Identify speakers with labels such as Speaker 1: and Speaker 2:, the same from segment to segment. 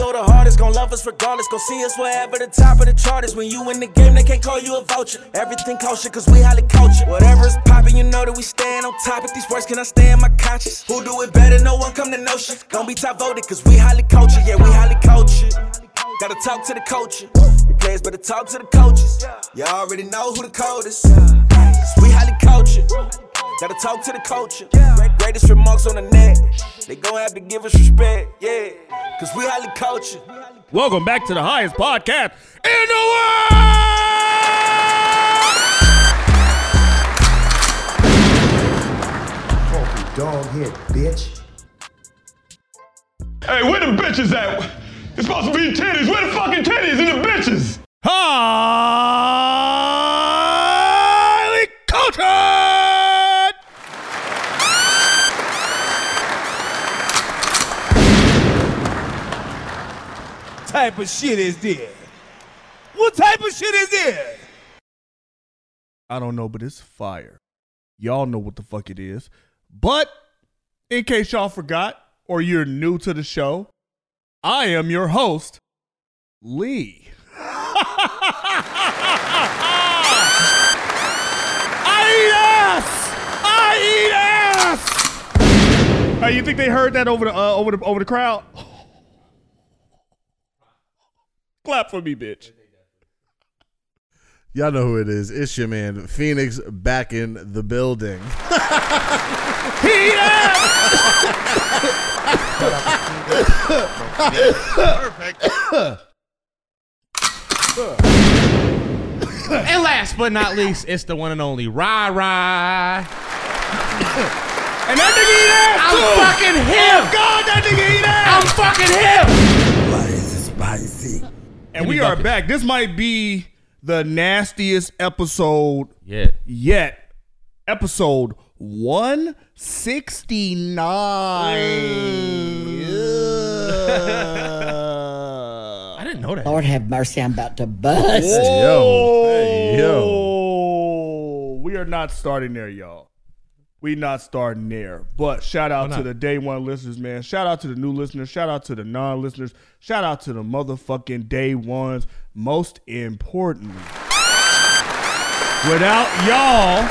Speaker 1: gon' love us regardless. Gon' see us wherever the top of the chart is. When you in the game, they can't call you a vulture. Everything kosher, cause we highly cultured. Whatever is poppin', you know that we stand on top. If these words can I stay in my conscience? Who do it better? No one come to know shit. Don't be top voted, cause we highly cultured. Yeah, we highly cultured. Gotta talk to the culture. Your players better talk to the coaches. You already know who the code is. 'Cause we highly cultured. Gotta talk to the culture. Great- Greatest remarks on the net. They gon' have to give us respect. Yeah, cause we highly cultured.
Speaker 2: Welcome back to the highest podcast in
Speaker 3: Funky dog head, bitch.
Speaker 4: Hey, where the bitches at? It's supposed to be titties. Where the fucking titties and the bitches?
Speaker 2: the world. Highly cultured.
Speaker 5: type of shit is this? What type of shit is this?
Speaker 2: I don't know, but it's fire. Y'all know what the fuck it is. But in case y'all forgot or you're new to the show, I am your host, Lee. I eat ass. E I eat ass. Hey, you think they heard that over the uh, over the over the crowd? Clap for me, bitch.
Speaker 6: Y'all know who it is. It's your man, Phoenix, back in the building.
Speaker 2: Heat ass.
Speaker 5: And last but not least, it's the one and only Rye Rye.
Speaker 2: And that nigga eat ass
Speaker 5: I'm
Speaker 2: too.
Speaker 5: fucking
Speaker 2: Oh,
Speaker 5: him.
Speaker 2: God, that nigga eat ass.
Speaker 5: I'm fucking him.
Speaker 2: And
Speaker 5: Give me
Speaker 2: we are
Speaker 5: buckets.
Speaker 2: back. This might be the nastiest episode
Speaker 5: Yeah.
Speaker 2: yet. Episode 169.
Speaker 6: Mm.
Speaker 2: Uh,
Speaker 5: I didn't know that.
Speaker 7: Lord have mercy, I'm about to bust.
Speaker 6: Yo. Hey, yo.
Speaker 2: yo. We are not starting there, y'all. We not starting there. But shout out to the day one listeners, man. Shout out to the new listeners. Shout out to the non listeners. Shout out to the motherfucking day ones. Most importantly, without y'all,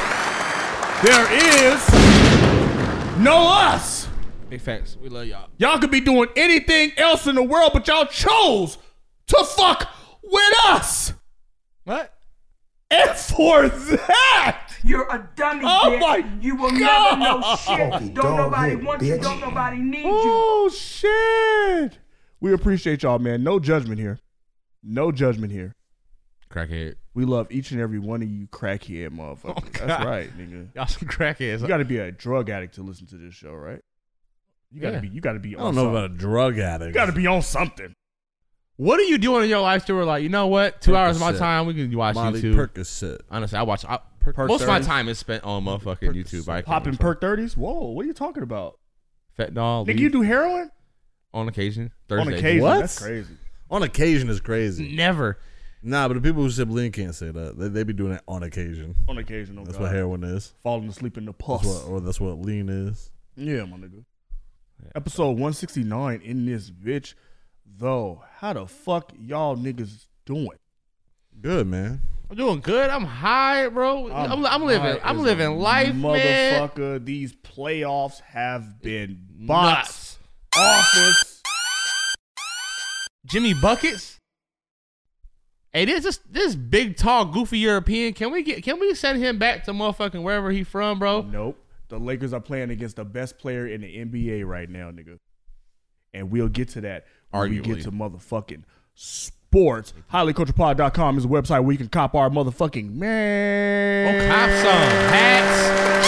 Speaker 2: there is no us.
Speaker 5: Big facts. We love y'all.
Speaker 2: Y'all could be doing anything else in the world, but y'all chose to fuck with us.
Speaker 5: What?
Speaker 2: And for that,
Speaker 8: You're a dummy.
Speaker 2: Oh
Speaker 8: bitch.
Speaker 2: my
Speaker 8: You will
Speaker 2: God.
Speaker 8: never know shit.
Speaker 3: dog
Speaker 8: Don't nobody
Speaker 3: head,
Speaker 8: want you.
Speaker 3: bitch.
Speaker 8: Don't nobody need you.
Speaker 2: oh shit, we appreciate y'all, man. No judgment here. No judgment here.
Speaker 5: Crackhead.
Speaker 2: We love each and every one of you crackhead motherfuckers.
Speaker 5: Oh,
Speaker 2: That's
Speaker 5: God.
Speaker 2: right, nigga.
Speaker 5: Y'all some crackheads.
Speaker 2: You got to be a drug addict to listen to this show, right? You got to
Speaker 5: Yeah.
Speaker 2: be. You got to be.
Speaker 6: I
Speaker 2: On
Speaker 6: don't know
Speaker 2: something.
Speaker 6: about a drug addict.
Speaker 2: You got to be on something.
Speaker 5: what are you doing in your life to where like, you know what? Two hours of my
Speaker 6: Percocet.
Speaker 5: time, we can watch
Speaker 6: Molly
Speaker 5: YouTube.
Speaker 6: Percocet.
Speaker 5: Honestly, I watch. I,
Speaker 6: Perk
Speaker 5: most of my
Speaker 6: 30.
Speaker 5: time is spent on motherfucking
Speaker 6: Percocet.
Speaker 5: YouTube. I can't
Speaker 2: Popping
Speaker 5: control.
Speaker 2: perk thirties. Whoa, what are you talking about?
Speaker 5: fentanyl.
Speaker 2: Nigga,
Speaker 5: weed
Speaker 2: you do heroin
Speaker 5: on occasion. Thursday.
Speaker 2: on occasion.
Speaker 6: Oh, What?
Speaker 2: That's crazy.
Speaker 6: On occasion is crazy.
Speaker 5: Never.
Speaker 6: Nah, but the people who sip lean can't say that. They, they be doing it on occasion.
Speaker 2: On occasion, oh
Speaker 6: That's
Speaker 2: God.
Speaker 6: what heroin is.
Speaker 2: Falling asleep in the puffs.
Speaker 6: That's what, or that's what lean is.
Speaker 2: Yeah, my nigga. Episode 169 in this bitch. Though, how the fuck y'all niggas doing?
Speaker 6: Good, man.
Speaker 5: I'm doing good. I'm high, bro. I'm, I'm, living.
Speaker 2: high as
Speaker 5: I'm
Speaker 2: a
Speaker 5: living life, man.
Speaker 2: Motherfucker, these playoffs have been bots.
Speaker 5: Nuts.
Speaker 2: Office.
Speaker 5: Jimmy buckets. Hey, this this this big, tall, goofy European. Can we get? Can we send him back to motherfucking wherever he from, bro?
Speaker 2: Nope. The Lakers are playing against the best player in the NBA right now, nigga. And we'll get to that when we get
Speaker 5: Arguably.
Speaker 2: to motherfucking sports. Highlyculturepod.com is a website where you can cop our motherfucking
Speaker 5: Go
Speaker 2: man.
Speaker 5: cop some hats,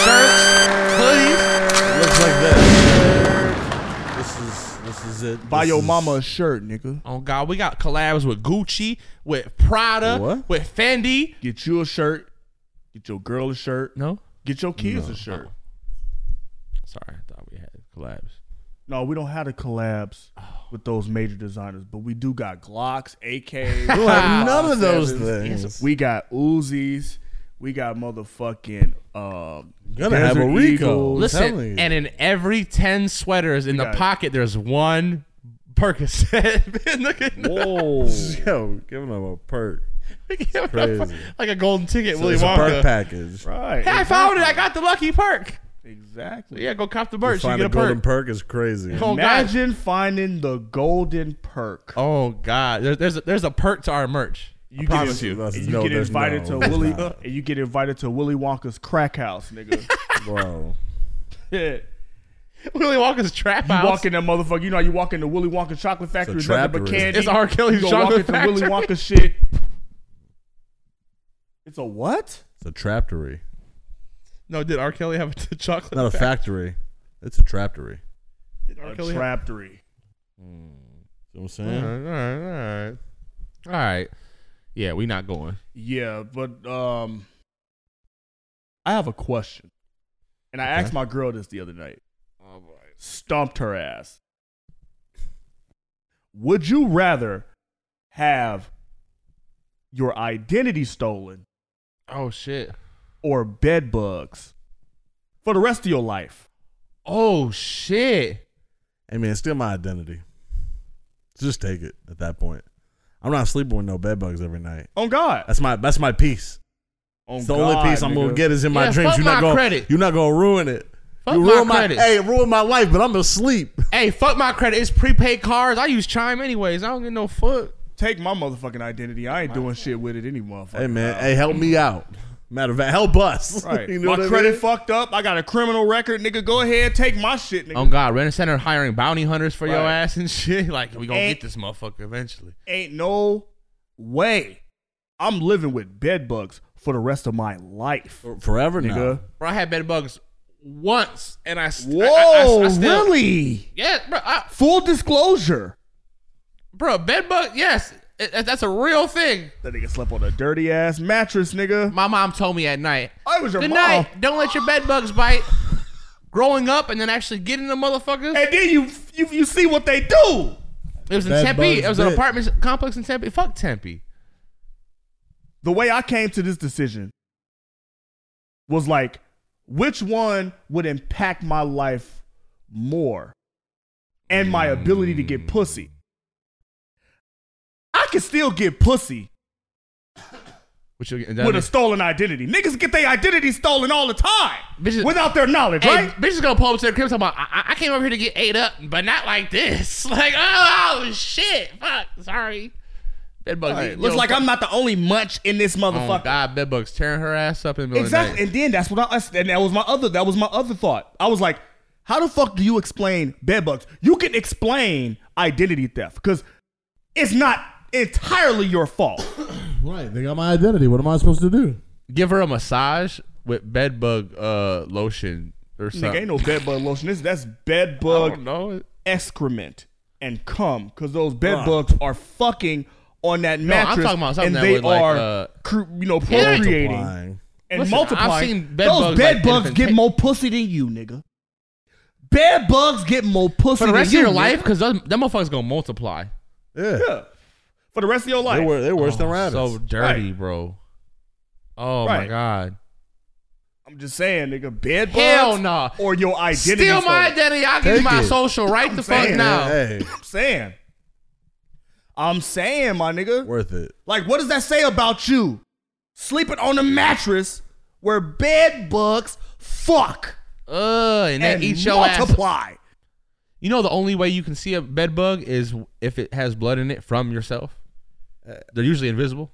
Speaker 5: shirts, hoodies.
Speaker 6: It looks like this. This is this is it.
Speaker 2: Buy
Speaker 6: This
Speaker 2: your
Speaker 6: is-
Speaker 2: mama a shirt, nigga.
Speaker 5: Oh God, we got collabs with Gucci, with Prada,
Speaker 6: What?
Speaker 5: with Fendi.
Speaker 2: Get you a shirt. Get your girl a shirt.
Speaker 5: No,
Speaker 2: Get your kids a shirt.
Speaker 5: sorry, I thought we had collabs.
Speaker 2: No, we don't have the collabs with those major designers, but we do got Glocks,
Speaker 6: We
Speaker 2: AKs.
Speaker 6: don't
Speaker 5: Ah,
Speaker 6: have none of those
Speaker 2: Sevens.
Speaker 6: things.
Speaker 2: we got Uzis. We got motherfucking um
Speaker 6: Gotta have
Speaker 2: Desert
Speaker 6: a Rico.
Speaker 2: Eagles.
Speaker 6: I'm
Speaker 5: Listen,
Speaker 6: telling you.
Speaker 5: and in every ten sweaters in the
Speaker 2: got it.
Speaker 5: pocket, there's one Percocet. Man, look at
Speaker 2: Whoa.
Speaker 6: Yo, giving them a perk. crazy.
Speaker 5: like a golden ticket,
Speaker 6: So
Speaker 5: Willy
Speaker 6: it's a perk
Speaker 5: Wonka.
Speaker 6: package.
Speaker 2: right.
Speaker 5: Hey, I found it. I got the lucky perk.
Speaker 2: Exactly.
Speaker 5: Yeah, go cop the bird. So you
Speaker 6: Find
Speaker 5: get
Speaker 6: a
Speaker 5: a perk.
Speaker 6: golden perk is crazy.
Speaker 5: Oh, God.
Speaker 2: Imagine finding the golden perk.
Speaker 5: Oh God, there, there's a, there's a perk to our merch. You promise
Speaker 6: get-
Speaker 5: you.
Speaker 6: That's-
Speaker 2: And you
Speaker 6: no,
Speaker 2: get
Speaker 6: there's
Speaker 2: invited
Speaker 6: no,
Speaker 2: to
Speaker 6: there's
Speaker 2: Willy,
Speaker 6: not.
Speaker 2: and you get invited to Willy Wonka's crack house, nigga.
Speaker 6: Bro.
Speaker 2: yeah.
Speaker 5: Willy Wonka's trap
Speaker 2: You
Speaker 5: house.
Speaker 2: walk in that motherfucker. You know how you walk into Willy Wonka chocolate factory, it's nothing
Speaker 6: trap
Speaker 2: but
Speaker 6: room.
Speaker 2: candy.
Speaker 5: It's R. Kelly's
Speaker 2: You gonna walk
Speaker 5: chocolate
Speaker 2: into Willy
Speaker 5: factory.
Speaker 2: Wonka shit. It's a what?
Speaker 6: It's a traptory.
Speaker 5: no, did R. Kelly have a chocolate?
Speaker 6: Not a factory. It's a traptory.
Speaker 5: Did R.
Speaker 2: A
Speaker 5: Kelly have-
Speaker 2: trapdory.
Speaker 6: You know what I'm
Speaker 5: All
Speaker 6: saying?
Speaker 5: right, all right, all right, all right. Yeah, we not going.
Speaker 2: Yeah, but um, I have a question, and I asked my girl this the other night. Stomped her ass. Would you rather have your identity stolen
Speaker 5: Oh shit.
Speaker 2: or bed bugs for the rest of your life?
Speaker 5: Oh shit.
Speaker 6: Hey man, it's still my identity. Just take it at that point. I'm not sleeping with no bed bugs every night.
Speaker 2: On God.
Speaker 6: That's my that's my piece.
Speaker 2: On
Speaker 6: It's the only piece I'm gonna
Speaker 2: nigga.
Speaker 6: get is in my
Speaker 5: Oh, Yeah,
Speaker 6: dreams.
Speaker 5: fuck
Speaker 6: You're not
Speaker 5: my
Speaker 6: gonna
Speaker 5: credit.
Speaker 6: you're not gonna ruin it.
Speaker 5: Fuck
Speaker 6: you
Speaker 5: my
Speaker 6: ruin my,
Speaker 5: credit.
Speaker 6: hey ruin my life, but I'm asleep.
Speaker 5: Hey, fuck my credit. It's prepaid cards. I use Chime anyways. I don't get no fuck.
Speaker 2: Take my motherfucking identity. I ain't doing shit with it any motherfucker.
Speaker 6: Hey man, hey help me out. Matter of fact, help us.
Speaker 2: Mm. Right.
Speaker 6: You know what
Speaker 2: my
Speaker 6: I
Speaker 2: credit
Speaker 6: mean?
Speaker 2: fucked up. I got a criminal record. Nigga, go ahead. Take my shit, nigga.
Speaker 5: Oh God, Rent Center hiring bounty hunters for your
Speaker 2: Right.
Speaker 5: ass and shit. Like we gonna
Speaker 2: And-
Speaker 5: get this motherfucker eventually.
Speaker 2: ain't no way I'm living with bed bugs for the rest of my life,
Speaker 6: forever,
Speaker 2: nigga.
Speaker 6: nigga.
Speaker 5: Bro, I had bed bugs once, and I. St- I- I- I-
Speaker 2: Whoa,
Speaker 5: I still-
Speaker 2: really?
Speaker 5: Yeah, bro. I,
Speaker 2: Full disclosure.
Speaker 5: bro, bed bug. Yes, it- that's a real thing.
Speaker 2: That nigga slept on a dirty ass mattress, nigga.
Speaker 5: My mom told me at night.
Speaker 2: I was your
Speaker 5: Good
Speaker 2: mom.
Speaker 5: night. Don't let your bed bugs bite. Growing up and then actually getting the motherfuckers.
Speaker 2: And then you, you you see what they do.
Speaker 5: it was in
Speaker 6: bed
Speaker 5: Tempe.
Speaker 6: bugs
Speaker 5: It was an
Speaker 6: bit.
Speaker 5: apartment complex in Tempe. Fuck Tempe.
Speaker 2: The way I came to this decision was like, which one would impact my life more and my ability to get pussy? I can still get pussy.
Speaker 5: Which you
Speaker 2: with a stolen identity. Niggas get their identity stolen all the time
Speaker 5: Bitches-
Speaker 2: without their knowledge,
Speaker 5: Hey,
Speaker 2: right?
Speaker 5: bitch is gonna pull up to the crib talking about I-, I- I came over here to get ate up, but not like this. Like oh shit, fuck, sorry. Bed bugs.
Speaker 2: Right. Looks like I'm not the only munch in this
Speaker 5: Oh
Speaker 2: motherfucker.
Speaker 5: god, bed bugs tearing her ass up in the middle
Speaker 2: exactly.
Speaker 5: Of
Speaker 2: And then that's what I and that was my other that was my other thought. I was like, how the fuck do you explain bed bugs? You can explain identity theft because it's not entirely your fault.
Speaker 6: Right. They got my identity. What am I supposed to do?
Speaker 5: the night. Give her a massage with bed bug uh, lotion or
Speaker 2: Nigga,
Speaker 5: something.
Speaker 2: ain't no bed bug lotion. This that's bed
Speaker 5: I
Speaker 2: bug
Speaker 5: don't know.
Speaker 2: excrement and cum because those bed bugs are fucking on that
Speaker 5: I'm
Speaker 2: mattress
Speaker 5: talking about something
Speaker 2: and
Speaker 5: that
Speaker 2: they
Speaker 5: would, like,
Speaker 2: are
Speaker 5: uh,
Speaker 2: cr- you know
Speaker 5: Yeah, they-
Speaker 2: procreating
Speaker 6: Lying.
Speaker 2: and
Speaker 5: Listen,
Speaker 2: multiplying.
Speaker 5: I've seen bed
Speaker 2: those
Speaker 5: bugs,
Speaker 2: bed
Speaker 5: like,
Speaker 2: bugs
Speaker 5: infant-
Speaker 2: get more pussy than you, nigga. Bed bugs get more pussy
Speaker 5: For the
Speaker 2: than
Speaker 5: rest of
Speaker 2: you,
Speaker 5: your
Speaker 2: nigga.
Speaker 5: life, because that motherfucker's gonna multiply.
Speaker 6: Yeah.
Speaker 2: Yeah. For the rest of your
Speaker 6: They
Speaker 2: life,
Speaker 6: were they worse than rabbits.
Speaker 5: Oh, So dirty, bro. Oh my
Speaker 2: Right.
Speaker 5: god.
Speaker 2: I'm just saying, nigga. Bed bugs,
Speaker 5: Hell nah.
Speaker 2: or your identity.
Speaker 5: Steal my
Speaker 2: stolen.
Speaker 5: identity. I'll give you
Speaker 6: Take
Speaker 5: my
Speaker 6: it.
Speaker 5: social right the fuck
Speaker 2: saying,
Speaker 5: now.
Speaker 6: Hey,
Speaker 2: I'm saying. I'm saying, my nigga.
Speaker 6: worth it.
Speaker 2: Like, what does that say about you? Sleeping on a mattress where bed bugs fuck
Speaker 5: Ugh, and,
Speaker 2: and
Speaker 5: they eat your ass
Speaker 2: multiply.
Speaker 5: You know the only way you can see a bed bug is if it has blood in it from yourself. Uh, They're usually invisible.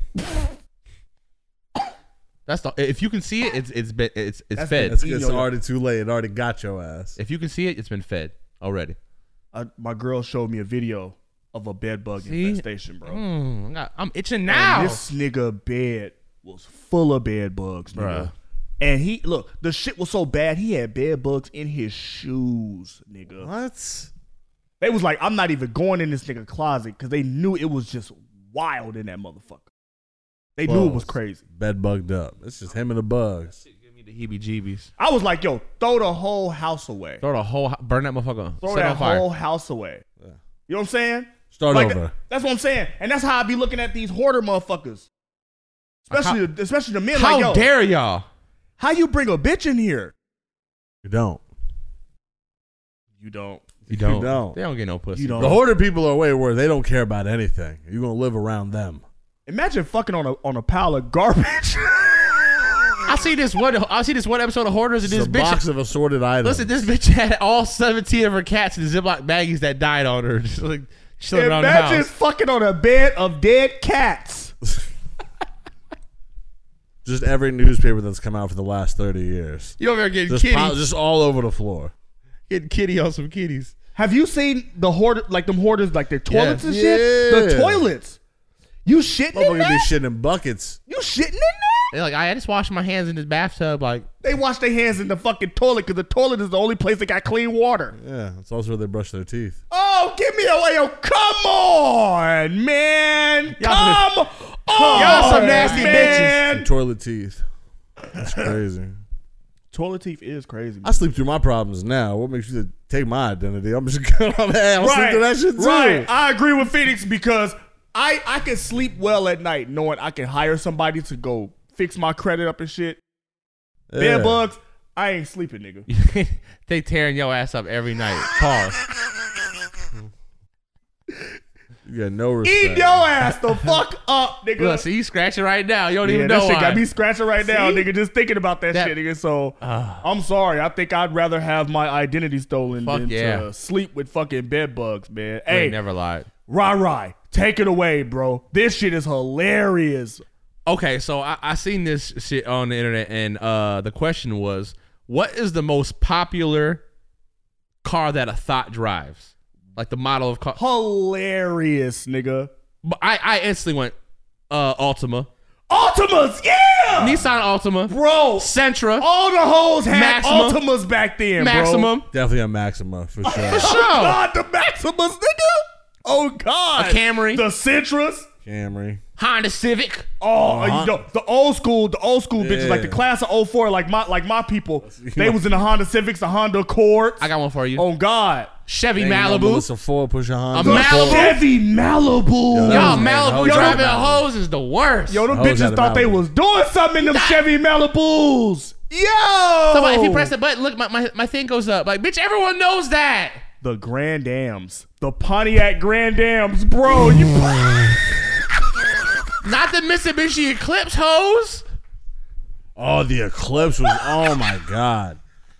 Speaker 5: That's the if you can see it, it's it's been, it's it's
Speaker 2: That's
Speaker 5: fed.
Speaker 6: It's,
Speaker 2: Eat
Speaker 6: it's
Speaker 2: your-
Speaker 6: already too late. It already got your ass.
Speaker 5: if you can see it, it's been fed already.
Speaker 2: I, my girl showed me a video of a bed bug
Speaker 5: See?
Speaker 2: infestation, bro.
Speaker 5: Mm, I got- I'm itching
Speaker 2: And
Speaker 5: now.
Speaker 2: This nigga bed was full of bed bugs, nigga.
Speaker 5: Bruh.
Speaker 2: And he look, the shit was so bad he had bed bugs in his shoes, nigga.
Speaker 6: What?
Speaker 2: They was like, I'm not even going in this nigga closet because they knew it was just wild in that motherfucker. They knew it was
Speaker 6: Bugs.
Speaker 2: crazy.
Speaker 6: Bed bugged up. It's just him and the bugs.
Speaker 5: Give me the heebie-jeebies.
Speaker 2: I was like, yo, throw the whole house away.
Speaker 5: Throw the whole hou- burn that motherfucker.
Speaker 2: Throw
Speaker 5: Set
Speaker 2: that
Speaker 5: on fire.
Speaker 2: whole house away. You know what I'm saying?
Speaker 6: Start
Speaker 2: Like,
Speaker 6: over.
Speaker 2: That's what I'm saying. And that's how I be looking at these hoarder motherfuckers.
Speaker 5: Like,
Speaker 2: Especially the, especially the men
Speaker 5: How
Speaker 2: like, yo,
Speaker 5: dare y'all?
Speaker 2: how you bring a bitch in here?
Speaker 6: You don't.
Speaker 2: You don't.
Speaker 5: You don't.
Speaker 6: don't.
Speaker 5: They don't get no pussy.
Speaker 2: You don't.
Speaker 6: The hoarder people are way worse. They don't care about anything. You're gonna live around them.
Speaker 2: Imagine fucking on a on a pile of garbage.
Speaker 5: I see this one. I see this one episode of Hoarders, and
Speaker 6: It's
Speaker 5: this
Speaker 6: a
Speaker 5: bitch.
Speaker 6: box of assorted items.
Speaker 5: listen, this bitch had all seventeen of her cats in Ziploc baggies that died on her, just like chilling around the
Speaker 2: Imagine
Speaker 5: house.
Speaker 2: fucking on a bed of dead cats.
Speaker 6: just every newspaper that's come out for the last thirty years.
Speaker 5: You over there getting
Speaker 6: Just
Speaker 5: kitty,
Speaker 6: pile- just all over the floor.
Speaker 5: getting kitty on some kitties.
Speaker 2: Have you seen the hoarder like them hoarders like their toilets
Speaker 5: Yeah.
Speaker 2: and shit?
Speaker 6: Yeah.
Speaker 2: The toilets. You shitting in
Speaker 6: Motherfucker
Speaker 2: there?
Speaker 6: be shitting in buckets.
Speaker 2: you shitting in there?
Speaker 5: They're like, I just washed my hands in this bathtub. Like,
Speaker 2: They wash their hands in the fucking toilet because the toilet is the only place that got clean water.
Speaker 6: Yeah, it's also where they brush their teeth.
Speaker 2: Oh, give me away! Oh, come on, man!
Speaker 5: Y'all
Speaker 2: come on,
Speaker 5: Y'all some nasty
Speaker 2: man.
Speaker 6: And toilet teeth. That's crazy.
Speaker 2: Toilet teeth is crazy.
Speaker 6: I sleep through my problems now. What makes you take my identity? I'm just going on that. I'm sleep through that shit too.
Speaker 2: right. I agree with Phoenix because I I can sleep well at night knowing I can hire somebody to go fix my credit up and shit.
Speaker 6: Yeah.
Speaker 2: Bed bugs. I ain't sleeping, nigga.
Speaker 5: they tearing your ass up every night. Pause.
Speaker 6: You got no respect.
Speaker 2: Eat your ass the fuck up, nigga.
Speaker 5: Look, see, you scratching right now. You don't
Speaker 2: yeah,
Speaker 5: even
Speaker 2: that
Speaker 5: know
Speaker 2: shit
Speaker 5: why.
Speaker 2: got me scratching right now,
Speaker 5: See?
Speaker 2: nigga. Just thinking about that,
Speaker 5: That- Ah.
Speaker 2: shit, nigga. So I'm sorry. I think I'd rather have my identity stolen
Speaker 5: Fuck
Speaker 2: than
Speaker 5: yeah.
Speaker 2: to sleep with fucking bed bugs, man.
Speaker 5: They
Speaker 2: Hey,
Speaker 5: never lied.
Speaker 2: Rah Rah, take it away, bro. This shit is hilarious.
Speaker 5: Okay, so I, I seen this shit on the internet, and uh, the question was, what is the most popular car that a thought drives? Like the model of car.
Speaker 2: Hilarious, nigga.
Speaker 5: But I, I instantly went uh, Altima,
Speaker 2: Ultimas, yeah!
Speaker 5: Nissan Altima,
Speaker 2: Uh, bro,
Speaker 5: Sentra,
Speaker 2: all the hoes had
Speaker 5: Maxima.
Speaker 2: Ultimas back then, bro.
Speaker 5: Maximum.
Speaker 6: Definitely a Maxima for sure.
Speaker 5: For
Speaker 2: Oh,
Speaker 5: sure.
Speaker 2: God, the Maximas, nigga. Oh, God.
Speaker 5: A Camry.
Speaker 2: The Centras.
Speaker 6: Camry.
Speaker 5: Honda Civic.
Speaker 2: Oh,
Speaker 6: Uh-huh.
Speaker 2: you know, the old school, the old school bitches, like the
Speaker 6: Yeah.
Speaker 2: class of 04, like my like my people. They was in the Honda Civics, the Honda Accords.
Speaker 5: I got one for you.
Speaker 2: Oh God,
Speaker 5: Chevy
Speaker 6: Ain't no
Speaker 5: Malibu.
Speaker 6: Melissa Ford push a
Speaker 5: A
Speaker 6: Honda.
Speaker 5: Malibu.
Speaker 2: Chevy Malibu.
Speaker 6: Yeah.
Speaker 5: Y'all
Speaker 6: Hoes, man.
Speaker 5: Malibu
Speaker 6: Hoes drive
Speaker 5: driving
Speaker 6: Malibu.
Speaker 5: hoes is the worst.
Speaker 2: Yo, them
Speaker 6: Hoes out
Speaker 2: bitches
Speaker 6: of
Speaker 2: thought they
Speaker 6: Malibu.
Speaker 2: was doing something in them Chevy Malibus. Yo,
Speaker 5: So like, if you press the button, look, my, my, my thing goes up. Like, bitch, everyone knows that.
Speaker 2: the Grand Dams, the Pontiac Grand Dams, bro. You
Speaker 5: Not the Mitsubishi Eclipse hoes.
Speaker 6: Oh, the Eclipse was. Oh my God.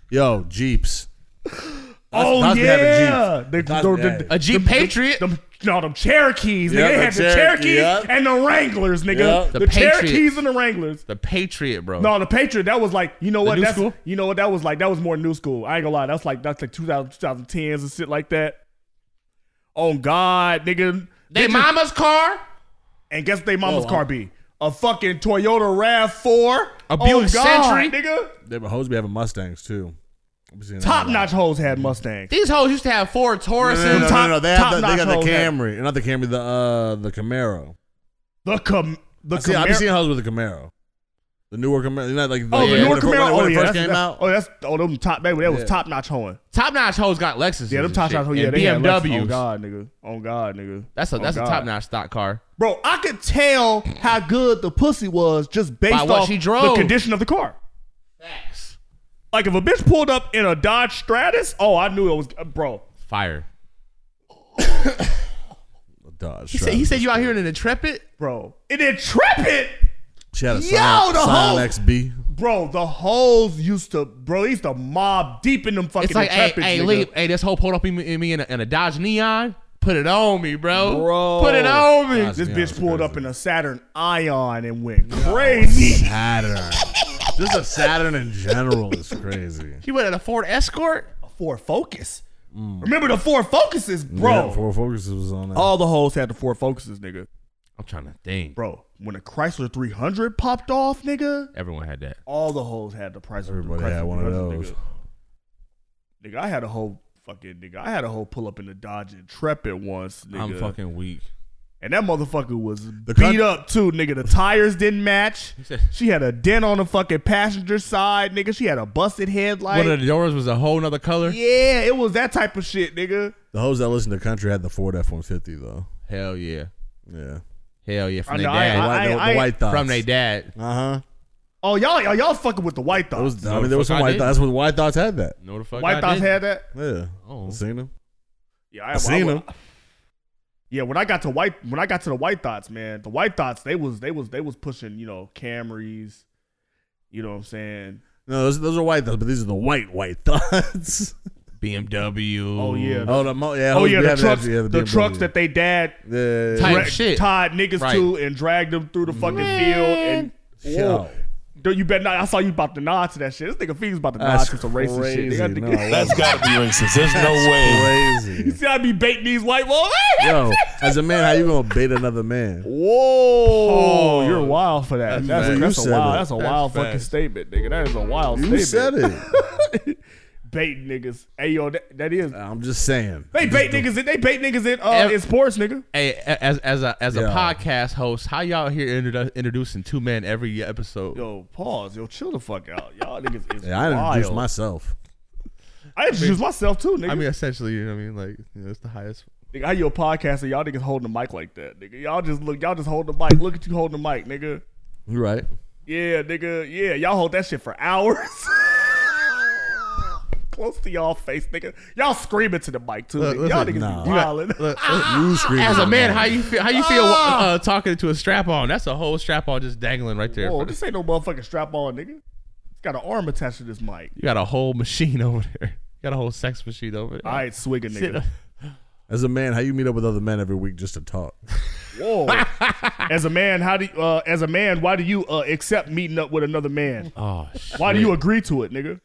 Speaker 6: Yo, Jeeps.
Speaker 2: Oh,
Speaker 6: That's- that's what happened to
Speaker 2: yeah.
Speaker 6: Jeeps.
Speaker 2: They-
Speaker 6: That's
Speaker 2: they're-
Speaker 6: what
Speaker 2: they're-
Speaker 6: happened.
Speaker 5: A Jeep Patriot.
Speaker 2: them, no, them Cherokees, nigga.
Speaker 6: Yeah,
Speaker 2: they
Speaker 6: the
Speaker 2: had the
Speaker 6: Cherokee,
Speaker 2: Cherokees
Speaker 6: yeah.
Speaker 2: and the Wranglers, nigga.
Speaker 6: Yeah.
Speaker 5: The
Speaker 2: The,
Speaker 5: Patriots.
Speaker 2: Cherokees and the Wranglers.
Speaker 5: the Patriot, bro.
Speaker 2: No, the Patriot. That was like you know what?
Speaker 5: new
Speaker 2: That's
Speaker 5: school?
Speaker 2: you know what? That was like that was more new school. I ain't gonna lie. That's like that's like 2000, 2010s and shit like that. Oh God, nigga.
Speaker 5: they
Speaker 2: Bitches-
Speaker 5: mama's car.
Speaker 2: and guess what they mama's
Speaker 6: Oh,
Speaker 2: car
Speaker 6: I'm-
Speaker 2: be a fucking Toyota Rav Four. Oh,
Speaker 5: A Buick Century?
Speaker 2: nigga.
Speaker 6: They were hoes be having Mustangs too. I'm seeing that a
Speaker 2: Top
Speaker 6: lot.
Speaker 2: notch hoes had Mustangs.
Speaker 5: These hoes used to have Ford Tauruses.
Speaker 6: No, no, no, no,
Speaker 2: Top-
Speaker 6: no. They, had the, they
Speaker 2: top-notch
Speaker 6: got the
Speaker 2: hoes had-
Speaker 6: Camry, not the Camry, the uh, the Camaro.
Speaker 2: The com the
Speaker 6: See, I've been
Speaker 2: Camaro-
Speaker 6: seeing hoes with the Camaro, the newer Camaro. You know, like
Speaker 2: Oh, the
Speaker 5: Yeah.
Speaker 2: newer
Speaker 6: when it fir- when it-
Speaker 2: Camaro.
Speaker 6: when
Speaker 2: Oh,
Speaker 6: it
Speaker 2: yeah,
Speaker 6: first
Speaker 2: that's-
Speaker 6: came
Speaker 2: that's-
Speaker 6: out.
Speaker 2: Oh, that's oh them top baby. That was
Speaker 6: Yeah.
Speaker 2: top notch hoeing.
Speaker 5: Top notch hoes got Lexuses.
Speaker 2: Yeah, them top notch hoes. Yeah,
Speaker 5: and
Speaker 2: they had Lexus.
Speaker 5: BMWs.
Speaker 2: Oh God, nigga. Oh God, nigga.
Speaker 5: That's a
Speaker 2: Oh,
Speaker 5: that's a
Speaker 2: God.
Speaker 5: top notch stock car.
Speaker 2: Bro, I could tell how good the pussy was just based
Speaker 5: By what
Speaker 2: off
Speaker 5: she drove.
Speaker 2: the condition of the car. Like if a bitch pulled up in a Dodge Stratus, oh, I knew it was bro.
Speaker 5: Fire.
Speaker 6: Dodge.
Speaker 5: He said, he said you out here in an intrepid.
Speaker 2: Bro, an intrepid,
Speaker 6: she had a
Speaker 2: Yo,
Speaker 6: Scion,
Speaker 2: the
Speaker 6: Scion
Speaker 2: hoe-
Speaker 6: XB.
Speaker 2: bro. The hoes used to, bro. They used to mob deep in them fucking
Speaker 5: It's like, hey,
Speaker 2: intrepids,
Speaker 5: hey,
Speaker 2: nigga.
Speaker 5: Lee, hey, this hoe pulled up in me, in me in, a, in a Dodge Neon. Put it on me, bro.
Speaker 6: Bro.
Speaker 5: Put it on me.
Speaker 6: Gosh.
Speaker 2: Oh, This
Speaker 6: Yeah,
Speaker 2: bitch
Speaker 6: that's
Speaker 2: pulled up
Speaker 6: crazy.
Speaker 2: in a Saturn Ion and went crazy.
Speaker 6: Saturn. Just a Saturn in general is crazy.
Speaker 5: She went in a Ford Escort.
Speaker 2: Ford Focus. Remember the Ford Focuses, bro.
Speaker 6: Mm.
Speaker 2: Oh,
Speaker 6: yeah, four focuses was on that.
Speaker 2: All the hoes had the Ford Focuses, nigga.
Speaker 5: I'm trying to think.
Speaker 2: Bro, when a Chrysler 300 popped off, nigga,
Speaker 5: Everyone had that.
Speaker 2: all the hoes had the price.
Speaker 6: Everybody
Speaker 2: Chrysler
Speaker 6: had one of
Speaker 2: 300,
Speaker 6: those.
Speaker 2: Nigga. nigga, I had a whole fucking nigga. I had a whole pull up in the Dodge Intrepid once, nigga.
Speaker 5: I'm fucking weak.
Speaker 2: and that motherfucker was beat
Speaker 6: con-
Speaker 2: up too, nigga. The tires didn't match.
Speaker 5: said-
Speaker 2: she had a dent on the fucking passenger side, nigga. She had a busted headlight.
Speaker 5: One of the doors was a whole nother color.
Speaker 2: yeah, it was that type of shit, nigga.
Speaker 6: The hoes that listen to country had the Ford F one fifty though.
Speaker 5: Hell yeah.
Speaker 6: Yeah.
Speaker 5: Hell yeah. From
Speaker 2: I
Speaker 5: their
Speaker 2: know, I-
Speaker 5: dad.
Speaker 6: The
Speaker 2: I-
Speaker 6: white, the, the white thoughts.
Speaker 5: From their dad.
Speaker 6: Uh huh.
Speaker 2: Oh y'all, y'all, y'all fucking with the white
Speaker 6: That
Speaker 2: thoughts.
Speaker 6: was. I mean, there was
Speaker 5: Motherfucker, I
Speaker 6: some white
Speaker 5: did.
Speaker 6: thoughts. That's what white thoughts had that.
Speaker 5: No the fuck.
Speaker 2: white
Speaker 5: I
Speaker 2: thoughts had
Speaker 5: didn't.
Speaker 2: that.
Speaker 6: Yeah.
Speaker 5: Oh.
Speaker 6: Seen them.
Speaker 2: Yeah, I,
Speaker 6: I seen
Speaker 2: I-
Speaker 6: them.
Speaker 2: Yeah, when I got to white, when I got to the white thoughts, man, the white thoughts, they was they was they was pushing, you know, Camrys. You know what I'm saying?
Speaker 6: No, those, those are white thoughts, but these are the white white thoughts.
Speaker 5: BMW.
Speaker 2: Oh yeah.
Speaker 6: oh, the mo- yeah,
Speaker 2: Oh
Speaker 6: hoes
Speaker 2: yeah,
Speaker 6: be
Speaker 2: the
Speaker 6: having
Speaker 2: trucks,
Speaker 6: that- yeah,
Speaker 2: the,
Speaker 6: BMW.
Speaker 2: trucks that they dad
Speaker 6: Yeah.
Speaker 5: Type
Speaker 2: dra-
Speaker 5: shit.
Speaker 2: tied niggas
Speaker 5: Right.
Speaker 2: to and dragged them through the fucking field. And
Speaker 6: Yo.
Speaker 2: Whoa. Dude, you better not. I saw you about to nod to that shit. This nigga Phoenix about to
Speaker 6: That's
Speaker 2: nod to some racist
Speaker 6: crazy.
Speaker 2: shit. Nigga,
Speaker 6: No,
Speaker 2: I think-
Speaker 9: That's gotta be racist. There's no way.
Speaker 2: You
Speaker 6: crazy.
Speaker 2: see, I be baiting these white walls.
Speaker 6: Yo, as a man, how you gonna bait another man?
Speaker 2: Whoa, you're wild for that. That's,
Speaker 6: facts.
Speaker 2: that's
Speaker 6: You
Speaker 2: a
Speaker 6: said
Speaker 2: wild.
Speaker 6: it.
Speaker 2: That's a
Speaker 5: That's
Speaker 2: wild fucking
Speaker 5: facts.
Speaker 2: statement, nigga. That is a wild
Speaker 6: You said
Speaker 2: statement.
Speaker 6: it.
Speaker 2: Bait niggas. Hey yo, that, that is.
Speaker 6: I'm just saying.
Speaker 2: They bait niggas. In, they bait niggas in uh,
Speaker 5: Uh, Ev-
Speaker 2: in sports, nigga.
Speaker 5: Hey, a- as as a as a
Speaker 6: Yeah.
Speaker 5: podcast host, how y'all here introdu- introducing two men every episode?
Speaker 2: Yo, pause. Yo, chill the fuck out. Y'all niggas is
Speaker 6: Yeah, I didn't introduce
Speaker 2: wild.
Speaker 6: myself.
Speaker 2: I introduced myself too, nigga.
Speaker 5: I mean, essentially, you know what I mean? Like, you know, it's the highest.
Speaker 2: Nigga, how you a podcaster? Y'all niggas holding the mic like that, nigga. Y'all just look, y'all just hold the mic. Look at you holding the mic, nigga.
Speaker 6: You right?
Speaker 2: Yeah, nigga. Yeah, y'all hold that shit for hours. Close to y'all face, nigga. Y'all screaming to the mic too.
Speaker 5: Look,
Speaker 2: nigga. Y'all
Speaker 5: listen,
Speaker 2: niggas
Speaker 6: nah.
Speaker 2: be wilding.
Speaker 6: You screaming
Speaker 5: As a
Speaker 6: at
Speaker 5: man,
Speaker 6: me.
Speaker 5: how you feel? How you feel
Speaker 2: Ah!
Speaker 5: uh, talking to a strap on? That's a whole strap on just dangling right there.
Speaker 2: Whoa, Oh, this ain't no motherfucking strap on, nigga. It's got an arm attached to this mic.
Speaker 5: you got a whole machine over there. You got a whole sex machine over there.
Speaker 2: All right, swigger,
Speaker 5: Sit-
Speaker 2: nigga.
Speaker 6: As a man, how you meet up with other men every week just to talk?
Speaker 2: Whoa. as a man, how do you, uh, as a man, why do you uh, accept meeting up with another man?
Speaker 5: Oh shit!
Speaker 2: Why do you agree to it, nigga?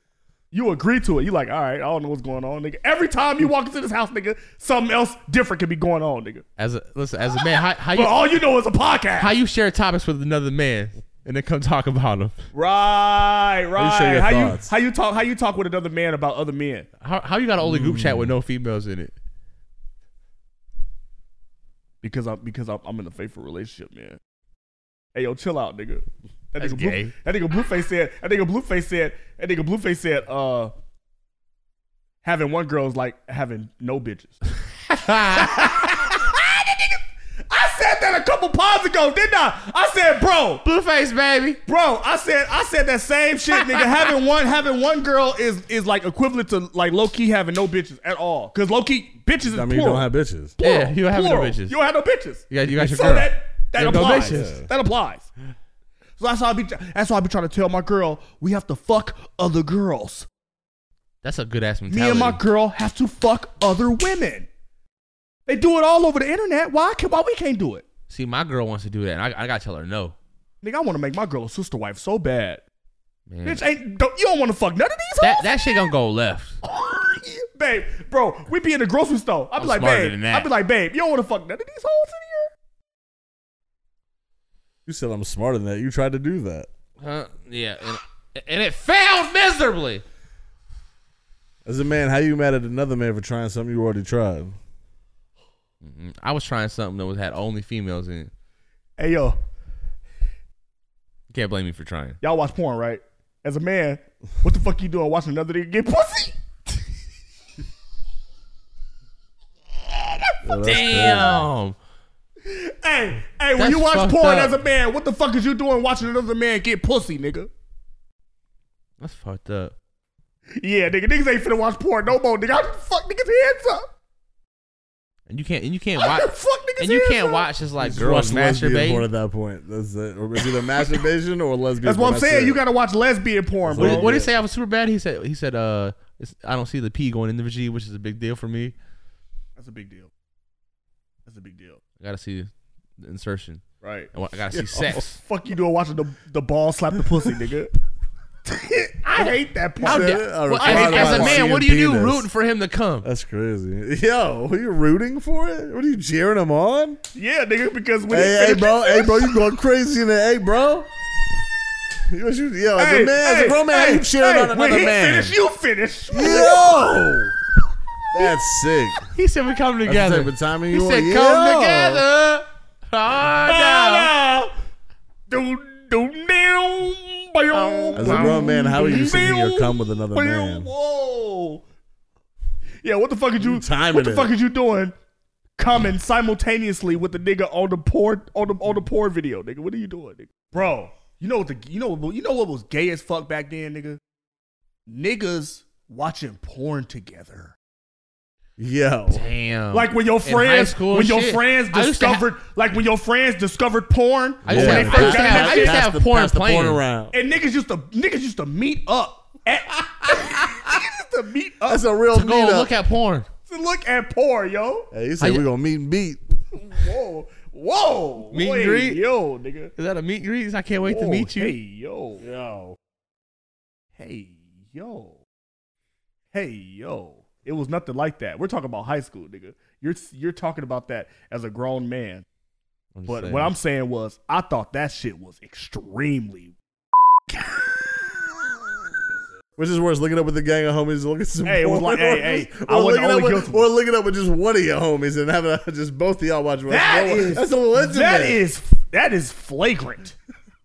Speaker 2: You agree to it. You like, all right, I don't know what's going on, nigga. Every time you walk into this house, nigga, something else different could be going on, nigga.
Speaker 5: As a listen, as a man, how, how
Speaker 2: But
Speaker 5: you
Speaker 2: all you know is a podcast.
Speaker 5: how you share topics with another man and then come talk about them?
Speaker 2: right, right.
Speaker 6: share your
Speaker 2: how you
Speaker 6: thoughts.
Speaker 2: how you talk how you talk with another man about other men?
Speaker 5: How how you got an only group chat with no females in it?
Speaker 2: Because I'm because I'm, I'm in a faithful relationship, man. Hey yo, chill out, nigga. That
Speaker 5: That's
Speaker 2: nigga, blue,
Speaker 5: gay.
Speaker 2: that nigga Blueface said. That nigga Blueface said. That nigga Blueface said. Uh, having one girl is like having no bitches. I said that a couple pods ago, didn't I? I said, bro,
Speaker 5: Blueface baby.
Speaker 2: bro. I said, I said that same shit, nigga. having one, having one girl is is like equivalent to like low key having no bitches at all. Cause low key bitches is
Speaker 6: I mean, you
Speaker 2: plural.
Speaker 6: don't have bitches.
Speaker 5: Yeah, you don't have no
Speaker 2: Plural.
Speaker 5: bitches.
Speaker 2: You don't have no bitches.
Speaker 5: You got- you got your
Speaker 2: so
Speaker 5: girl.
Speaker 2: that that
Speaker 5: You have no
Speaker 2: applies.
Speaker 5: bitches.
Speaker 2: that applies. So that's why I be that's why I be trying to tell my girl we have to fuck other girls.
Speaker 5: That's a good ass
Speaker 2: Me
Speaker 5: mentality.
Speaker 2: and my girl have to fuck other women. They do it all over the internet. Why can why we can't do it?
Speaker 5: See, my girl wants to do that, and I, I gotta tell her no.
Speaker 2: Nigga, I want to make my girl a sister wife so bad.
Speaker 5: Man.
Speaker 2: Bitch, ain't don't, you don't want to fuck none of these
Speaker 5: that
Speaker 2: hoes?
Speaker 5: that shit gonna go left.
Speaker 2: babe, bro, we be in the grocery store. I'd be
Speaker 5: I'm
Speaker 2: like,
Speaker 5: smarter
Speaker 2: babe,
Speaker 5: than that.
Speaker 2: I'd be like, babe, you don't want to fuck none of these hoes in here.
Speaker 6: You said I'm smarter than that. You tried to do that.
Speaker 5: Huh? Yeah, and, and it failed miserably.
Speaker 6: As a man, how you mad at another man for trying something you already tried?
Speaker 5: I was trying something that was had only females in. it.
Speaker 2: Hey yo,
Speaker 5: You can't blame me for trying.
Speaker 2: y'all watch porn, right? As a man, what the fuck you doing watching another nigga get pussy?
Speaker 5: Damn.
Speaker 2: Hey, hey, when
Speaker 5: That's
Speaker 2: you watch
Speaker 5: fucked
Speaker 2: porn
Speaker 5: up.
Speaker 2: as a man, what the fuck is you doing watching another man get pussy, nigga?
Speaker 5: That's fucked up.
Speaker 2: Yeah, nigga, niggas ain't finna watch porn no more, nigga. I just fuck niggas' heads up.
Speaker 5: And you can't and you can't
Speaker 2: I
Speaker 5: watch
Speaker 2: just fuck niggas'
Speaker 5: and you
Speaker 2: heads
Speaker 5: can't
Speaker 2: up.
Speaker 5: watch just like
Speaker 6: Just
Speaker 5: girls
Speaker 6: watch lesbian porn
Speaker 5: masturbate.
Speaker 6: at that point. That's it. Or it's either masturbation or lesbian.
Speaker 2: That's what
Speaker 6: porn.
Speaker 2: I'm saying.
Speaker 6: it.
Speaker 2: You gotta watch lesbian porn,
Speaker 5: What
Speaker 2: bro.
Speaker 5: did, what did he say? I was super bad. He said he said uh it's, I don't see the P going in the G, which is a big deal for me.
Speaker 2: That's a big deal. That's a big deal.
Speaker 5: I gotta see the insertion.
Speaker 2: Right.
Speaker 5: I wa- I gotta see
Speaker 2: Yeah.
Speaker 5: sex.
Speaker 2: fuck you doing watching the, the ball slap the pussy, nigga? I hate that
Speaker 5: How
Speaker 2: part.
Speaker 5: da-
Speaker 6: I
Speaker 5: well,
Speaker 6: replied
Speaker 5: as,
Speaker 2: to
Speaker 5: as a
Speaker 2: my
Speaker 5: man, what do
Speaker 6: seeing
Speaker 5: you do
Speaker 6: penis.
Speaker 5: rooting for him to come?
Speaker 6: That's crazy. Yo, are you rooting for it? What are you cheering him on?
Speaker 2: Yeah, nigga, because when
Speaker 6: Hey,
Speaker 2: it
Speaker 6: hey,
Speaker 2: finishes-
Speaker 6: bro. Hey, bro. You going crazy in there? Hey, bro. You- you- Yo, as a man, as a grown man, how you cheering
Speaker 2: hey,
Speaker 6: on
Speaker 2: when
Speaker 6: another
Speaker 2: he
Speaker 6: man?
Speaker 2: Finish, you finish.
Speaker 6: Yo, that's sick.
Speaker 5: He said we come
Speaker 6: That's the
Speaker 5: together.
Speaker 6: type of timing
Speaker 5: He
Speaker 6: you
Speaker 5: said
Speaker 6: want.
Speaker 5: come
Speaker 6: Yo.
Speaker 5: together. Oh, no.
Speaker 2: Ah, no. Do do now. Bow,
Speaker 6: As a grown man, how are you sitting here come with another
Speaker 2: bow,
Speaker 6: man?
Speaker 2: Whoa. Yeah, what the fuck is you?
Speaker 6: timing
Speaker 2: what the
Speaker 6: it.
Speaker 2: fuck is you doing? Coming simultaneously with the nigga on the porn on the on the porn video, nigga. What are you doing, nigga? Bro, you know what the you know what- you know what was gay as fuck back then, nigga. Niggas watching porn together.
Speaker 6: Yo.
Speaker 5: Damn.
Speaker 2: Like when your
Speaker 5: Um, In high
Speaker 2: friends,
Speaker 5: school
Speaker 2: when your
Speaker 5: shit,
Speaker 2: friends
Speaker 5: I used to ha-
Speaker 2: discovered, like when your friends discovered porn,
Speaker 5: I used to
Speaker 2: when
Speaker 5: have-
Speaker 2: they
Speaker 5: I
Speaker 2: first
Speaker 5: used to
Speaker 2: got
Speaker 5: have- I
Speaker 2: married,
Speaker 5: used to have porn playing.
Speaker 6: around.
Speaker 2: and niggas used to niggas used to meet up at used to meet up
Speaker 6: That's a real
Speaker 5: to go
Speaker 6: meetup.
Speaker 5: look at porn.
Speaker 2: to look at porn, yo.
Speaker 6: Hey, he said
Speaker 5: I-
Speaker 6: we're gonna meet and beat.
Speaker 2: Whoa, whoa,
Speaker 5: Meet and
Speaker 2: Wait,
Speaker 5: greet?
Speaker 2: yo, nigga.
Speaker 5: Is that a meet and greet? I can't wait to
Speaker 2: Whoa,
Speaker 5: meet you.
Speaker 2: Hey, yo, yo, hey, yo, hey, yo. It was nothing like that. We're talking about high school, nigga. You're you're talking about that as a grown man.
Speaker 5: I'm just
Speaker 2: But
Speaker 5: saying.
Speaker 2: what I'm saying was, I thought that shit was extremely.
Speaker 6: Which is worse, looking up with a gang of homies, looking at some
Speaker 2: Hey, it was
Speaker 6: porn,
Speaker 2: like, hey,
Speaker 6: or
Speaker 2: hey,
Speaker 6: just-
Speaker 2: I
Speaker 6: or
Speaker 2: wasn't
Speaker 6: looking
Speaker 2: the
Speaker 6: up
Speaker 2: only
Speaker 6: with-
Speaker 2: guilty
Speaker 6: or looking up with just one of your homies and having uh, just both of y'all watch.
Speaker 2: That
Speaker 6: that's,
Speaker 2: is-
Speaker 6: that's a legend.
Speaker 2: That is that is flagrant.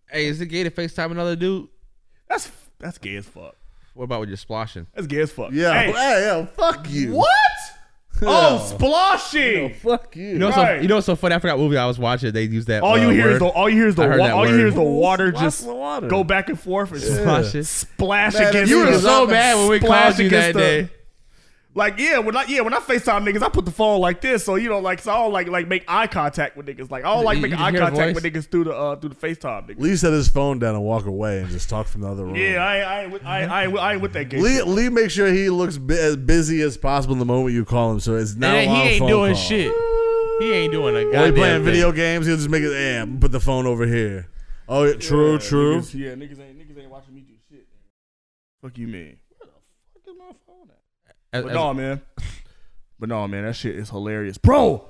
Speaker 5: hey, is it gay to FaceTime another dude?
Speaker 2: That's that's gay as fuck.
Speaker 5: What about when you're splashing?
Speaker 2: That's gay as fuck.
Speaker 6: yeah. Hey,
Speaker 2: Hey,
Speaker 6: yo, fuck you.
Speaker 2: what? Oh, splashing.
Speaker 6: Fuck you.
Speaker 5: You know, what's so,
Speaker 2: Right.
Speaker 5: you know what's so funny? I forgot what movie I was watching. They used that.
Speaker 2: all
Speaker 5: uh,
Speaker 2: you hear is the
Speaker 5: word.
Speaker 2: all you hear is the
Speaker 5: I heard
Speaker 2: wa-
Speaker 5: that
Speaker 2: all you
Speaker 5: word.
Speaker 2: hear is the water
Speaker 6: Splash
Speaker 2: just
Speaker 6: the water.
Speaker 2: go back and forth and
Speaker 5: Splash it.
Speaker 2: splash
Speaker 6: Man,
Speaker 2: against.
Speaker 6: you
Speaker 5: You
Speaker 2: the-
Speaker 5: were
Speaker 6: was
Speaker 5: so
Speaker 6: up
Speaker 5: mad when we
Speaker 2: splash
Speaker 5: called you
Speaker 2: against
Speaker 5: that
Speaker 2: the-
Speaker 5: day.
Speaker 2: Like yeah, when I yeah when I Facetime niggas, I put the phone like this, so you know like so I don't like like make eye contact with niggas. Like I don't like
Speaker 5: You-
Speaker 2: making
Speaker 5: you
Speaker 2: eye
Speaker 5: hear the
Speaker 2: contact
Speaker 5: voice?
Speaker 2: with niggas through the uh through the Facetime niggas.
Speaker 6: Lee set his phone down and walk away and just talk from the other room.
Speaker 2: Yeah, I ain't- I ain't with- I ain't- I ain't with- I ain't with that gay.
Speaker 6: Lee,
Speaker 2: shit.
Speaker 6: Lee, make sure he looks bu- as busy as possible the moment you call him, so it's not. a
Speaker 5: And
Speaker 6: long
Speaker 5: he ain't
Speaker 6: phone
Speaker 5: doing
Speaker 6: call.
Speaker 5: shit. He ain't doing
Speaker 6: Or
Speaker 5: a
Speaker 6: he
Speaker 5: goddamn
Speaker 6: playing
Speaker 5: thing.
Speaker 6: video games. He'll just make it. Yeah, I'm gonna put the phone over here. Oh, yeah, true,
Speaker 2: Yeah,
Speaker 6: true.
Speaker 2: Niggas, yeah, niggas ain't niggas ain't watching me do shit. Fuck you, mean? Where the fuck is my phone at?
Speaker 5: As-
Speaker 2: But
Speaker 5: as-
Speaker 2: no, man. But no, man, that shit is hilarious, bro.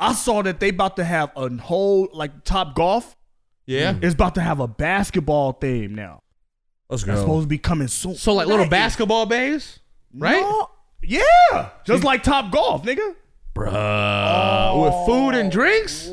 Speaker 2: I saw that they about to have a whole like Top Golf
Speaker 5: yeah.
Speaker 2: is about to have a basketball theme now.
Speaker 6: Let's
Speaker 2: That's
Speaker 6: go.
Speaker 2: supposed to be coming soon.
Speaker 5: So like little
Speaker 2: That is-
Speaker 5: basketball bays, right?
Speaker 2: No. Yeah, just like Top Golf, nigga.
Speaker 5: Uh, Bruh. With food and drinks,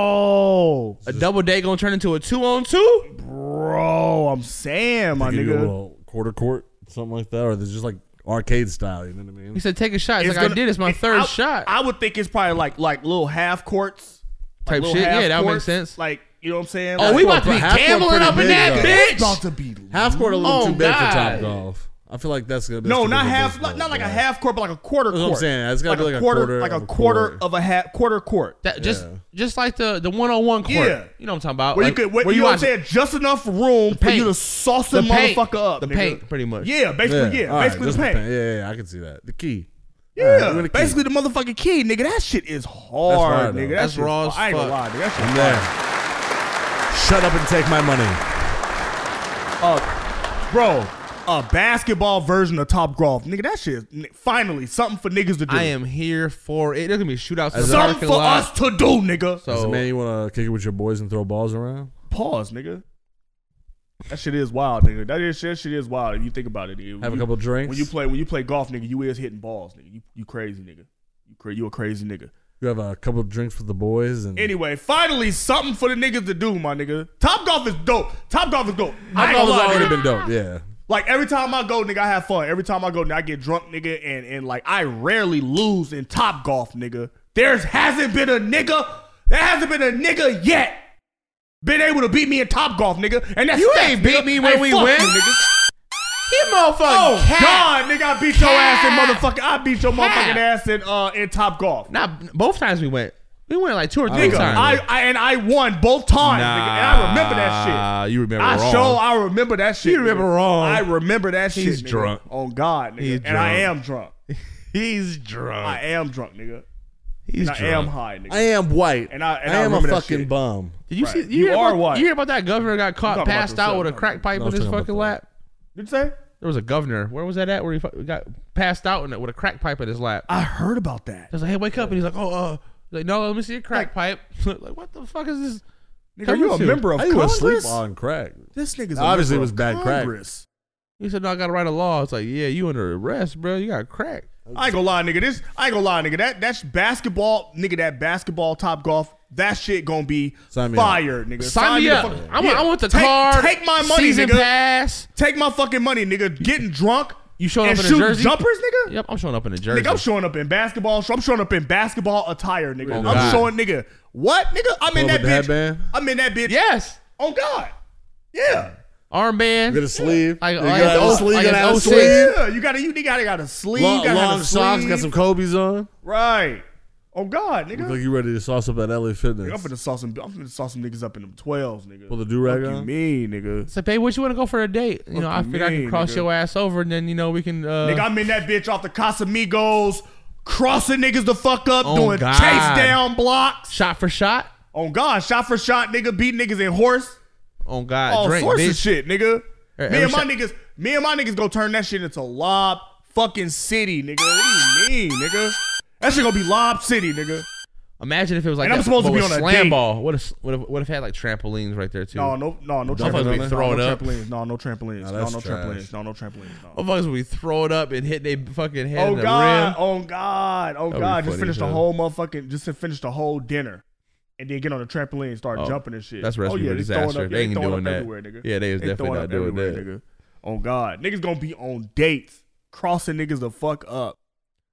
Speaker 2: Bro,
Speaker 5: a double day gonna turn into a two on two.
Speaker 2: bro, I'm saying, my
Speaker 6: Give you a
Speaker 2: nigga.
Speaker 6: little quarter court, something like that, or there's just like arcade style. You know what I mean?
Speaker 5: He said, "Take a shot." It's
Speaker 2: It's
Speaker 5: like I
Speaker 2: gonna-
Speaker 5: did. It's my
Speaker 2: it-
Speaker 5: third
Speaker 2: I-
Speaker 5: shot.
Speaker 2: I would think it's probably like like little half courts
Speaker 5: type
Speaker 2: little
Speaker 5: shit.
Speaker 2: half
Speaker 5: Yeah, that would make
Speaker 2: courts,
Speaker 5: sense.
Speaker 2: Like you know what I'm saying?
Speaker 5: oh,
Speaker 2: Like,
Speaker 5: we about to be
Speaker 6: half court
Speaker 5: gambling
Speaker 6: pretty
Speaker 5: up in
Speaker 6: big,
Speaker 5: that
Speaker 6: though.
Speaker 5: bitch.
Speaker 2: it's about to be
Speaker 6: half court a little
Speaker 5: Oh,
Speaker 6: too big for
Speaker 5: God.
Speaker 6: top golf. I feel like that's gonna. be
Speaker 2: no,
Speaker 6: that's
Speaker 2: not
Speaker 6: gonna be
Speaker 2: half,
Speaker 6: baseball,
Speaker 2: not, not like a
Speaker 6: yeah.
Speaker 2: half court, but like a quarter
Speaker 6: That's what
Speaker 2: court.
Speaker 6: I'm saying. It's gotta be like a quarter
Speaker 2: like
Speaker 6: of
Speaker 2: a
Speaker 6: a
Speaker 2: quarter
Speaker 6: court.
Speaker 2: of a half quarter court.
Speaker 5: That just just like the the one on one court.
Speaker 2: Yeah.
Speaker 5: You know what I'm talking about?
Speaker 2: where
Speaker 5: Like,
Speaker 2: you could, where, you know what I'm
Speaker 5: Uh,
Speaker 2: saying?
Speaker 5: watch
Speaker 2: Just enough room for you
Speaker 5: paint.
Speaker 2: to sauce
Speaker 5: the
Speaker 2: the
Speaker 5: paint,
Speaker 2: motherfucker up.
Speaker 5: The
Speaker 2: nigga.
Speaker 5: paint, pretty much.
Speaker 2: Yeah, basically, yeah,
Speaker 6: All right,
Speaker 2: basically
Speaker 6: just
Speaker 2: the paint.
Speaker 6: Yeah, yeah, yeah, I can see that. The key. All right,
Speaker 2: Yeah,
Speaker 6: we're gonna keep-
Speaker 2: basically the motherfucking key, nigga. That shit is hard,
Speaker 6: hard, though.
Speaker 2: nigga. That
Speaker 5: That's
Speaker 2: shit's-
Speaker 5: raw as
Speaker 2: I ain't gonna
Speaker 5: fuck.
Speaker 2: lie, nigga. That shit's
Speaker 6: I'm there. Shut up and take my money.
Speaker 2: Bro, a basketball version of Top Golf. Nigga, that shit is n- finally something for niggas to do.
Speaker 5: I am here for it. There's gonna be shootouts in the
Speaker 2: something
Speaker 5: parking
Speaker 2: for
Speaker 5: lot.
Speaker 2: us to do, nigga.
Speaker 5: So
Speaker 6: So, man, you want to kick it with your boys and throw balls around?
Speaker 2: Pause, nigga. That shit is wild, nigga. That is, that shit is wild if you think about it, nigga. When
Speaker 6: Have a
Speaker 2: you-
Speaker 6: couple drinks.
Speaker 2: When you play when you play golf, nigga, you is hitting balls, nigga. You you crazy nigga. You cra- you a crazy nigga.
Speaker 6: You have a couple drinks with the boys and
Speaker 2: Anyway, finally something for the niggas to do, my nigga. Top golf is dope. Top golf is dope. I
Speaker 6: I've
Speaker 2: ain't gonna lie,
Speaker 6: already
Speaker 2: nigga.
Speaker 6: been dope. Yeah.
Speaker 2: Like every time I go, nigga, I have fun. Every time I go, nigga, I get drunk, nigga, and and like I rarely lose in top golf, nigga. There's hasn't been a nigga, there hasn't been a nigga yet been able to beat me in top golf, nigga. And that's
Speaker 5: You
Speaker 2: facts,
Speaker 5: ain't beat
Speaker 2: nigga.
Speaker 5: me when
Speaker 2: Hey,
Speaker 5: we
Speaker 2: fuck
Speaker 5: win.
Speaker 2: you, nigga.
Speaker 5: He motherfucking
Speaker 2: Oh
Speaker 5: cat.
Speaker 2: God, nigga, I beat your ass in motherfucking. I beat your motherfucking
Speaker 5: Cap.
Speaker 2: ass in uh in top golf.
Speaker 5: Not both times we went. We went like two or three
Speaker 2: Nigga,
Speaker 5: times.
Speaker 2: I, I and I won both times, nigga, and I remember that shit.
Speaker 6: Ah,
Speaker 5: Nah, You remember
Speaker 2: I
Speaker 5: wrong.
Speaker 2: show I remember that shit.
Speaker 5: You remember
Speaker 2: nigga.
Speaker 5: wrong.
Speaker 2: I remember that shit.
Speaker 5: He's
Speaker 2: nigga.
Speaker 5: drunk.
Speaker 2: On God, nigga.
Speaker 5: He's
Speaker 2: and I
Speaker 5: drunk.
Speaker 2: am drunk.
Speaker 5: He's
Speaker 2: I
Speaker 5: drunk.
Speaker 2: am drunk, nigga.
Speaker 5: He's
Speaker 2: And I am
Speaker 5: drunk.
Speaker 2: high, nigga.
Speaker 6: I am white.
Speaker 2: And I- and I
Speaker 6: I am a
Speaker 2: remember that
Speaker 6: fucking
Speaker 2: shit.
Speaker 6: bum.
Speaker 5: Did you see?
Speaker 2: Right.
Speaker 5: You,
Speaker 2: You
Speaker 5: hear
Speaker 2: are
Speaker 5: about,
Speaker 2: white.
Speaker 5: You hear about that governor got caught
Speaker 2: talking about
Speaker 5: passed out
Speaker 2: yourself.
Speaker 5: with a crack pipe
Speaker 6: No,
Speaker 5: in
Speaker 6: I'm
Speaker 5: his
Speaker 6: talking about
Speaker 5: fucking
Speaker 6: that.
Speaker 5: lap?
Speaker 2: Did you say?
Speaker 5: There was a governor. Where was that at? Where he fu- got passed out in it with a crack pipe in his lap. I
Speaker 2: I heard about that.
Speaker 5: was like, "Hey, wake up!" And he's like, "Oh, uh, He's like no, let me see your crack pipe." like, what the fuck is this?
Speaker 2: Nigga, are you a
Speaker 5: Coming to-
Speaker 2: member of
Speaker 6: I was
Speaker 2: Congress?
Speaker 6: asleep on crack.
Speaker 2: This nigga's a
Speaker 6: Obviously,
Speaker 2: member
Speaker 6: it was
Speaker 2: of
Speaker 6: bad crack.
Speaker 2: Congress.
Speaker 5: He said, "No, I gotta write a law." It's like, yeah, you under arrest, bro. You got crack.
Speaker 2: I ain't gonna lie, nigga. This I ain't gonna lie, nigga. That that's basketball, nigga. That basketball top golf. That shit gonna be
Speaker 6: Sign me up.
Speaker 2: fire, nigga.
Speaker 5: Sign, me
Speaker 2: the
Speaker 5: up.
Speaker 2: fuck-
Speaker 5: I, want,
Speaker 2: Yeah.
Speaker 5: I want the
Speaker 2: Take-
Speaker 5: card.
Speaker 2: Take my money,
Speaker 5: season
Speaker 2: nigga.
Speaker 5: pass.
Speaker 2: Take my fucking money, nigga. Getting drunk.
Speaker 5: You showing
Speaker 2: and
Speaker 5: up in a
Speaker 2: shooting
Speaker 5: jersey?
Speaker 2: jumpers, nigga.
Speaker 5: Yep, I'm showing up in a jersey.
Speaker 2: Nigga, I'm showing up in basketball. I'm showing up in basketball attire, nigga.
Speaker 5: Oh,
Speaker 2: I'm
Speaker 5: God.
Speaker 2: showing, nigga. What, nigga? I'm in
Speaker 6: Pull
Speaker 2: that
Speaker 6: up with the
Speaker 2: bitch.
Speaker 6: headband?
Speaker 2: I'm in that bitch.
Speaker 5: yes.
Speaker 2: Oh God. Yeah.
Speaker 5: armband.
Speaker 6: Get a sleeve.
Speaker 5: Like-
Speaker 6: you
Speaker 5: like
Speaker 6: got
Speaker 5: an
Speaker 6: a
Speaker 5: O-
Speaker 6: sleeve.
Speaker 5: like
Speaker 6: you
Speaker 5: an
Speaker 6: got a
Speaker 5: O6.
Speaker 6: sleeve.
Speaker 2: Yeah, you got a you gotta got a sleeve,
Speaker 6: Long,
Speaker 2: gotta
Speaker 6: long
Speaker 2: got a
Speaker 6: socks.
Speaker 2: sleeve.
Speaker 6: Got some Kobe's on.
Speaker 2: right. Oh God, nigga.
Speaker 6: Look like you ready to sauce up at LA
Speaker 2: Nigga, I'm
Speaker 6: Fitness.
Speaker 2: finna saw some. I'm finna saw some niggas up in them twelves, nigga.
Speaker 6: Pull the do-rag
Speaker 2: Fuck you
Speaker 6: on?
Speaker 2: mean, nigga?
Speaker 5: It's like, babe, what you want to go for a date? You know, I
Speaker 2: Fucking
Speaker 5: figured I
Speaker 2: mean,
Speaker 5: could cross
Speaker 2: nigga.
Speaker 5: your ass over, and then you know we can. Uh,
Speaker 2: Nigga, I'm in that bitch off the Casamigos, crossing niggas the fuck up,
Speaker 5: Oh,
Speaker 2: doing
Speaker 5: God.
Speaker 2: chase down blocks.
Speaker 5: shot for shot.
Speaker 2: On God, shot for shot, nigga, beat niggas in horse.
Speaker 5: Oh God,
Speaker 2: All
Speaker 5: drink,
Speaker 2: sorts
Speaker 5: bitch.
Speaker 2: of shit, nigga.
Speaker 5: Every-
Speaker 2: me
Speaker 5: every
Speaker 2: and my
Speaker 5: shot-
Speaker 2: niggas, me and my niggas go turn that shit into Lob fucking City, nigga. What do you mean, nigga? That shit gonna be Lob City, nigga.
Speaker 5: Imagine if it was like
Speaker 2: And I'm
Speaker 5: that,
Speaker 2: supposed to
Speaker 5: but
Speaker 2: be
Speaker 5: with
Speaker 2: on a
Speaker 5: slam
Speaker 2: date.
Speaker 5: ball. What if what if what if it had like trampolines right there too?
Speaker 2: No, no, no, no
Speaker 5: Motherfuckers
Speaker 2: trampolines.
Speaker 5: be
Speaker 2: No,
Speaker 5: throwing
Speaker 2: no
Speaker 5: up.
Speaker 2: trampolines. No, no trampolines.
Speaker 6: Nah,
Speaker 2: No,
Speaker 6: that's
Speaker 2: no
Speaker 6: trash.
Speaker 2: trampolines. No, no trampolines. No.
Speaker 5: Motherfuckers would be throw it up and hit they fucking head
Speaker 2: Oh
Speaker 5: in the
Speaker 2: God!
Speaker 5: rim.
Speaker 2: Oh God! Oh
Speaker 5: That'd be
Speaker 2: God! Just
Speaker 5: funny
Speaker 2: finish
Speaker 5: as
Speaker 2: the
Speaker 5: hell.
Speaker 2: whole motherfucking. Just to finish the whole dinner, and then get on the trampoline and start
Speaker 5: Oh,
Speaker 2: jumping and shit.
Speaker 5: that's recipe for
Speaker 2: they throwing
Speaker 5: disaster. They ain't
Speaker 2: throwing
Speaker 5: doing that.
Speaker 2: everywhere, nigga.
Speaker 5: Yeah, they is definitely
Speaker 2: throwing
Speaker 5: not
Speaker 2: up
Speaker 5: doing
Speaker 2: everywhere,
Speaker 5: that.
Speaker 2: Nigga. Oh God, niggas gonna be on dates, crossing niggas the fuck up.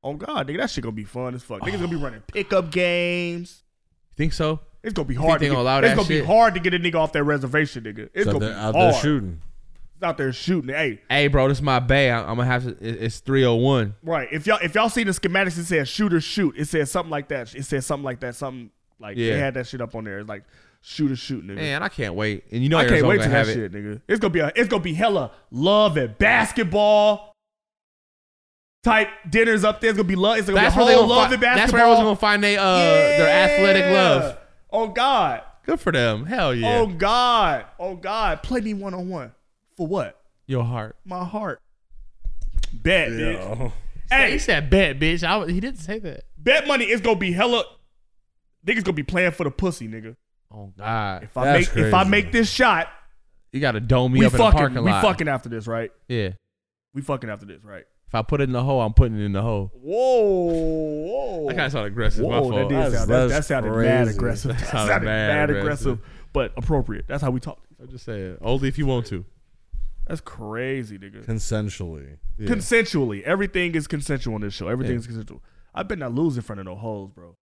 Speaker 2: Oh God, nigga, that shit gonna be fun as fuck. Niggas gonna be running pickup games.
Speaker 5: Think so?
Speaker 2: It's gonna be hard.
Speaker 5: they
Speaker 2: to
Speaker 5: gonna
Speaker 2: get,
Speaker 5: allow
Speaker 2: it's
Speaker 5: that
Speaker 2: gonna
Speaker 5: shit?
Speaker 2: be hard to get a nigga off that reservation, nigga. It's
Speaker 6: It's out
Speaker 2: gonna
Speaker 6: there,
Speaker 2: be
Speaker 6: out
Speaker 2: hard.
Speaker 6: there shooting.
Speaker 2: It's out there shooting. Hey,
Speaker 5: Hey, bro, this is my bay. I, I'm gonna have to. it- It's 301.
Speaker 2: Right. If y'all if y'all see the schematics, it says shooter shoot. It says something like that. It says something like that. Something like
Speaker 5: Yeah.
Speaker 2: they had that shit up on there. It's like shooter shoot, nigga.
Speaker 5: Man, I can't wait. And you know
Speaker 2: I can't
Speaker 5: Arizona
Speaker 2: wait to
Speaker 5: gonna
Speaker 2: that
Speaker 5: have it.
Speaker 2: shit, nigga. It's gonna be a, it's gonna be hella love and basketball type dinners up there. It's gonna be love. It's gonna
Speaker 5: That's
Speaker 2: be a
Speaker 5: where they
Speaker 2: whole
Speaker 5: gonna
Speaker 2: love
Speaker 5: fi-
Speaker 2: and
Speaker 5: That's
Speaker 2: basketball.
Speaker 5: where everyone's gonna find they uh their athletic
Speaker 2: Yeah.
Speaker 5: love.
Speaker 2: Oh God.
Speaker 5: Good for them. Hell yeah.
Speaker 2: Oh God. Oh God. Play me one on one. For what?
Speaker 5: Your heart.
Speaker 2: My heart. Bet, bitch.
Speaker 6: Yeah.
Speaker 2: Hey,
Speaker 5: He said bet, bitch. I, was- he didn't say that.
Speaker 2: Bet money is gonna be hella. Niggas gonna be playing for the pussy, nigga.
Speaker 5: Oh God.
Speaker 2: If I
Speaker 6: That's
Speaker 2: make if I
Speaker 6: crazy.
Speaker 2: make this shot,
Speaker 5: You gotta dome me
Speaker 2: we
Speaker 5: up in the
Speaker 2: fucking
Speaker 5: parking
Speaker 2: we
Speaker 5: lot.
Speaker 2: fucking after this, right?
Speaker 5: Yeah.
Speaker 2: We fucking after this, right?
Speaker 5: If I put it in the hole, I'm putting it in the hole.
Speaker 2: Whoa, whoa.
Speaker 5: That kind of sounded aggressive. My
Speaker 2: Whoa, that
Speaker 5: fault.
Speaker 2: did
Speaker 6: That's-
Speaker 2: sound that, that
Speaker 6: that's
Speaker 2: sounded mad
Speaker 6: crazy.
Speaker 2: aggressive. That sounded, mad, aggressive, but appropriate. That's how we talk.
Speaker 5: I'm just saying. Only if you want to.
Speaker 2: That's crazy, nigga.
Speaker 6: Consensually.
Speaker 2: Consensually, everything is consensual on this show. Everything
Speaker 5: Yeah.
Speaker 2: is consensual. I bet not lose in front of no hoes, bro.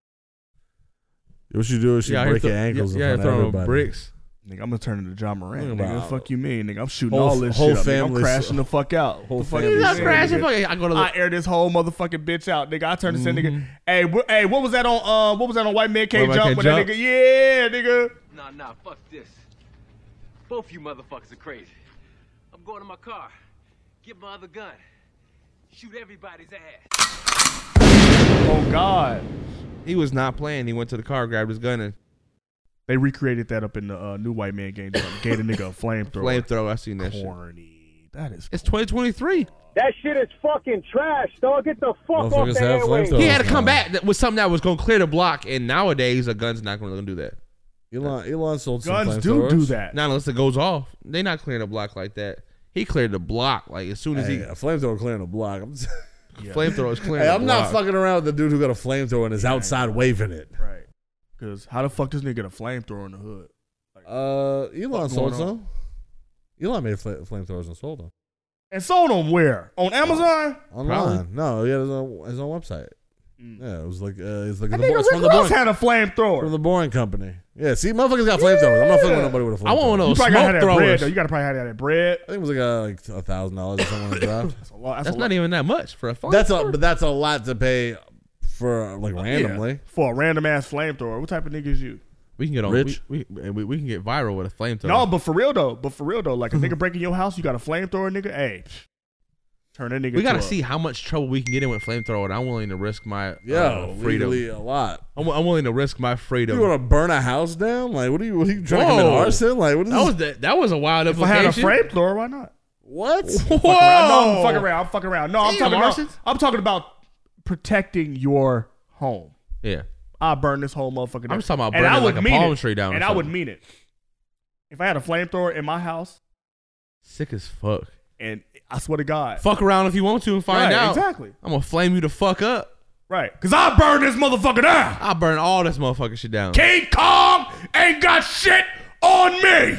Speaker 6: What you do is you
Speaker 5: out here
Speaker 6: break your
Speaker 5: throw-
Speaker 6: ankles
Speaker 5: you out here
Speaker 6: in front of
Speaker 5: throwing
Speaker 6: everybody.
Speaker 5: bricks.
Speaker 2: Nigga, I'm gonna turn into John Moran.
Speaker 6: Think
Speaker 2: Nigga,
Speaker 6: about-
Speaker 2: fuck you mean, nigga. I'm shooting
Speaker 6: Whole-
Speaker 2: all this
Speaker 6: whole
Speaker 2: shit. up, nigga. I'm
Speaker 6: family-
Speaker 2: crashing the fuck out.
Speaker 6: Whole
Speaker 2: The fuck
Speaker 6: family
Speaker 2: you
Speaker 6: Stop
Speaker 2: saying,
Speaker 5: crashing.
Speaker 2: nigga?
Speaker 5: Fucking, I go to the.
Speaker 2: I air this whole motherfucking bitch out, nigga. I turned to say, nigga, hey, wh- hey, what was that on? Uh, what was that on White Man Can't
Speaker 5: White
Speaker 2: Jump?
Speaker 5: Man Can't
Speaker 2: when
Speaker 5: Jump.
Speaker 2: that nigga, yeah, nigga.
Speaker 10: Nah, nah, fuck this. Both you motherfuckers are crazy. I'm going to my car. Get my other gun. Shoot everybody's ass.
Speaker 2: Oh God,
Speaker 5: he was not playing. He went to the car, grabbed his gun, and
Speaker 2: they recreated that up in the uh, new White Man Can't Jump. Gave the nigga a flamethrower.
Speaker 5: flamethrower. I seen that shit.
Speaker 2: Corny. That is.
Speaker 5: It's 2023.
Speaker 11: That shit is fucking trash, dog. Get the fuck off
Speaker 6: Motherfuckers
Speaker 11: the
Speaker 6: have
Speaker 11: airwaves.
Speaker 6: flamethrowers.
Speaker 5: He had to come
Speaker 6: now.
Speaker 5: back that- with something that was gonna clear the block. And nowadays, a gun's not gonna do that.
Speaker 6: Elon, Elon sold some
Speaker 2: Guns do
Speaker 6: flamethrowers.
Speaker 2: do that.
Speaker 5: Not unless it goes off. They not clearing the block like that. He cleared the block like as soon as
Speaker 6: Hey, a flamethrower clearing a block. I'm, just-
Speaker 5: he flamethrower is clearing.
Speaker 6: Hey,
Speaker 5: the
Speaker 6: I'm not
Speaker 5: block.
Speaker 6: fucking around with the dude who got a flamethrower and is outside waving it.
Speaker 2: Right. Cause how the fuck this nigga get a flamethrower in the hood?
Speaker 6: Uh, Elon
Speaker 2: What's
Speaker 6: sold
Speaker 2: going on?
Speaker 6: some. Elon made fla- flamethrowers and sold them
Speaker 2: And sold them where? On Amazon?
Speaker 6: online. No, he had his own, his own website. Yeah, it was like uh, it's like the
Speaker 2: Nigga,
Speaker 6: boring,
Speaker 2: Rick
Speaker 6: it's from the
Speaker 2: Ross
Speaker 6: boring
Speaker 2: had a flamethrower.
Speaker 6: from the boring company. Yeah, see, motherfuckers got flamethrowers. I'm not fucking with nobody with a flamethrower.
Speaker 5: I want one of
Speaker 2: You
Speaker 5: those
Speaker 2: probably gotta have that
Speaker 5: smoke
Speaker 2: bread
Speaker 5: throwers.
Speaker 2: though. You gotta probably have that bread.
Speaker 6: I think it was like a, like a thousand dollars or something like that.
Speaker 2: That's a lot. That's,
Speaker 5: That's
Speaker 2: a lot.
Speaker 5: not even that much for a phone.
Speaker 6: That's a but that's a lot to pay for like randomly.
Speaker 2: for a random ass flamethrower. What type of nigga is you?
Speaker 5: we can get on.
Speaker 6: Rich.
Speaker 5: We, we, we, we can get viral with a flamethrower.
Speaker 2: No, but for real though, but for real though, like a nigga breaking your house, you got a flamethrower, nigga. Hey, psh, turn that nigga.
Speaker 5: we gotta
Speaker 2: to a-
Speaker 5: see how much trouble we can get in with flamethrower. And I'm willing to risk my uh,
Speaker 6: Yeah,
Speaker 5: freedom.
Speaker 6: legally a lot.
Speaker 5: I'm, I'm willing to risk my freedom.
Speaker 6: You want to burn a house down? Like, what are you? What are you trying to commit
Speaker 5: Whoa.
Speaker 6: arson? Like, what is
Speaker 5: that
Speaker 6: this?
Speaker 5: was the, that was a wild
Speaker 2: If I had a
Speaker 5: implication.
Speaker 2: flamethrower, why not?
Speaker 6: what?
Speaker 5: Whoa!
Speaker 2: Fuck around. No, I'm fucking around. I'm fucking around. No, I'm
Speaker 5: Damn,
Speaker 2: talking
Speaker 5: Arsons.
Speaker 2: about. I'm talking about protecting your home.
Speaker 5: Yeah,
Speaker 2: I burn this whole motherfucker. down.
Speaker 5: just talking about
Speaker 2: And
Speaker 5: burning,
Speaker 2: I would
Speaker 5: like, a
Speaker 2: mean
Speaker 5: palm
Speaker 2: it.
Speaker 5: tree down or
Speaker 2: And I would
Speaker 5: something.
Speaker 2: mean it. If I had a flamethrower in my house,
Speaker 5: sick as fuck.
Speaker 2: and I swear to God,
Speaker 5: Fuck around if you want to and find
Speaker 2: Right,
Speaker 5: out.
Speaker 2: exactly.
Speaker 5: I'm gonna flame you the fuck up.
Speaker 2: right? Because I burn this motherfucker down.
Speaker 5: I'll burn all this motherfucking shit down.
Speaker 2: King Kong ain't got shit on me.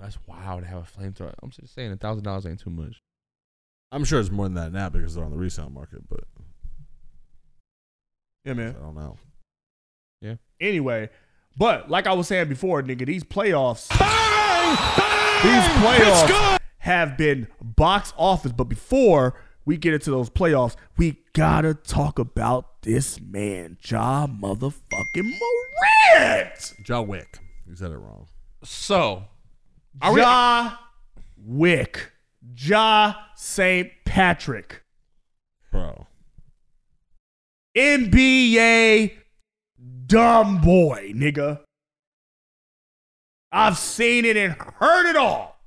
Speaker 5: That's wild to have a flamethrower. I'm just saying, a thousand dollars ain't too much.
Speaker 6: I'm sure it's more than that now because they're on the resale market, but
Speaker 2: Yeah, man.
Speaker 6: I don't know.
Speaker 2: Anyway, but like I was saying before, nigga, these playoffs. These playoffs have been box office, but before we get into those playoffs, we gotta talk about this man, Ja motherfucking Morant.
Speaker 6: Ja Wick. You said it wrong.
Speaker 5: So,
Speaker 2: Ja Wick. Ja St. Patrick.
Speaker 6: Bro.
Speaker 2: NBA dumb boy, nigga. I've seen it and heard it all.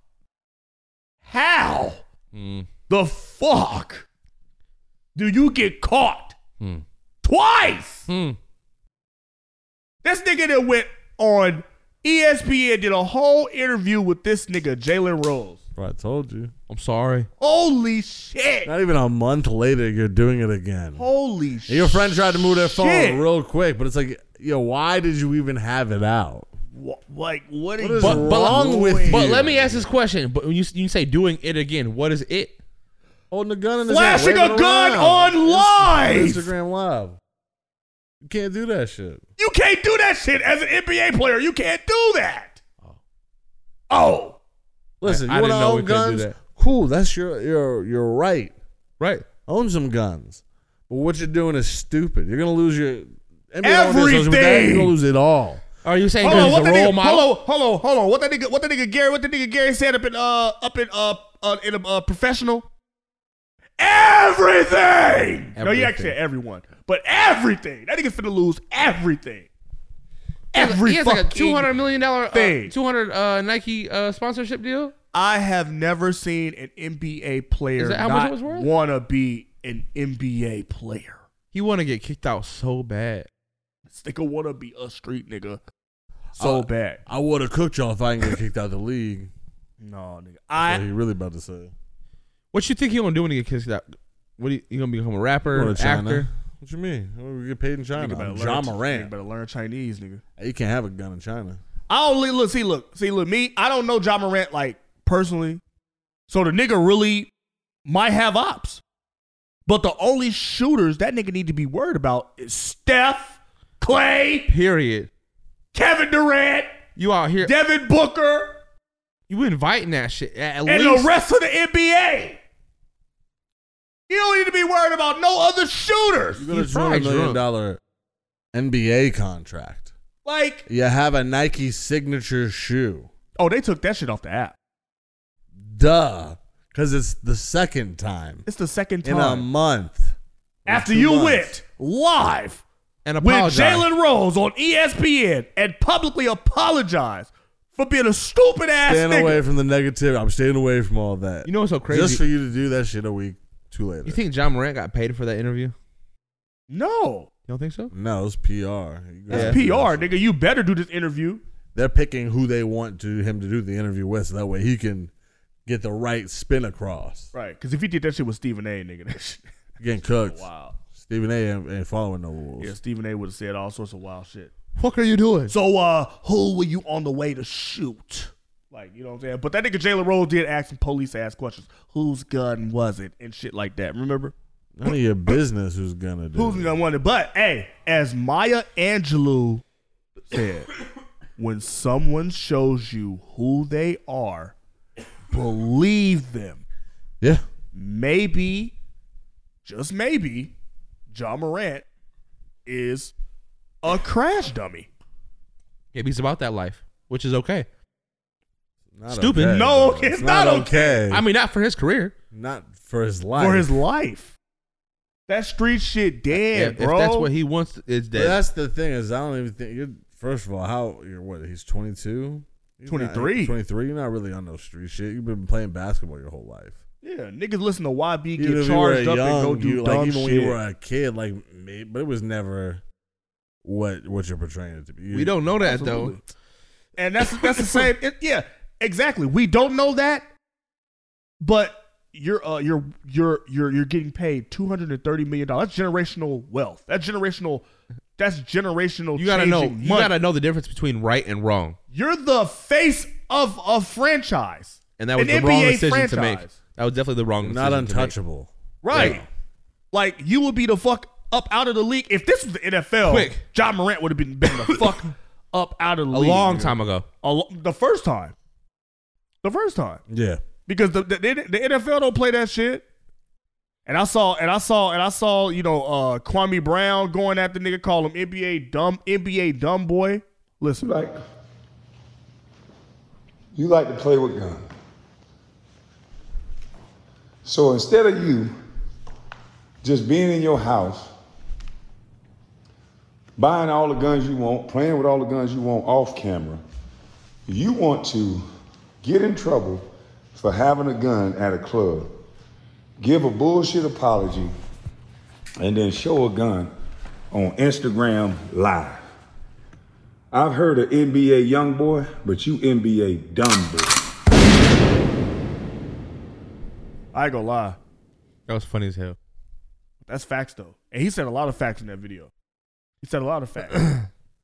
Speaker 2: How
Speaker 5: Mm.
Speaker 6: Mm-hmm.
Speaker 2: the fuck do you get caught
Speaker 5: Hmm.
Speaker 2: twice?
Speaker 5: Hmm.
Speaker 2: This nigga that went on E ESPN did a whole interview with this nigga, Jalen Rose.
Speaker 6: Bro, I told you.
Speaker 5: I'm sorry.
Speaker 2: Holy shit.
Speaker 6: Not even a month later, you're doing it again.
Speaker 2: Holy shit.
Speaker 6: And your friend tried to move their phone
Speaker 2: Shit.
Speaker 6: real quick, but it's like, yo, why did you even have it out?
Speaker 2: Wha- like, what,
Speaker 6: What
Speaker 2: is
Speaker 6: is wrong with you?
Speaker 5: But let me ask this question. But when you you say doing it again, what is it?
Speaker 6: Holding a gun in his hand,
Speaker 2: flashing
Speaker 6: waving
Speaker 2: a gun
Speaker 6: around.
Speaker 2: on live?
Speaker 6: Instagram Live. You can't do that shit.
Speaker 2: You can't do that shit as an NBA player. You can't do that. Oh.
Speaker 6: Listen,
Speaker 5: I
Speaker 6: you want to
Speaker 5: didn't know we
Speaker 6: own
Speaker 5: couldn't do
Speaker 6: guns?
Speaker 5: that.
Speaker 6: Cool, that's your your your right.
Speaker 5: Right.
Speaker 6: Own some guns. But what you're doing is stupid. You're gonna lose your NBA
Speaker 2: Everything.
Speaker 6: You're gonna lose it all.
Speaker 5: Are you saying
Speaker 2: Hold
Speaker 5: because
Speaker 2: on,
Speaker 5: he's
Speaker 2: what
Speaker 5: a
Speaker 2: that
Speaker 5: role
Speaker 2: nigga,
Speaker 5: model?
Speaker 2: hold on, hold on, hold on. What that nigga, what that nigga Gary, what that nigga Gary said up in uh up in uh, uh in a uh, professional. Everything. No, he actually
Speaker 5: Everything.
Speaker 2: said everyone, but everything. That nigga finna lose everything. Every
Speaker 5: he has
Speaker 2: fucking
Speaker 5: like a two hundred million dollar
Speaker 2: thing.
Speaker 5: uh, two hundred uh, Nike uh, sponsorship deal.
Speaker 2: I have never seen an NBA player
Speaker 5: Is that how much it
Speaker 2: not
Speaker 5: was worth?
Speaker 2: wanna be an NBA player.
Speaker 5: He want to get kicked out so bad.
Speaker 2: This nigga wanna be a street nigga so
Speaker 6: Uh,
Speaker 2: bad.
Speaker 6: I would have cooked y'all if I didn't get kicked out of the league.
Speaker 2: No, nigga.
Speaker 6: What
Speaker 2: I
Speaker 6: he really about to say?
Speaker 5: What you think he gonna do when he get kicked out? What you, you gonna become a rapper,
Speaker 6: Going
Speaker 5: an
Speaker 6: to
Speaker 5: actor?
Speaker 6: China. What you mean? We get paid in China.
Speaker 2: Nigga
Speaker 6: I'm
Speaker 2: better
Speaker 6: John
Speaker 2: learn- nigga
Speaker 6: Moran.
Speaker 2: Better learn Chinese, nigga.
Speaker 6: You can't have a gun in China.
Speaker 2: I only look, see, look, see, look, me. I don't know John Morant like personally, so the nigga really might have ops. But the only shooters that nigga need to be worried about is Steph, Clay,
Speaker 5: Period.
Speaker 2: Kevin Durant,
Speaker 5: You out here?
Speaker 2: Devin Booker,
Speaker 5: You inviting that shit? At at
Speaker 2: and
Speaker 5: least
Speaker 2: the rest of the NBA. You don't need to be worried about no other shooters.
Speaker 6: You got a
Speaker 5: He's
Speaker 6: two
Speaker 5: probably
Speaker 6: hundred million
Speaker 5: drunk.
Speaker 6: dollar NBA contract.
Speaker 2: Like,
Speaker 6: You have a Nike signature shoe.
Speaker 2: oh, they took that shit off the app.
Speaker 6: Duh. Because it's the second time
Speaker 2: It's the second
Speaker 6: in a
Speaker 2: time
Speaker 6: month. Or
Speaker 2: after
Speaker 6: two
Speaker 2: you
Speaker 6: months.
Speaker 2: went live
Speaker 5: and
Speaker 2: with
Speaker 5: apologize.
Speaker 2: Jalen Rose on E ESPN and publicly apologized for being a stupid ass
Speaker 6: Staying
Speaker 2: nigga.
Speaker 6: away from the negative. I'm staying away from all that.
Speaker 5: You know what's so crazy?
Speaker 6: Just for you to do that shit a week too later.
Speaker 5: you think John Morant got paid for that interview? You
Speaker 2: No,
Speaker 5: don't think so?
Speaker 6: no, it's PR. You
Speaker 5: Yeah.
Speaker 6: gotta
Speaker 2: that's
Speaker 6: do that
Speaker 2: PR,
Speaker 6: shit.
Speaker 2: nigga. You better do this interview.
Speaker 6: They're picking who they want to him to do the interview with, so that way he can get the right spin across.
Speaker 2: Right, because if he did that shit with Stephen A, nigga, that shit.
Speaker 6: Getting cooked.
Speaker 2: Wow.
Speaker 6: Stephen A. ain't, ain't following no rules.
Speaker 2: Yeah, Stephen A would have said all sorts of wild shit.
Speaker 5: Fuck are you doing?
Speaker 2: So, uh, who were you on the way to shoot? Like, you know what I'm saying? But that nigga Jalen Rose did ask some police ass questions. Whose gun was it? And shit like that. Remember?
Speaker 6: None of your business who's gonna do.
Speaker 2: Who's
Speaker 6: it.
Speaker 2: gonna want it? But hey, as Maya Angelou said, when someone shows you who they are, believe them.
Speaker 6: Yeah.
Speaker 2: Maybe, just maybe, John Morant is a crash dummy.
Speaker 5: Yeah, he's about that life, which is okay.
Speaker 6: Not
Speaker 5: Stupid.
Speaker 6: okay,
Speaker 2: No,
Speaker 6: bro.
Speaker 2: it's not
Speaker 6: okay.
Speaker 5: I mean, not for his career.
Speaker 6: not for his life.
Speaker 2: For his life. That street shit dead,
Speaker 5: if,
Speaker 2: bro.
Speaker 5: if that's what he wants, is
Speaker 6: But
Speaker 5: dead.
Speaker 6: that's the thing is, I don't even think you're. First of all, how you're what? He's 22, He's not-
Speaker 2: 23.
Speaker 6: 23. You're not really on no street shit. You've been playing basketball your whole life.
Speaker 2: yeah, niggas listen to YB
Speaker 6: Even
Speaker 2: get
Speaker 6: if you were
Speaker 2: charged up and go
Speaker 6: young,
Speaker 2: do
Speaker 6: you, like
Speaker 2: dumb
Speaker 6: even
Speaker 2: shit.
Speaker 6: when you were a kid, like, may- but it was never what what you're portraying it to be. You-
Speaker 5: we don't know that
Speaker 2: Absolutely. And that's that's the same. It, yeah, exactly. We don't know that, but you're uh you're you're you're you're getting paid two hundred and thirty million dollars. That's generational wealth. That's generational. That's generational.
Speaker 5: though. You gotta know.
Speaker 2: changing
Speaker 5: You
Speaker 2: money.
Speaker 5: gotta know the difference between right and wrong.
Speaker 2: You're the face of a franchise.
Speaker 5: And that was
Speaker 2: An
Speaker 5: the wrong
Speaker 2: NBA
Speaker 5: decision to
Speaker 2: franchise.
Speaker 5: make. That was definitely the wrong
Speaker 6: you're
Speaker 5: decision.
Speaker 6: not
Speaker 5: to make.
Speaker 6: untouchable.
Speaker 2: Right.
Speaker 6: Yeah.
Speaker 2: Like you would be the fuck up out of the league if this was the NFL.
Speaker 5: Quick.
Speaker 2: John Morant would have been, been the fuck up out of the
Speaker 5: A
Speaker 2: league
Speaker 5: long time ago.
Speaker 2: A lo- the first time. the first time
Speaker 6: Yeah.
Speaker 2: because the, the, the NFL don't play that shit. And I saw, and I saw, and I saw, you know, uh, Kwame Brown going after nigga, call him NBA dumb, NBA dumb boy. Listen,
Speaker 12: like, you like to play with guns. So instead of you just being in your house, buying all the guns you want, playing with all the guns you want off camera, you want to get in trouble for having a gun at a club, give a bullshit apology, and then show a gun on Instagram Live. I've heard of NBA young boy, but you NBA dumb boy.
Speaker 2: I ain't gonna lie,
Speaker 5: That was funny as hell.
Speaker 2: that's facts though. And he said a lot of facts in that video. He said a lot of facts.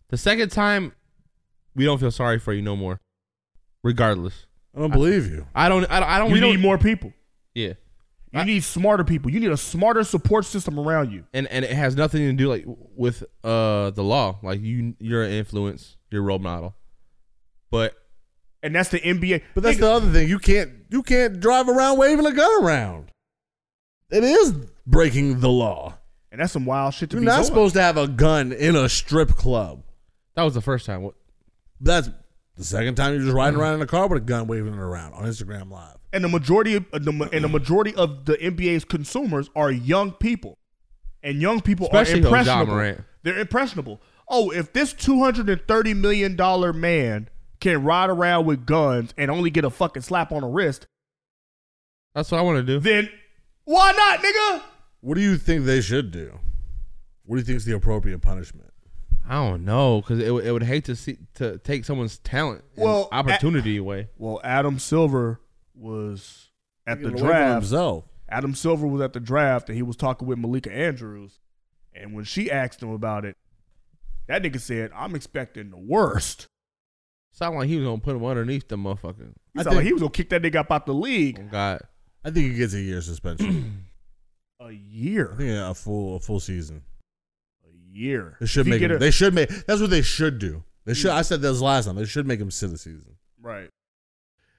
Speaker 5: The second time, we don't feel sorry for you no more. Regardless,
Speaker 6: I don't believe you.
Speaker 5: I don't. I don't. I don't
Speaker 2: you
Speaker 5: we
Speaker 2: need
Speaker 5: don't,
Speaker 2: more people.
Speaker 5: Yeah,
Speaker 2: You need smarter people. You need a smarter support system around you.
Speaker 5: and and it has nothing to do like with uh the law. Like you, you're an influence. You're a role model. But
Speaker 2: And that's the NBA.
Speaker 6: But that's
Speaker 2: Nigga,
Speaker 6: the other thing. You can't you can't drive around waving a gun around. It is breaking the law.
Speaker 2: and that's some wild shit to
Speaker 6: You're
Speaker 2: be
Speaker 6: not
Speaker 2: doing.
Speaker 6: supposed to have a gun in a strip club.
Speaker 5: that was the first time. What?
Speaker 6: That's the second time you're just
Speaker 5: Mm-hmm.
Speaker 6: riding around in a car with a gun waving it around on Instagram Live.
Speaker 2: and the majority of the, ma- and the majority of the NBA's consumers are young people, and young people
Speaker 5: Especially
Speaker 2: are
Speaker 5: though, Ja
Speaker 2: impressionable.
Speaker 5: Morant.
Speaker 2: They're impressionable. Oh, if this two hundred and thirty million dollar man can ride around with guns and only get a fucking slap on the wrist,
Speaker 5: That's what I want to do.
Speaker 2: then why not, nigga?
Speaker 6: What do you think they should do? What do you think is the appropriate punishment?
Speaker 5: I don't know because it, would- it would hate to see to take someone's talent, and
Speaker 2: Well, I-
Speaker 5: opportunity away.
Speaker 2: Well, Adam Silver was at the
Speaker 6: Get away from
Speaker 2: draft.
Speaker 6: himself.
Speaker 2: Adam Silver was at the draft and he was talking with Malika Andrews, and when she asked him about it, that nigga said, "I'm expecting the worst."
Speaker 5: Sound like he was gonna put him underneath the motherfucker.
Speaker 2: He
Speaker 6: I
Speaker 2: sounded like
Speaker 6: think-
Speaker 2: he was gonna kick that nigga up out the league.
Speaker 5: Oh, God,
Speaker 6: I think he gets a year suspension.
Speaker 2: A
Speaker 6: I
Speaker 2: year.
Speaker 6: think a full a full season.
Speaker 2: A year.
Speaker 6: They should
Speaker 2: If you
Speaker 6: make
Speaker 2: get
Speaker 6: him,
Speaker 2: a-
Speaker 6: they should make that's what they should do. They should I said this last time. They should make him sit a season.
Speaker 2: right.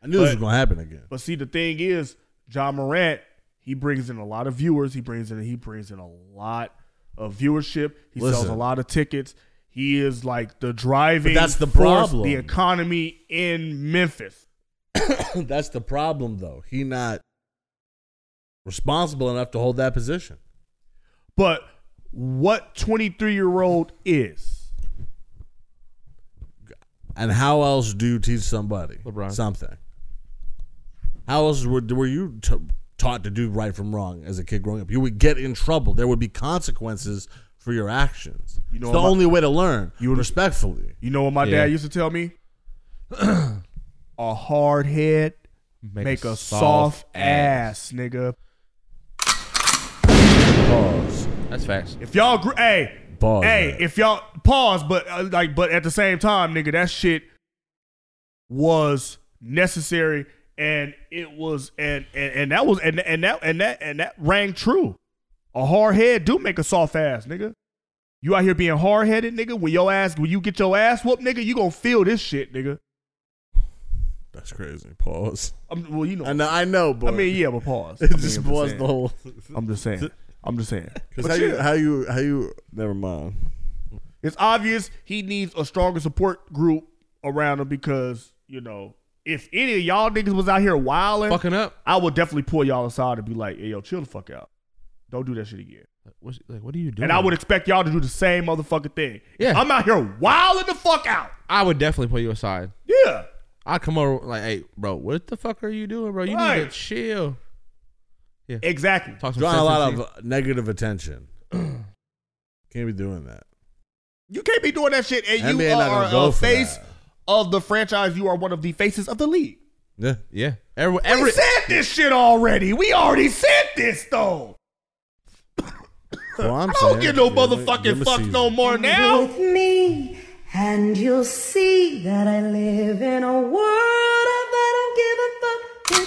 Speaker 6: I knew this
Speaker 2: But-
Speaker 6: was gonna happen again.
Speaker 2: But see, the thing is, John Morant, he brings in a lot of viewers. He brings in he brings in a lot of viewership. He sells
Speaker 6: Listen.
Speaker 2: a lot of tickets. He is like the driving.
Speaker 6: But that's the
Speaker 2: force,
Speaker 6: problem.
Speaker 2: The economy in Memphis.
Speaker 6: That's the problem, though. He not responsible enough to hold that position.
Speaker 2: But what twenty three year old is?
Speaker 6: And how else do you teach somebody
Speaker 5: LeBron.
Speaker 6: something? How else were, were you t- taught to do right from wrong as a kid growing up? You would get in trouble. There would be consequences for your actions.
Speaker 2: You know
Speaker 6: it's the
Speaker 2: about-
Speaker 6: only way to learn.
Speaker 2: You
Speaker 6: You
Speaker 2: would-
Speaker 6: respectfully.
Speaker 2: You know what my
Speaker 5: Yeah.
Speaker 2: dad used to tell me? a hard head make, a, soft, ass, nigga.
Speaker 6: Pause.
Speaker 5: That's facts.
Speaker 2: If y'all agree, hey,
Speaker 6: Pause.
Speaker 2: hey,
Speaker 6: that.
Speaker 2: if y'all pause, but uh, like, but at the same time, nigga, that shit was necessary, and it was, and and, and that was, and and that and that and that rang true. A hard head do make a soft ass, nigga. You out here being hard headed, nigga. When your ass, when you get your ass whooped, nigga, you gonna feel this shit, nigga.
Speaker 6: that's crazy. Pause.
Speaker 2: I'm, well, you know,
Speaker 6: I know. I know. But
Speaker 2: I mean, yeah, but pause. I
Speaker 6: It
Speaker 2: mean,
Speaker 6: just
Speaker 2: I'm
Speaker 6: paused
Speaker 2: saying.
Speaker 6: the whole.
Speaker 2: I'm just saying. I'm just saying.
Speaker 6: Because how you how you how you never mind.
Speaker 2: It's obvious he needs a stronger support group around him because, you know, if any of y'all niggas was out here wilding,
Speaker 5: Fucking up.
Speaker 2: I would definitely pull y'all aside and be like, hey, yo, chill the fuck out. Don't do that shit again.
Speaker 5: What's, like, what are you doing?
Speaker 2: And I would expect y'all to do the same motherfucking thing.
Speaker 5: Yeah.
Speaker 2: I'm out here wilding the fuck out.
Speaker 5: I would definitely put you aside.
Speaker 2: Yeah.
Speaker 5: I'd come over like, hey, bro, what the fuck are you doing, bro? You need to
Speaker 2: Right.
Speaker 5: chill.
Speaker 2: Exactly.
Speaker 5: Talk some
Speaker 6: Drawing a lot
Speaker 5: sense into
Speaker 6: of uh, negative attention. Can't be doing that.
Speaker 2: You can't be doing that shit and you
Speaker 6: NBA not
Speaker 2: are
Speaker 6: gonna go
Speaker 2: a
Speaker 6: for
Speaker 2: face
Speaker 6: that.
Speaker 2: of the franchise. You are one of the faces of the league.
Speaker 6: Yeah.
Speaker 5: you. Yeah. Every,
Speaker 2: We
Speaker 5: every,
Speaker 2: said this shit already. We already said this though.
Speaker 6: Well, I'm
Speaker 2: I don't
Speaker 6: saying,
Speaker 2: get no
Speaker 6: give me- give
Speaker 2: motherfucking
Speaker 6: me
Speaker 2: fucks
Speaker 6: season.
Speaker 2: no more now.
Speaker 13: with me, and you'll see that I live in a world of I don't give a fuck.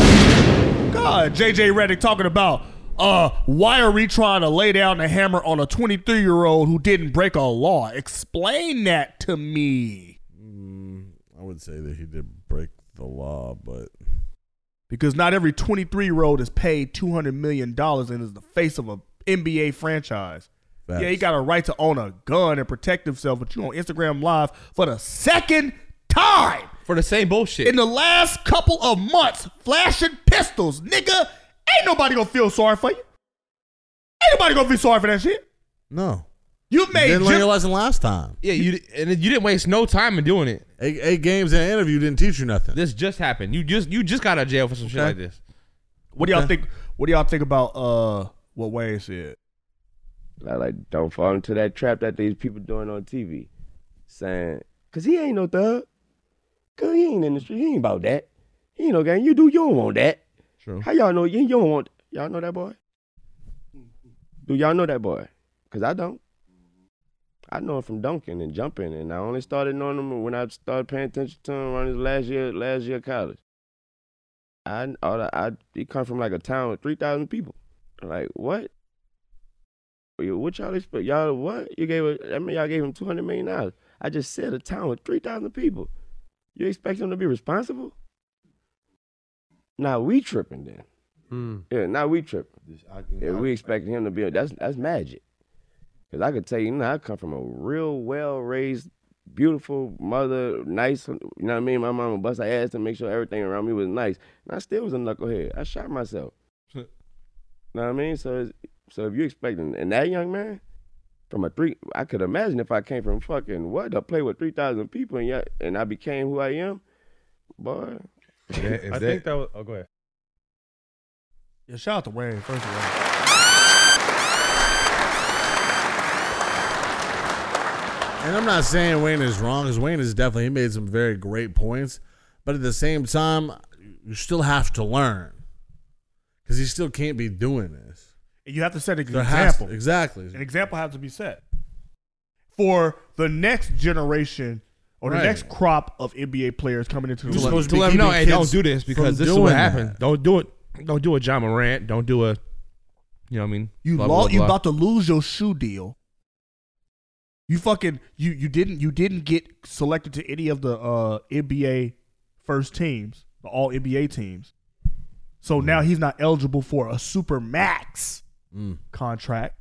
Speaker 13: bitch.
Speaker 2: God, JJ Reddick talking about uh why are we trying to lay down the hammer on a 23 year old who didn't break a law? Explain that to me.
Speaker 6: Mm, I would say that he did break the law, but
Speaker 2: because not every 23 year old is paid 200 million dollars and is the face of a NBA franchise.
Speaker 6: Facts.
Speaker 2: Yeah, he got a right to own a gun and protect himself, but you on Instagram Live for the second time
Speaker 5: for the same bullshit
Speaker 2: in the last couple of months, flashing pistols, nigga. Ain't nobody gonna feel sorry for you. Ain't nobody gonna be sorry for that shit.
Speaker 6: no.
Speaker 2: You made
Speaker 6: didn't learn
Speaker 2: Jim-
Speaker 6: your lesson last time.
Speaker 5: Yeah, you di- and you didn't waste no time in doing it.
Speaker 6: Eight, eight games in an interview didn't teach you nothing.
Speaker 5: This just happened. You just you just got out of jail for some shit
Speaker 6: Okay.
Speaker 5: like this.
Speaker 2: What do y'all
Speaker 5: Okay.
Speaker 2: think? What do y'all think about uh what Wayne said?
Speaker 14: I like don't fall into that trap that these people doing on TV, saying, "Cause he ain't no thug, cause he ain't in the street, he ain't about that, he ain't no gang. You do, you don't want that.
Speaker 5: True.
Speaker 14: How y'all know you, you don't want? Y'all know that boy? Do y'all know that boy? Cause I don't. I know him from dunking and jumping, and I only started knowing him when I started paying attention to him around his last year, last year of college. I, all I, I he come from like a town with three thousand people. Like what? You- What y'all expect? Y'all what? You gave? a- I mean, y'all gave him two hundred million dollars. I just said a town with three thousand people. You expect him to be responsible? Now we tripping then. Yeah, now we tripping. Yeah, we expecting him to be. That's that's magic. Cause I could tell you, you know, I come from a real well raised, beautiful mother, nice. You know what I mean? My mama bust her ass to make sure everything around me was nice, and I still was a knucklehead. I shot myself. you know what I mean? So, it's, so if you expecting and that young man from a three, I could imagine if I came from fucking what to play with three thousand people and yeah, and I became who I am, boy.
Speaker 15: I think that was. Oh, go ahead.
Speaker 2: Yeah, shout out to Wayne first of all.
Speaker 6: And I'm not saying Wayne is wrong, because Wayne is definitely he made some very great points, but at the same time, you still have to learn, because he still can't be doing this.
Speaker 2: You have to set an
Speaker 6: There has
Speaker 2: example.
Speaker 6: to- exactly.
Speaker 2: An example has to be set for the next generation or the
Speaker 5: Right.
Speaker 2: next crop of NBA players coming into the
Speaker 5: To
Speaker 2: league.
Speaker 5: let, to let 'em know, hey, don't do this because this is what happened. Don't do it. Don't do a John Morant. Don't do a. You know what I mean?
Speaker 2: You
Speaker 5: Blah,
Speaker 2: lo-
Speaker 5: blah,
Speaker 2: you
Speaker 5: blah.
Speaker 2: about to lose your shoe deal. You fucking you you didn't you didn't get selected to any of the uh, NBA first teams, the All NBA teams. So
Speaker 5: Mm.
Speaker 2: now he's not eligible for a super max
Speaker 5: Mm.
Speaker 2: contract,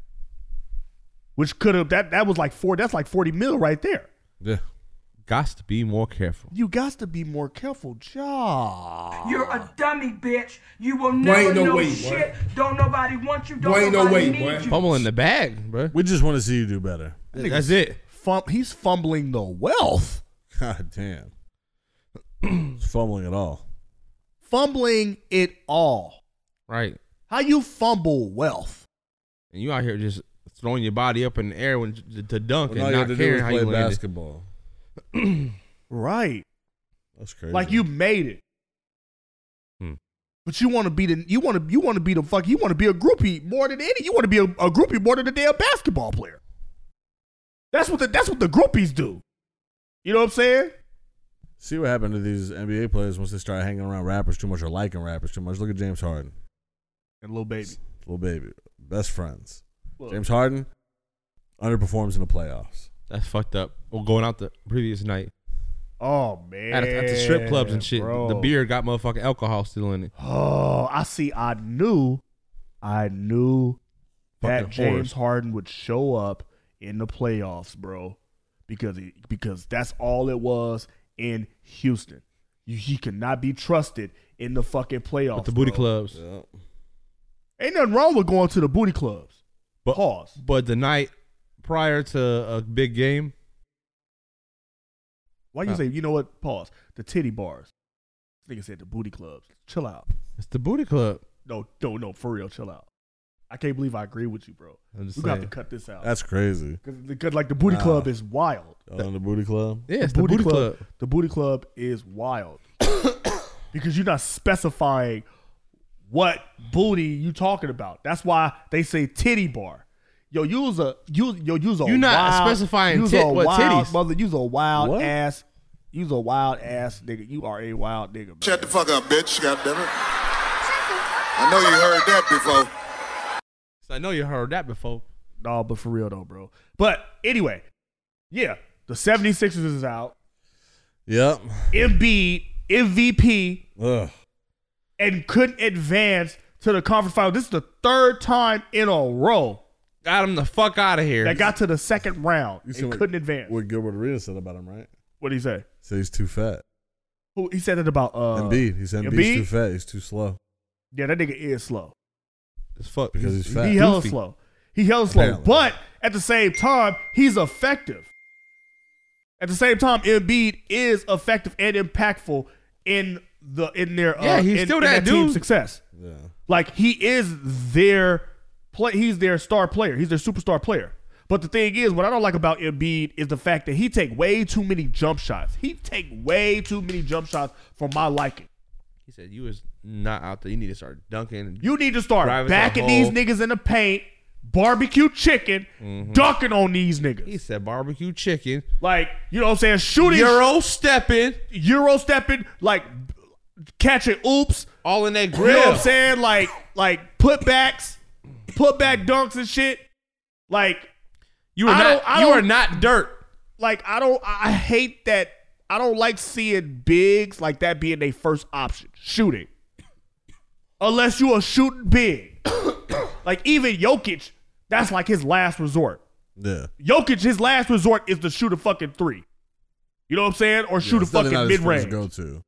Speaker 2: which could have that that was like four. That's like forty mil right there.
Speaker 6: Yeah.
Speaker 5: Gots to be more careful.
Speaker 2: You got to be more careful, Ja.
Speaker 8: You're a dummy, bitch. You will never
Speaker 2: ain't no
Speaker 8: know
Speaker 2: way,
Speaker 8: shit. Don't nobody want you. Don't
Speaker 2: ain't no
Speaker 8: nobody
Speaker 2: way,
Speaker 8: need
Speaker 2: boy.
Speaker 8: you.
Speaker 5: Fumble in the bag, bro.
Speaker 6: We just want to see you do better.
Speaker 5: That's it.
Speaker 2: Fum- he's fumbling the wealth,
Speaker 6: God damn. It's fumbling at all.
Speaker 2: fumbling it all.
Speaker 5: Right.
Speaker 2: How you fumble wealth?
Speaker 5: And you out here just throwing your body up in the air when to, to dunk
Speaker 6: When all
Speaker 5: and
Speaker 6: you
Speaker 5: not
Speaker 6: have to do
Speaker 5: caring
Speaker 6: is
Speaker 5: how
Speaker 6: play
Speaker 5: you landed.
Speaker 6: basketball.
Speaker 2: Right.
Speaker 6: That's crazy.
Speaker 2: Like you made it.
Speaker 5: Hmm.
Speaker 2: But you want to be the you want to you want to be the fuck you want to be a groupie more than any you want to be a, a groupie more than the damn basketball player. That's what the that's what the groupies do. You know what I'm saying?
Speaker 6: See what happened to these NBA players once they start hanging around rappers too much or liking rappers too much. Look at James Harden,
Speaker 2: And little baby.
Speaker 6: little baby, best friends.
Speaker 2: Look.
Speaker 6: James Harden underperforms in the playoffs.
Speaker 5: That's fucked up. Well, going out the previous night
Speaker 2: Oh man.
Speaker 5: at, at the strip clubs and shit.
Speaker 2: bro.
Speaker 5: The beer got motherfucking alcohol still in it.
Speaker 2: Oh, I see. I knew, I knew that
Speaker 5: Fucking horrors.
Speaker 2: James Harden would show up in the playoffs, bro, because he, because that's all it was in Houston. You, he could not be trusted in the fucking playoffs.
Speaker 5: With the booty
Speaker 2: bro.
Speaker 5: clubs.
Speaker 2: Ain't nothing wrong with going to the booty clubs.
Speaker 5: But
Speaker 2: Pause.
Speaker 5: But the night prior to a big game,
Speaker 2: Why you
Speaker 5: Uh.
Speaker 2: say you know what? Pause. The titty bars. This nigga said the booty clubs. Chill out.
Speaker 5: it's the booty club.
Speaker 2: No, no, no. For real, chill out. I can't believe I agree with you, bro. We
Speaker 5: I'm just
Speaker 2: got to
Speaker 5: saying.
Speaker 2: cut this out.
Speaker 6: That's crazy.
Speaker 2: because like the booty
Speaker 6: Nah.
Speaker 2: club is wild.
Speaker 6: Y'all in the booty club?
Speaker 5: Yeah, it's the booty, club.
Speaker 2: The booty club is wild because you're not specifying what booty you talking about. That's why they say titty bar. Yo, you was a you yo you was a
Speaker 5: You not
Speaker 2: wild-
Speaker 5: specifying
Speaker 2: you was
Speaker 5: tit-
Speaker 2: a
Speaker 5: what
Speaker 2: wild
Speaker 5: titties.
Speaker 2: mother. You was a wild
Speaker 5: What?
Speaker 2: ass. You was a wild ass nigga. You are a wild nigga. Man.
Speaker 16: Shut the fuck up, bitch. God damn it. I know you heard that before.
Speaker 5: So I know you heard that before.
Speaker 2: No, but for real though, bro. But anyway, yeah, the 76ers is out.
Speaker 6: Yep.
Speaker 2: Embiid MVP and couldn't advance to the conference final. This is the third time in a row.
Speaker 5: Got him the fuck out of here.
Speaker 2: That got to the second round
Speaker 6: You see
Speaker 2: and
Speaker 6: what-
Speaker 2: couldn't advance.
Speaker 6: What Gilbert Arenas said about him, right?
Speaker 2: What did he say?
Speaker 6: Said he's too fat.
Speaker 2: Who he said it about? Uh,
Speaker 6: Embiid. He said Embiid's too fat. He's too slow.
Speaker 2: Yeah, that nigga is slow.
Speaker 5: It's fuck
Speaker 6: because he's, fat.
Speaker 2: He hella
Speaker 6: Goofy.
Speaker 2: slow. He hella slow.
Speaker 6: Apparently.
Speaker 2: But at the same time, he's effective. At the same time, Embiid is effective and impactful in the in their uh,
Speaker 5: Yeah, he's
Speaker 2: in-
Speaker 5: still
Speaker 2: in
Speaker 5: that
Speaker 2: team's
Speaker 5: dude.
Speaker 2: success.
Speaker 6: Yeah.
Speaker 2: Like he is their play. He's their star player. He's their superstar player. But the thing is, what I don't like about Embiid is the fact that he take way too many jump shots. He take way too many jump shots for my liking.
Speaker 5: He said you is not out there. You need to start dunking.
Speaker 2: You need to start
Speaker 5: Driving to the
Speaker 2: backing these
Speaker 5: hole.
Speaker 2: niggas in the paint, barbecue chicken,
Speaker 5: Mm-hmm.
Speaker 2: dunking on these niggas.
Speaker 5: He said barbecue chicken.
Speaker 2: Like, you know what I'm saying? Shooting.
Speaker 5: Euro stepping.
Speaker 2: Euro stepping, like catching oops.
Speaker 5: All in that
Speaker 2: You know
Speaker 5: grill.
Speaker 2: what I'm saying? Like, like putbacks, putback dunks and shit. Like,
Speaker 5: You are
Speaker 2: I
Speaker 5: not.
Speaker 2: don't- I
Speaker 5: you
Speaker 2: don't-
Speaker 5: are not dirt.
Speaker 2: like I don't, I I hate that. I don't like seeing bigs like that being their first option shooting, unless you a shooting big. like even Jokic, that's like his last resort.
Speaker 6: Yeah.
Speaker 2: Jokic, his last resort is to shoot a fucking three. You know what I'm saying? Or shoot a
Speaker 6: It's definitely
Speaker 2: fucking
Speaker 6: not
Speaker 2: mid
Speaker 6: his first
Speaker 2: range.
Speaker 6: Go-to.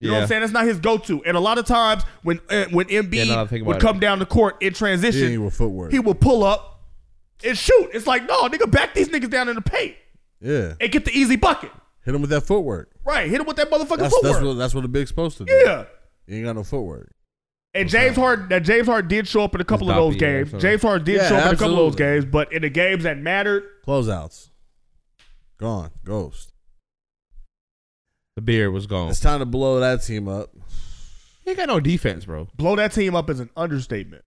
Speaker 2: You know what I'm saying? That's not his go-to. And a lot of times when uh, when MB
Speaker 5: Yeah, no, I think about
Speaker 2: would
Speaker 5: it.
Speaker 2: come down the court in
Speaker 6: He
Speaker 2: transition,
Speaker 6: ain't with footwork.
Speaker 2: he would pull up and shoot. It's like, no, nigga, back these niggas down in the paint
Speaker 6: yeah.
Speaker 2: and get the easy bucket.
Speaker 6: Hit him with that footwork.
Speaker 2: Right, hit him with that motherfucking
Speaker 6: That's,
Speaker 2: footwork.
Speaker 6: that's what that's what the big's supposed to do.
Speaker 2: yeah.
Speaker 6: He ain't got no footwork.
Speaker 2: And James Harden, that James Harden did show up in a couple of
Speaker 5: Bobby,
Speaker 2: those
Speaker 5: yeah,
Speaker 2: games.
Speaker 5: absolutely.
Speaker 2: James Harden did
Speaker 6: Yeah,
Speaker 2: show up in a couple of those
Speaker 6: absolutely.
Speaker 2: games, but in the games that mattered,
Speaker 6: Closeouts. Gone. Ghost.
Speaker 5: The beard was gone.
Speaker 6: It's time to blow that team up.
Speaker 5: He ain't got no defense, bro.
Speaker 2: blow that team up is an understatement.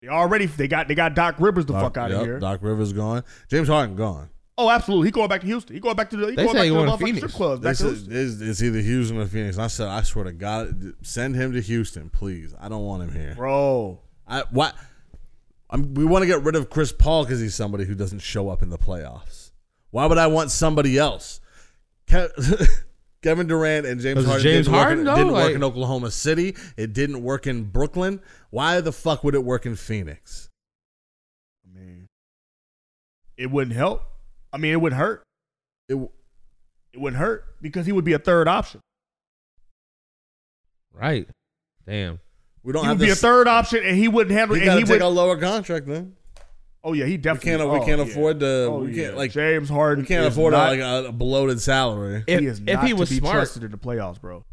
Speaker 2: They already they got they got Doc Rivers the fuck out of
Speaker 6: yep,
Speaker 2: here.
Speaker 6: Doc Rivers gone. James Harden gone.
Speaker 2: Oh, absolutely. He going back to Houston. He going back to the he
Speaker 5: They
Speaker 2: going
Speaker 5: say
Speaker 2: back
Speaker 5: he
Speaker 2: to the
Speaker 5: going to
Speaker 2: motherfucking
Speaker 5: Phoenix.
Speaker 2: strip clubs.
Speaker 6: They
Speaker 2: Back to Houston.
Speaker 6: said it's, it's either Houston or Phoenix. And I said, I swear to God, send him to Houston, please. I don't want him here.
Speaker 2: Bro.
Speaker 6: I why I'm, we want to get rid of Chris Paul because he's somebody who doesn't show up in the playoffs. Why would I want somebody else? Ke- Kevin Durant and James
Speaker 5: Was it
Speaker 6: Harden,
Speaker 5: James
Speaker 6: didn't,
Speaker 5: Harden,
Speaker 6: work,
Speaker 5: though?
Speaker 6: in, didn't work
Speaker 5: Like-
Speaker 6: in Oklahoma City. It didn't work in Brooklyn. Why the fuck would it work in Phoenix?
Speaker 2: I mean, it wouldn't help. I mean, it wouldn't hurt.
Speaker 6: It, w-
Speaker 2: It wouldn't hurt because he would be a third option.
Speaker 5: Right. Damn.
Speaker 6: we don't
Speaker 2: He
Speaker 6: have
Speaker 2: would be a
Speaker 6: this-
Speaker 2: third option, and he wouldn't handle. it.
Speaker 6: We
Speaker 2: and
Speaker 6: gotta
Speaker 2: he
Speaker 6: take
Speaker 2: would.
Speaker 6: a lower contract then.
Speaker 2: oh yeah, he definitely.
Speaker 6: can't- we
Speaker 2: oh,
Speaker 6: can't
Speaker 2: yeah.
Speaker 6: afford to-
Speaker 2: Oh,
Speaker 6: we can't,
Speaker 2: yeah.
Speaker 6: like-
Speaker 2: James Harden.
Speaker 6: We can't
Speaker 2: is
Speaker 6: afford a,
Speaker 2: not-
Speaker 6: like uh, a, a bloated salary
Speaker 5: If
Speaker 2: he is
Speaker 5: if
Speaker 2: not
Speaker 5: he was
Speaker 2: to be
Speaker 5: smart,
Speaker 2: trusted in the playoffs, bro.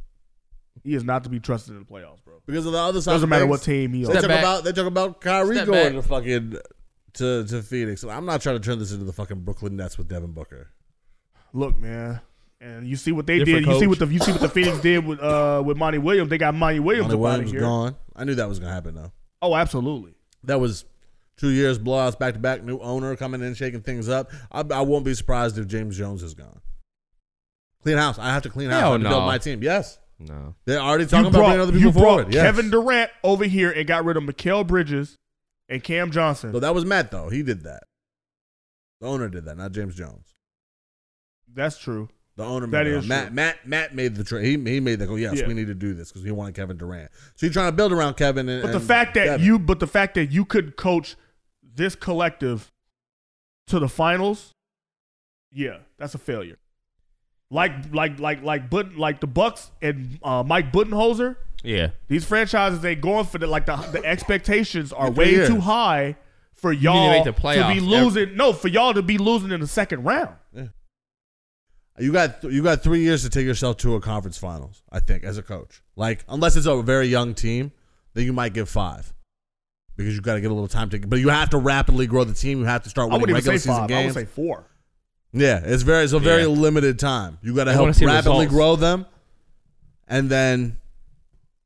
Speaker 2: He is not to be trusted in the playoffs, bro.
Speaker 6: because of the other side.
Speaker 2: Doesn't
Speaker 6: of
Speaker 2: matter
Speaker 6: things.
Speaker 2: what team he
Speaker 6: They
Speaker 2: on.
Speaker 6: talk
Speaker 5: Step back.
Speaker 6: about they talk about Kyrie
Speaker 5: Step
Speaker 6: going
Speaker 5: back.
Speaker 6: to fucking to to Phoenix. I'm not trying to turn this into the fucking Brooklyn Nets with Devin Booker.
Speaker 2: Look, man. And you see what they
Speaker 5: Different
Speaker 2: did. You see
Speaker 5: coach.
Speaker 2: what the you see what the Phoenix did with uh with Monty Williams. They got Monty Williams
Speaker 6: Monty
Speaker 2: up out
Speaker 6: Williams
Speaker 2: of here.
Speaker 6: gone. I knew that was gonna happen though.
Speaker 2: Oh, absolutely.
Speaker 6: That was two years blowouts back to back. New owner coming in, shaking things up. I, I won't be surprised if James Jones is gone. Clean house. I have to clean house.
Speaker 5: Hell
Speaker 6: I have to build
Speaker 5: no.
Speaker 6: my team. Yes,
Speaker 5: no.
Speaker 6: they're already talking
Speaker 2: you
Speaker 6: about
Speaker 2: brought,
Speaker 6: bringing other
Speaker 2: you
Speaker 6: people
Speaker 2: brought
Speaker 6: forward. Yes.
Speaker 2: Kevin Durant over here and got rid of Mikael Bridges and Cam Johnson.
Speaker 6: So that was Matt though. He did that. The owner did that, not James Jones.
Speaker 2: That's true.
Speaker 6: The owner
Speaker 2: That
Speaker 6: made it
Speaker 2: is
Speaker 6: up. Matt,
Speaker 2: true.
Speaker 6: Matt Matt made the trade. He, he made the go. Yes,
Speaker 2: Yeah.
Speaker 6: we need to do this because he wanted Kevin Durant. So you're trying to build around Kevin. And,
Speaker 2: But the
Speaker 6: and
Speaker 2: fact that
Speaker 6: Devin.
Speaker 2: you but the fact that you could coach this collective to the finals, yeah, that's a failure. Like like like like but like the Bucks and uh, Mike Budenholzer,
Speaker 5: Yeah.
Speaker 2: these franchises ain't going for the like the the expectations are
Speaker 6: Three
Speaker 2: way
Speaker 6: years.
Speaker 2: too high for y'all
Speaker 5: make the
Speaker 2: to be
Speaker 5: playoffs.
Speaker 2: losing. no, for y'all to be losing in the second round.
Speaker 6: you got th- you got three years to take yourself to a conference finals. I think as a coach, like unless it's a very young team, then you might get five because you got to get a little time to. But you have to rapidly grow the team. You have to start
Speaker 2: I
Speaker 6: winning
Speaker 2: wouldn't
Speaker 6: regular
Speaker 2: even say
Speaker 6: season
Speaker 2: five.
Speaker 6: games.
Speaker 2: I would say four.
Speaker 6: Yeah, it's very it's a very
Speaker 5: Yeah.
Speaker 6: limited time. You got to
Speaker 5: I
Speaker 6: help
Speaker 5: wanna see
Speaker 6: rapidly
Speaker 5: results.
Speaker 6: grow them, and then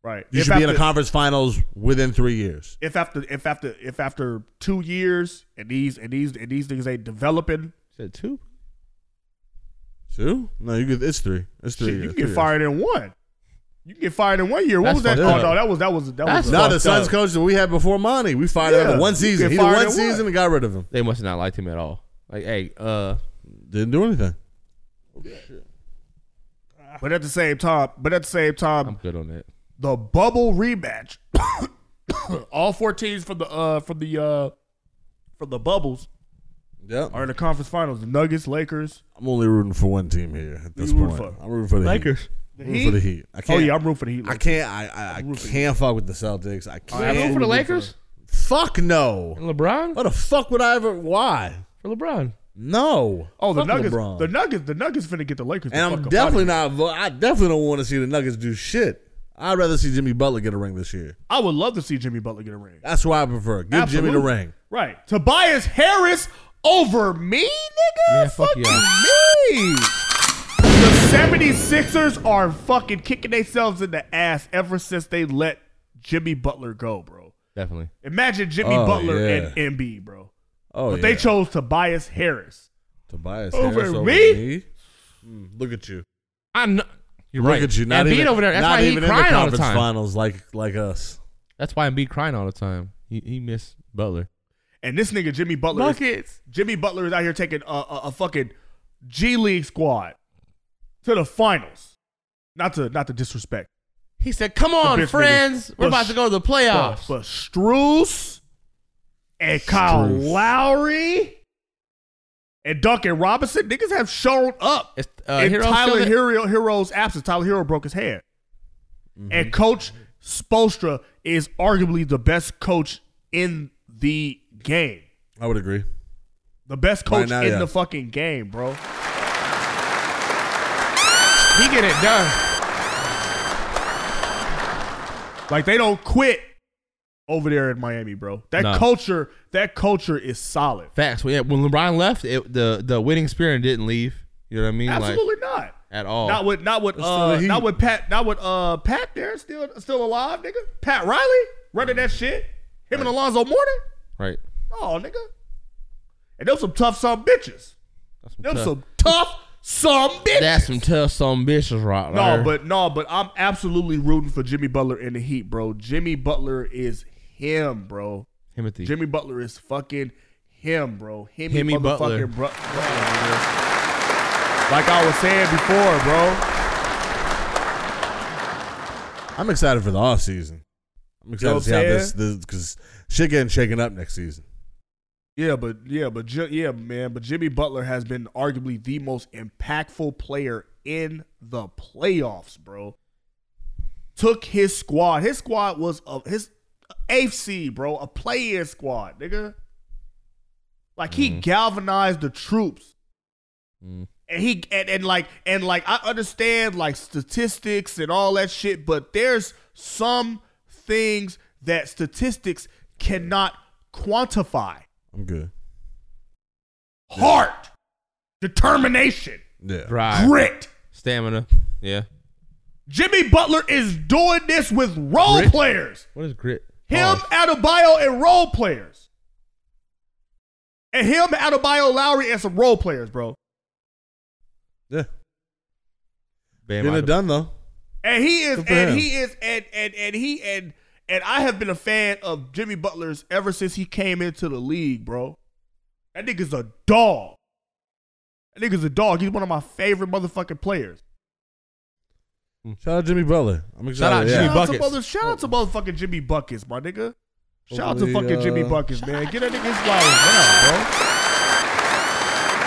Speaker 2: Right.
Speaker 6: you
Speaker 2: If
Speaker 6: should be in a
Speaker 2: after-
Speaker 6: conference finals within three years.
Speaker 2: if after if after if after two years and these and these and these things ain't developing,
Speaker 5: Said two.
Speaker 6: Two? No, you get it's three. It's three.
Speaker 2: shit, you can
Speaker 6: years, three
Speaker 2: get
Speaker 6: years.
Speaker 2: fired in one. You can get fired in one year. What
Speaker 5: That's
Speaker 2: was that?
Speaker 5: fucked
Speaker 2: Oh no,
Speaker 5: up.
Speaker 2: that was that was that
Speaker 5: That's
Speaker 2: was
Speaker 6: No,
Speaker 5: fucked
Speaker 6: the Suns
Speaker 5: up.
Speaker 6: coach that we had before Monty. We fired him
Speaker 2: Yeah,
Speaker 6: for one
Speaker 2: you
Speaker 6: season.
Speaker 2: get
Speaker 6: He did
Speaker 2: fired
Speaker 6: one
Speaker 2: at
Speaker 6: season
Speaker 2: what?
Speaker 6: and got rid of him.
Speaker 5: They must have not liked him at all. Like, hey, uh,
Speaker 6: Didn't do anything.
Speaker 2: But at the same time, but at the same time, I'm
Speaker 5: good on that.
Speaker 2: The bubble rematch, all four teams from the uh from the uh from the bubbles,
Speaker 6: Yep.
Speaker 2: are in the conference finals. The Nuggets, Lakers. Oh,
Speaker 6: I'm only rooting for one team here at this
Speaker 2: You
Speaker 6: point.
Speaker 2: rooting for-
Speaker 6: I'm rooting for the
Speaker 2: Lakers.
Speaker 6: Heat.
Speaker 2: The
Speaker 6: I'm rooting for the
Speaker 2: Heat?
Speaker 6: Heat. I
Speaker 2: Oh,
Speaker 6: can't.
Speaker 2: yeah, I'm rooting for the Heat,
Speaker 6: I
Speaker 2: Lakers.
Speaker 6: can't. I I, I can't fuck with the Celtics. I
Speaker 5: You ain't
Speaker 6: can't.
Speaker 5: rooting for the Lakers?
Speaker 6: Fuck no.
Speaker 5: LeBron?
Speaker 6: What the fuck would I ever? Why?
Speaker 5: For LeBron?
Speaker 6: No.
Speaker 2: Oh, the
Speaker 6: Fuck
Speaker 2: Nuggets.
Speaker 6: LeBron.
Speaker 2: The Nuggets. The Nuggets finna get the Lakers. the
Speaker 6: and I'm
Speaker 2: fuck up
Speaker 6: definitely
Speaker 2: outta here.
Speaker 6: not. vo- I definitely don't want to see the Nuggets do shit. I'd rather see Jimmy Butler get a ring this year.
Speaker 2: I would love to see Jimmy Butler get a ring.
Speaker 6: That's what I prefer. Give Jimmy the
Speaker 2: Absolutely.
Speaker 6: ring.
Speaker 2: Right. Tobias Harris over me, nigga?
Speaker 5: Man, fuck
Speaker 2: fuck you.
Speaker 5: y'all.
Speaker 2: Me. The 76ers are fucking kicking themselves in the ass ever since they let Jimmy Butler go, bro.
Speaker 5: Definitely.
Speaker 2: Imagine Jimmy
Speaker 6: Oh,
Speaker 2: Butler
Speaker 6: yeah.
Speaker 2: and MB, bro.
Speaker 6: Oh,
Speaker 2: but they
Speaker 6: yeah.
Speaker 2: chose Tobias Harris.
Speaker 6: Tobias
Speaker 2: Over
Speaker 6: Harris over
Speaker 2: me?
Speaker 6: me? Mm, Look at you.
Speaker 5: I know. You're
Speaker 6: Look
Speaker 5: right.
Speaker 6: at you. Not
Speaker 5: Embiid
Speaker 6: even
Speaker 5: over there. That's
Speaker 6: not
Speaker 5: why he
Speaker 6: even in the
Speaker 5: crying all the
Speaker 6: conference
Speaker 5: time.
Speaker 6: finals like like us.
Speaker 5: That's why Embiid crying all the time. He he missed Butler.
Speaker 2: And this nigga Jimmy Butler is-
Speaker 5: Buckets.
Speaker 2: Jimmy Butler is out here taking a, a, a fucking G League squad to the finals. Not to not to disrespect.
Speaker 5: He said, "Come
Speaker 2: the
Speaker 5: on,
Speaker 2: bitch
Speaker 5: friends,
Speaker 2: niggas. But
Speaker 5: we're about to go to the playoffs."
Speaker 2: But, but Struess and Kyle
Speaker 5: Struess.
Speaker 2: Lowry and Duncan Robinson, niggas have shown up
Speaker 5: It's, uh,
Speaker 2: in
Speaker 5: Heroes still
Speaker 2: Tyler
Speaker 5: there?
Speaker 2: Hero, Hero's absence. Tyler Hero broke his hand.
Speaker 5: Mm-hmm.
Speaker 2: And Coach Spolstra is arguably the best coach in the game.
Speaker 6: I would agree.
Speaker 2: The best
Speaker 6: Right
Speaker 2: coach
Speaker 6: now,
Speaker 2: in
Speaker 6: yeah.
Speaker 2: the fucking game, bro.
Speaker 5: he get it done.
Speaker 2: Like they don't quit over there in Miami, bro. That
Speaker 5: No.
Speaker 2: culture, that culture is solid.
Speaker 5: Facts. When when LeBron left, it, the the winning spirit didn't leave. You know what I mean?
Speaker 2: Absolutely
Speaker 5: Like Oh.
Speaker 2: not.
Speaker 5: at all.
Speaker 2: Not with not with
Speaker 6: That's still
Speaker 2: uh
Speaker 6: the Heat.
Speaker 2: not with Pat not with uh Pat there still still alive, nigga. Pat Riley running that shit. Him and Alonzo Mourning.
Speaker 5: right.
Speaker 2: Oh, nigga. And them some tough some bitches.
Speaker 5: That's some
Speaker 2: Them
Speaker 5: tough-
Speaker 2: some tough some bitches.
Speaker 5: That's some tough, some bitches, right
Speaker 2: no,
Speaker 5: there.
Speaker 2: but no, but I'm absolutely rooting for Jimmy Butler in the Heat, bro. Jimmy Butler is him, bro.
Speaker 5: Timothy.
Speaker 2: Jimmy Butler is fucking him, bro. Him
Speaker 5: Himmy
Speaker 2: motherfucking
Speaker 5: Butler.
Speaker 2: Bro- like I was saying before, bro.
Speaker 6: I'm excited for the off season. I'm excited
Speaker 2: know
Speaker 6: to see
Speaker 2: what
Speaker 6: how
Speaker 2: I'm
Speaker 6: this because shit getting shaken up next season.
Speaker 2: Yeah, but yeah, but Ji- yeah, man, but Jimmy Butler has been arguably the most impactful player in the playoffs, bro. Took his squad. His squad was a his eighth seed, bro, a play-in squad, nigga. Like he galvanized the troops.
Speaker 5: Mm.
Speaker 2: And he and, and like and like I understand like statistics and all that shit, but there's some things that statistics cannot quantify
Speaker 6: I'm good.
Speaker 2: heart, determination,
Speaker 6: Yeah.
Speaker 5: Drive,
Speaker 2: grit.
Speaker 5: stamina. Yeah.
Speaker 2: Jimmy Butler is doing this with role
Speaker 5: Grit?
Speaker 2: players.
Speaker 5: What is grit?
Speaker 6: Oh.
Speaker 2: Him,
Speaker 5: Pause.
Speaker 2: Adebayo, and role players. And him, Adebayo, Lowry, and some role players, bro.
Speaker 6: Yeah.
Speaker 5: Bam,
Speaker 6: Getting
Speaker 5: I-
Speaker 6: it done though.
Speaker 2: And he is,
Speaker 6: Good for
Speaker 2: and
Speaker 6: him.
Speaker 2: he is, and and and he and and I have been a fan of Jimmy Butler's ever since he came into the league, bro. That nigga's a dog. That nigga's a dog. He's one of my favorite motherfucking players.
Speaker 6: Shout out Jimmy Butler. I'm excited.
Speaker 5: Hmm. out
Speaker 6: yeah.
Speaker 5: Jimmy
Speaker 2: Shout out, to
Speaker 5: Buckets.
Speaker 2: mother, shout out to motherfucking Jimmy Buckets, my nigga. Shout out to
Speaker 6: Hopefully,
Speaker 2: fucking Jimmy
Speaker 6: uh,
Speaker 2: Buckets, man. Get that nigga's flowers down, bro.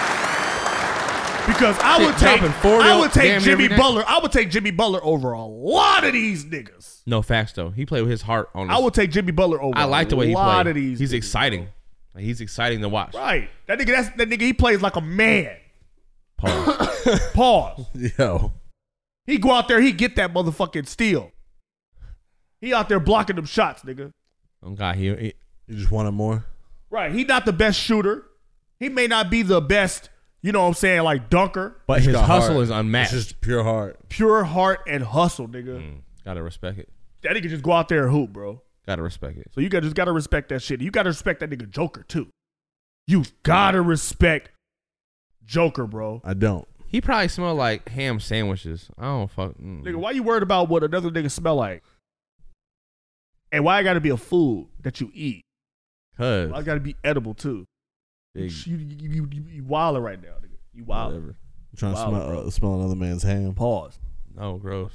Speaker 2: Because I
Speaker 5: Shit,
Speaker 2: would take,
Speaker 5: dropping 40
Speaker 2: I would
Speaker 5: damn
Speaker 2: take
Speaker 5: near
Speaker 2: Jimmy
Speaker 5: every night.
Speaker 2: Butler. I would take Jimmy Butler over a lot of these niggas.
Speaker 5: No facts though. He played with his heart on. This.
Speaker 2: I would take Jimmy Butler over.
Speaker 5: I like the way
Speaker 2: a
Speaker 5: he played.
Speaker 2: lot of these.
Speaker 5: He's
Speaker 2: niggas.
Speaker 5: exciting. Like, he's exciting to watch.
Speaker 2: Right, that nigga. That's that nigga. He plays like a man.
Speaker 5: Pause.
Speaker 2: Pause.
Speaker 6: Yo.
Speaker 2: he go out there. He get that motherfucking steal. He out there blocking them shots, nigga.
Speaker 5: oh God, he, he
Speaker 6: You just wanted more.
Speaker 2: Right. He not the best shooter. He may not be the best, you know what I'm saying, like dunker.
Speaker 5: but
Speaker 6: He's
Speaker 5: his
Speaker 6: got
Speaker 5: hustle
Speaker 6: heart.
Speaker 5: is unmatched.
Speaker 6: It's just pure heart.
Speaker 2: Pure heart and hustle, nigga.
Speaker 5: Mm. gotta respect it.
Speaker 2: That nigga just go out there and hoop, bro.
Speaker 5: Gotta respect it.
Speaker 2: So you got just gotta respect that shit. You gotta respect that nigga Joker too. You gotta respect Joker, bro.
Speaker 6: I don't.
Speaker 5: He probably smelled like ham sandwiches. I don't fuck. mm.
Speaker 2: Nigga, why you worried about what another nigga smell like? And why I gotta be a food that you eat?
Speaker 5: Cuz
Speaker 2: Why I gotta be edible too. You,
Speaker 5: big
Speaker 2: you, you, you, you wildin' right now, nigga. You wildin'.
Speaker 5: whatever.
Speaker 6: I'm trying
Speaker 2: Wow,
Speaker 6: to smell, uh, smell another man's ham.
Speaker 2: Pause.
Speaker 5: Oh, gross.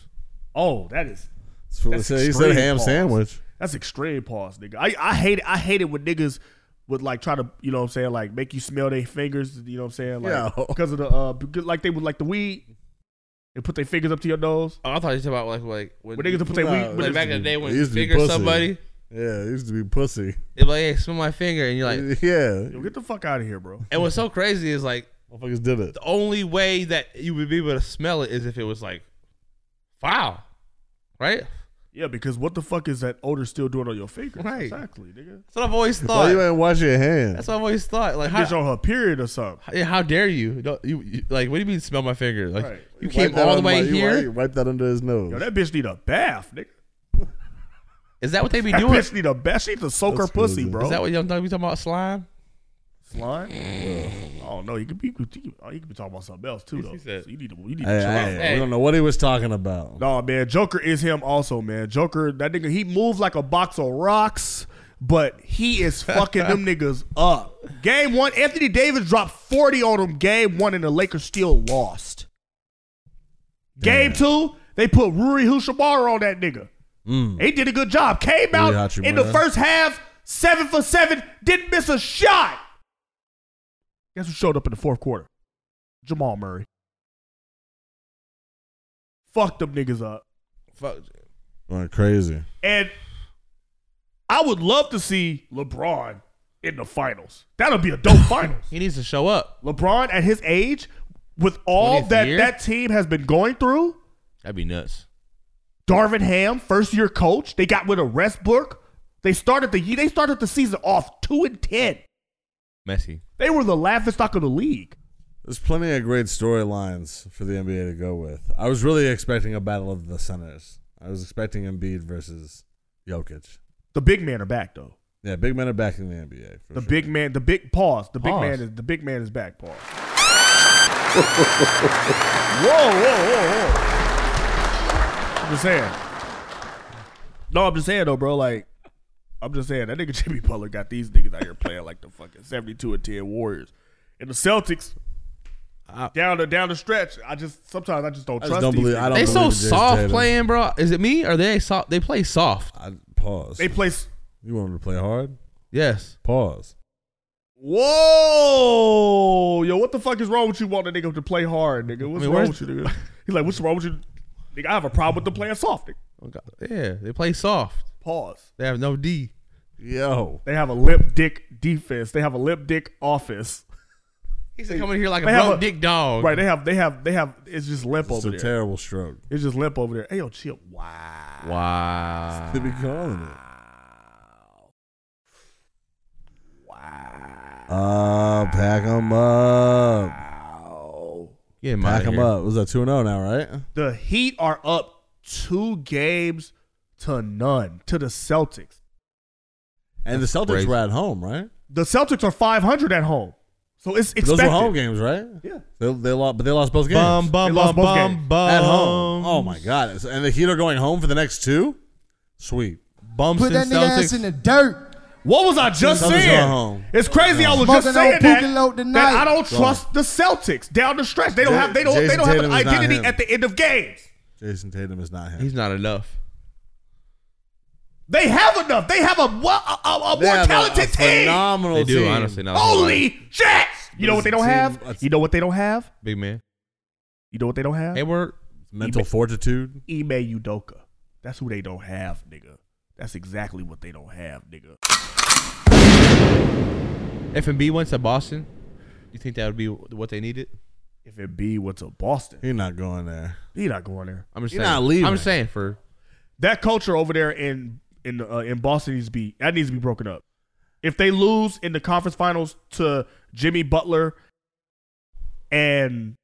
Speaker 2: Oh, that is.
Speaker 6: That's what I said. He said
Speaker 2: extreme
Speaker 6: ham sandwich.
Speaker 2: That's extreme pause, nigga. I, I hate it. I hate it when niggas would like try to, you know what I'm saying, like make you smell their fingers, you know what I'm saying? Like
Speaker 6: Yo.
Speaker 2: because of the uh because, like they would like the weed. They put their fingers up to your nose.
Speaker 5: Oh, I thought you were talking about like like when,
Speaker 2: When niggas would put their weed-
Speaker 5: like
Speaker 2: when
Speaker 5: back in the day when
Speaker 6: It
Speaker 5: you
Speaker 6: used to be
Speaker 5: figure
Speaker 6: pussy.
Speaker 5: somebody,
Speaker 6: Yeah, it used to be pussy.
Speaker 5: it like hey, smell my finger, and you're like,
Speaker 6: yeah.
Speaker 2: Yo, get the fuck out of here, bro.
Speaker 5: and what's so crazy is like
Speaker 6: Motherfuckers did it.
Speaker 5: the only way that you would be able to smell it is if it was like foul, right?
Speaker 2: Yeah, because what the fuck is that odor still doing on your fingers?
Speaker 5: Right.
Speaker 2: Exactly, nigga.
Speaker 5: That's what I've always
Speaker 6: Why
Speaker 5: thought.
Speaker 6: you ain't wash your hands?
Speaker 5: That's what I've always thought. Like
Speaker 2: Bitch
Speaker 5: how,
Speaker 2: on her period or something.
Speaker 5: yeah, how dare you? Don't, you, you- Like what do you mean smell my finger? Like
Speaker 2: Right.
Speaker 5: you
Speaker 6: Wipe
Speaker 5: came
Speaker 6: that
Speaker 5: all the
Speaker 6: on
Speaker 5: way
Speaker 6: my- you
Speaker 5: here. Is
Speaker 6: wipe- Wipe that under his nose.
Speaker 2: Yo, that bitch need a bath, nigga.
Speaker 5: that what they be
Speaker 2: That
Speaker 5: doing? Is
Speaker 2: bitch need a bath. She need to soak
Speaker 6: That's
Speaker 2: her pussy,
Speaker 6: crazy.
Speaker 2: bro.
Speaker 5: that what y'all talking? We talking about slime?
Speaker 2: slime? I don't know. You could be, you could be- oh, you could be talking about something else too, though.
Speaker 5: He said-
Speaker 2: So you need to, you need to.
Speaker 6: Hey,
Speaker 2: chill out.
Speaker 6: hey, We don't know what he was talking about.
Speaker 2: No, man, Joker is him also, man. Joker, that nigga, he moves like a box of rocks, but he is fucking them niggas up. Game one, Anthony Davis dropped 40 on him game one, and the Lakers still lost. Game two, they put Ruri Hushabara on that nigga.
Speaker 6: Mm.
Speaker 2: He did a good job. Came
Speaker 6: Rui
Speaker 2: out in the
Speaker 6: Hachimura.
Speaker 2: first half, seven for seven, didn't miss a shot. Guess who showed up in the fourth quarter? Jamal Murray. Fuck them niggas up.
Speaker 5: Fuck.
Speaker 6: Going crazy.
Speaker 2: And I would love to see LeBron in the finals. That'll be a dope finals.
Speaker 5: He needs to show up.
Speaker 2: LeBron at his age, with all
Speaker 5: 20th
Speaker 2: that
Speaker 5: year?
Speaker 2: that team has been going through,
Speaker 5: That'd be nuts.
Speaker 2: Darvin Ham, first year coach, they got rid of Westbrook. They started the ye- they started the season off two and ten.
Speaker 5: Messy.
Speaker 2: They were the laughing stock of the league.
Speaker 6: There's plenty of great storylines for the NBA to go with. I was really expecting a battle of the centers. I was expecting Embiid versus Jokic.
Speaker 2: The big men are back though.
Speaker 6: Yeah, big men are back in the NBA. For
Speaker 2: The
Speaker 6: sure.
Speaker 2: big man, the big pause. The big
Speaker 5: Pause.
Speaker 2: man is the big man is back. Pause. whoa, whoa, whoa, whoa! I'm just saying. No, I'm just saying though, bro. Like, I'm just saying that nigga Jimmy Butler got these niggas out here playing like the fucking 72 and 10 Warriors, and the Celtics. down the down the stretch, I just sometimes I just don't
Speaker 6: I just
Speaker 2: trust
Speaker 6: don't
Speaker 2: these
Speaker 6: believe. I
Speaker 2: niggas.
Speaker 6: don't believe
Speaker 5: They so
Speaker 6: in Jason
Speaker 5: soft
Speaker 6: Tatum.
Speaker 5: playing, bro. Is it me or they soft? They play soft.
Speaker 6: I, pause.
Speaker 2: They place.
Speaker 6: you want him to play hard?
Speaker 5: Yes.
Speaker 6: Pause.
Speaker 2: Whoa, yo, what the fuck is wrong with you? Wanting a nigga to play hard, nigga? What's
Speaker 5: I mean,
Speaker 2: wrong
Speaker 5: where's
Speaker 2: with you, nigga? He's like, what's wrong with you, nigga? I have a problem with the playing soft. Nigga.
Speaker 5: Oh, God. Yeah, they play soft.
Speaker 2: Pause.
Speaker 5: They have no D.
Speaker 6: Yo,
Speaker 2: They have a lip dick defense. They have a lip dick offense.
Speaker 5: He's coming here like a
Speaker 2: They have
Speaker 5: broke
Speaker 2: a-
Speaker 5: dick dog.
Speaker 2: Right? They have. They have. They have. It's just limp
Speaker 6: it's
Speaker 2: over
Speaker 6: a
Speaker 2: there.
Speaker 6: terrible stroke.
Speaker 2: it's just limp over there. Hey, yo, chill. Wow.
Speaker 5: Wow.
Speaker 6: They be calling it.
Speaker 2: Wow.
Speaker 6: Uh, pack them up.
Speaker 5: Get him
Speaker 6: Pack
Speaker 5: outta
Speaker 6: them
Speaker 5: here.
Speaker 6: up. Was that two and zero now? Right?
Speaker 2: The Heat are up two games to none to the Celtics.
Speaker 6: And the Celtics
Speaker 5: crazy.
Speaker 6: were at home, right?
Speaker 2: The Celtics are 500 at home, so it's expected.
Speaker 6: Those were home games, right?
Speaker 2: Yeah.
Speaker 6: They, they lost, but they lost both games.
Speaker 5: Bum bum
Speaker 2: They lost both
Speaker 5: bum bum
Speaker 2: games.
Speaker 5: bum.
Speaker 6: at home. Oh my god! It's- And the Heat are going home for the next two. Sweet.
Speaker 5: Bumps
Speaker 3: Put that
Speaker 5: and
Speaker 3: nigga ass
Speaker 5: Celtics.
Speaker 3: in the dirt.
Speaker 2: What was I just
Speaker 6: Celtics are
Speaker 2: saying?
Speaker 6: home.
Speaker 2: It's crazy. I was
Speaker 3: Smoking
Speaker 2: just
Speaker 3: on
Speaker 2: saying that,
Speaker 3: Pukalow
Speaker 2: that
Speaker 3: tonight.
Speaker 2: I don't
Speaker 6: Go
Speaker 2: trust the Celtics down the stretch. They don't
Speaker 6: Ja-
Speaker 2: have. They don't. they
Speaker 6: Jason
Speaker 2: don't have an
Speaker 6: Tatum is not
Speaker 2: identity
Speaker 6: him.
Speaker 2: at the end of games.
Speaker 6: Jason Tatum is not him.
Speaker 5: He's not enough.
Speaker 2: They have enough. They have a, wa- a, a, a
Speaker 6: They
Speaker 2: more
Speaker 6: have a- a
Speaker 2: talented team.
Speaker 6: Phenomenal
Speaker 5: They do,
Speaker 6: team.
Speaker 5: honestly. Not
Speaker 2: Holy shit! You know what they don't
Speaker 6: Team-
Speaker 2: have?
Speaker 6: that's-
Speaker 2: You know what they don't have?
Speaker 5: big man.
Speaker 2: You know what they don't have?
Speaker 5: Hayward.
Speaker 6: Mental fortitude.
Speaker 2: Ime Udoka. That's who they don't have, nigga. That's exactly what they don't have, nigga.
Speaker 5: F and B went to Boston. You think that would be what they needed?
Speaker 2: If it be went to Boston,
Speaker 6: He's not going there.
Speaker 2: he not going there.
Speaker 5: I'm just
Speaker 6: You're
Speaker 5: saying.
Speaker 6: not leaving.
Speaker 5: I'm just saying for
Speaker 2: that culture over there in in uh, in Boston needs to be that needs to be broken up. If they lose in the conference finals to Jimmy Butler and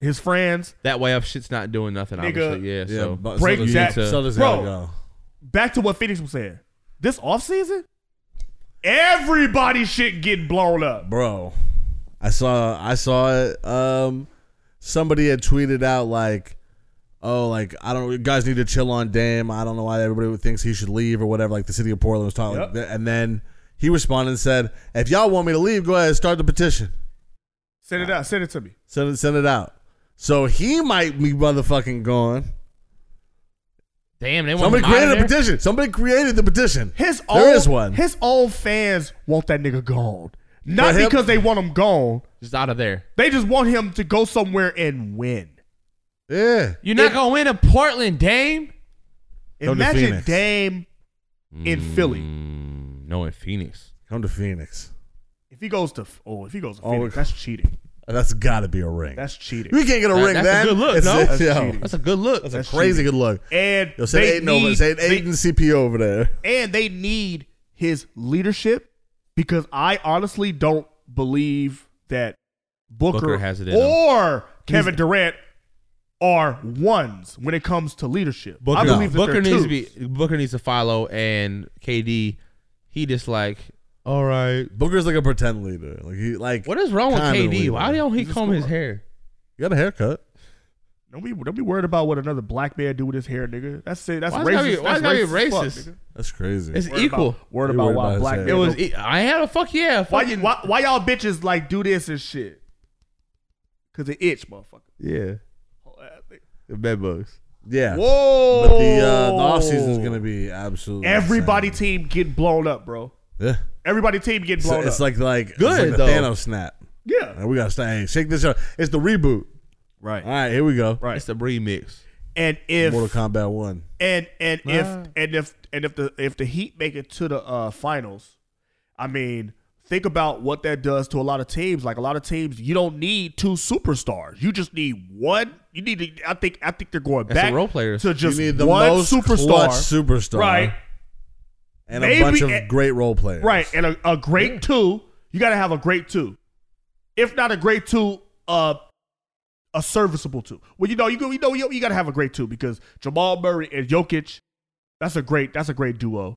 Speaker 2: his friends,
Speaker 5: that way up shit's not doing nothing.
Speaker 2: Nigga.
Speaker 5: obviously, yeah.
Speaker 6: Yeah,
Speaker 5: so
Speaker 6: but
Speaker 2: break
Speaker 6: Celtics,
Speaker 2: that-
Speaker 6: Celtics
Speaker 2: Bro.
Speaker 6: gotta go.
Speaker 2: back to what Phoenix was saying, this offseason, everybody shit getting blown up.
Speaker 6: Bro, I saw I saw it. Um, somebody had tweeted out like, "Oh, like I don't. You guys need to chill on Dame. I don't know why everybody thinks he should leave or whatever." Like the city of Portland was talking,
Speaker 2: Yep.
Speaker 6: like, and then he responded and said, "If y'all want me to leave, go ahead and start the petition.
Speaker 2: Send it out. Send it to me.
Speaker 6: Send it, send it out." So he might be motherfucking gone.
Speaker 5: Damn, they want
Speaker 6: Somebody
Speaker 5: him outta
Speaker 6: created a
Speaker 5: there?
Speaker 6: petition. Somebody created the petition.
Speaker 2: His
Speaker 6: There
Speaker 2: own,
Speaker 6: is one.
Speaker 2: His own fans want that nigga gone. Not
Speaker 6: For him?
Speaker 2: because they want him gone.
Speaker 5: Just out of there.
Speaker 2: They just want him to go somewhere and win.
Speaker 6: Yeah.
Speaker 5: You're not gonna win in Portland, Dame.
Speaker 6: Come to
Speaker 2: Imagine
Speaker 6: Phoenix.
Speaker 2: Dame in Philly.
Speaker 6: Mm,
Speaker 5: No, in Phoenix.
Speaker 6: Come to Phoenix.
Speaker 2: If he goes to oh, if he goes to
Speaker 6: Oh,
Speaker 2: Phoenix,
Speaker 6: we-
Speaker 2: that's cheating.
Speaker 6: That's got to be a ring.
Speaker 2: That's cheating.
Speaker 6: we can't get a
Speaker 5: That-
Speaker 6: ring.
Speaker 5: that's a
Speaker 6: then.
Speaker 5: good look,
Speaker 6: It's-
Speaker 5: no?
Speaker 6: it's-
Speaker 2: That's
Speaker 6: yo,
Speaker 2: cheating.
Speaker 5: That's a good look.
Speaker 6: That's a
Speaker 2: That's
Speaker 6: crazy
Speaker 2: cheating.
Speaker 6: good look.
Speaker 2: And
Speaker 6: Yo, say
Speaker 2: they
Speaker 6: Aiden over.
Speaker 2: need-
Speaker 6: Say
Speaker 2: they-
Speaker 6: Aiden CP over there.
Speaker 2: and they need his leadership because I honestly don't believe that Booker,
Speaker 5: Booker has it in him.
Speaker 2: or Kevin Durant are ones when it comes to leadership. I believe that
Speaker 5: Booker
Speaker 2: they're
Speaker 5: needs to
Speaker 2: twos.
Speaker 5: be Booker needs to follow, and KD, he just like, all right.
Speaker 6: Booker's like a pretend leader. Like he like.
Speaker 5: What is wrong with
Speaker 6: kinda
Speaker 5: KD?
Speaker 6: leader.
Speaker 5: Why don't he
Speaker 6: He's a
Speaker 5: comb his
Speaker 6: scorer.
Speaker 5: hair?
Speaker 6: He got a haircut.
Speaker 2: Don't be don't be worried about what another black man do with his hair, nigga. That's it. That's
Speaker 5: Why
Speaker 2: racist.
Speaker 5: it's gotta be- why
Speaker 2: that's
Speaker 5: it's gotta be
Speaker 2: racist. as fuck,
Speaker 5: racist?
Speaker 2: nigga.
Speaker 6: That's crazy.
Speaker 5: It's
Speaker 2: Worried
Speaker 5: equal.
Speaker 2: About, worried
Speaker 6: He
Speaker 2: about
Speaker 6: worried
Speaker 2: why
Speaker 6: about his
Speaker 2: black
Speaker 6: hair.
Speaker 5: it
Speaker 2: man
Speaker 5: was. e,
Speaker 2: don't-
Speaker 5: I had a fuck yeah.
Speaker 2: why,
Speaker 5: fucking-
Speaker 2: you- why why y'all bitches like do this and shit? Cause it itch, motherfucker.
Speaker 5: Yeah,
Speaker 2: Whole ass nigga.
Speaker 5: bed bugs.
Speaker 6: Yeah.
Speaker 2: Whoa!
Speaker 6: But the uh, the off season is gonna be absolutely
Speaker 2: everybody
Speaker 6: insane.
Speaker 2: team get blown up, bro.
Speaker 6: Yeah.
Speaker 2: Everybody team get
Speaker 6: So
Speaker 2: blown
Speaker 6: it's
Speaker 2: up.
Speaker 6: like like
Speaker 5: Good,
Speaker 6: it's like
Speaker 5: though.
Speaker 6: the Thanos snap.
Speaker 2: yeah,
Speaker 6: Like, we gotta stay. Hey, shake this up. It's the reboot.
Speaker 2: right,
Speaker 6: All right, here we go.
Speaker 2: right.
Speaker 5: It's the remix.
Speaker 2: And if
Speaker 6: Mortal Kombat One.
Speaker 2: and and
Speaker 5: Ah.
Speaker 2: if and if and if the if the Heat make it to the uh, finals, I mean, think about what that does to a lot of teams. Like a lot of teams, you don't need two superstars. You just need one. You need to. I think I think they're going
Speaker 5: That's the
Speaker 2: back
Speaker 5: role players.
Speaker 2: to just
Speaker 6: you need the
Speaker 2: one
Speaker 6: most
Speaker 2: superstar,
Speaker 6: clutch superstar,
Speaker 2: right?
Speaker 6: And
Speaker 2: Maybe-
Speaker 6: a bunch of
Speaker 2: and-
Speaker 6: great role players,
Speaker 2: Right, and a, a great two. You got to have a great two. If not a great two, uh, a serviceable two. Well, you know, you go- you know, you, you got to have a great two because Jamal Murray and Jokic, that's a great that's a great duo.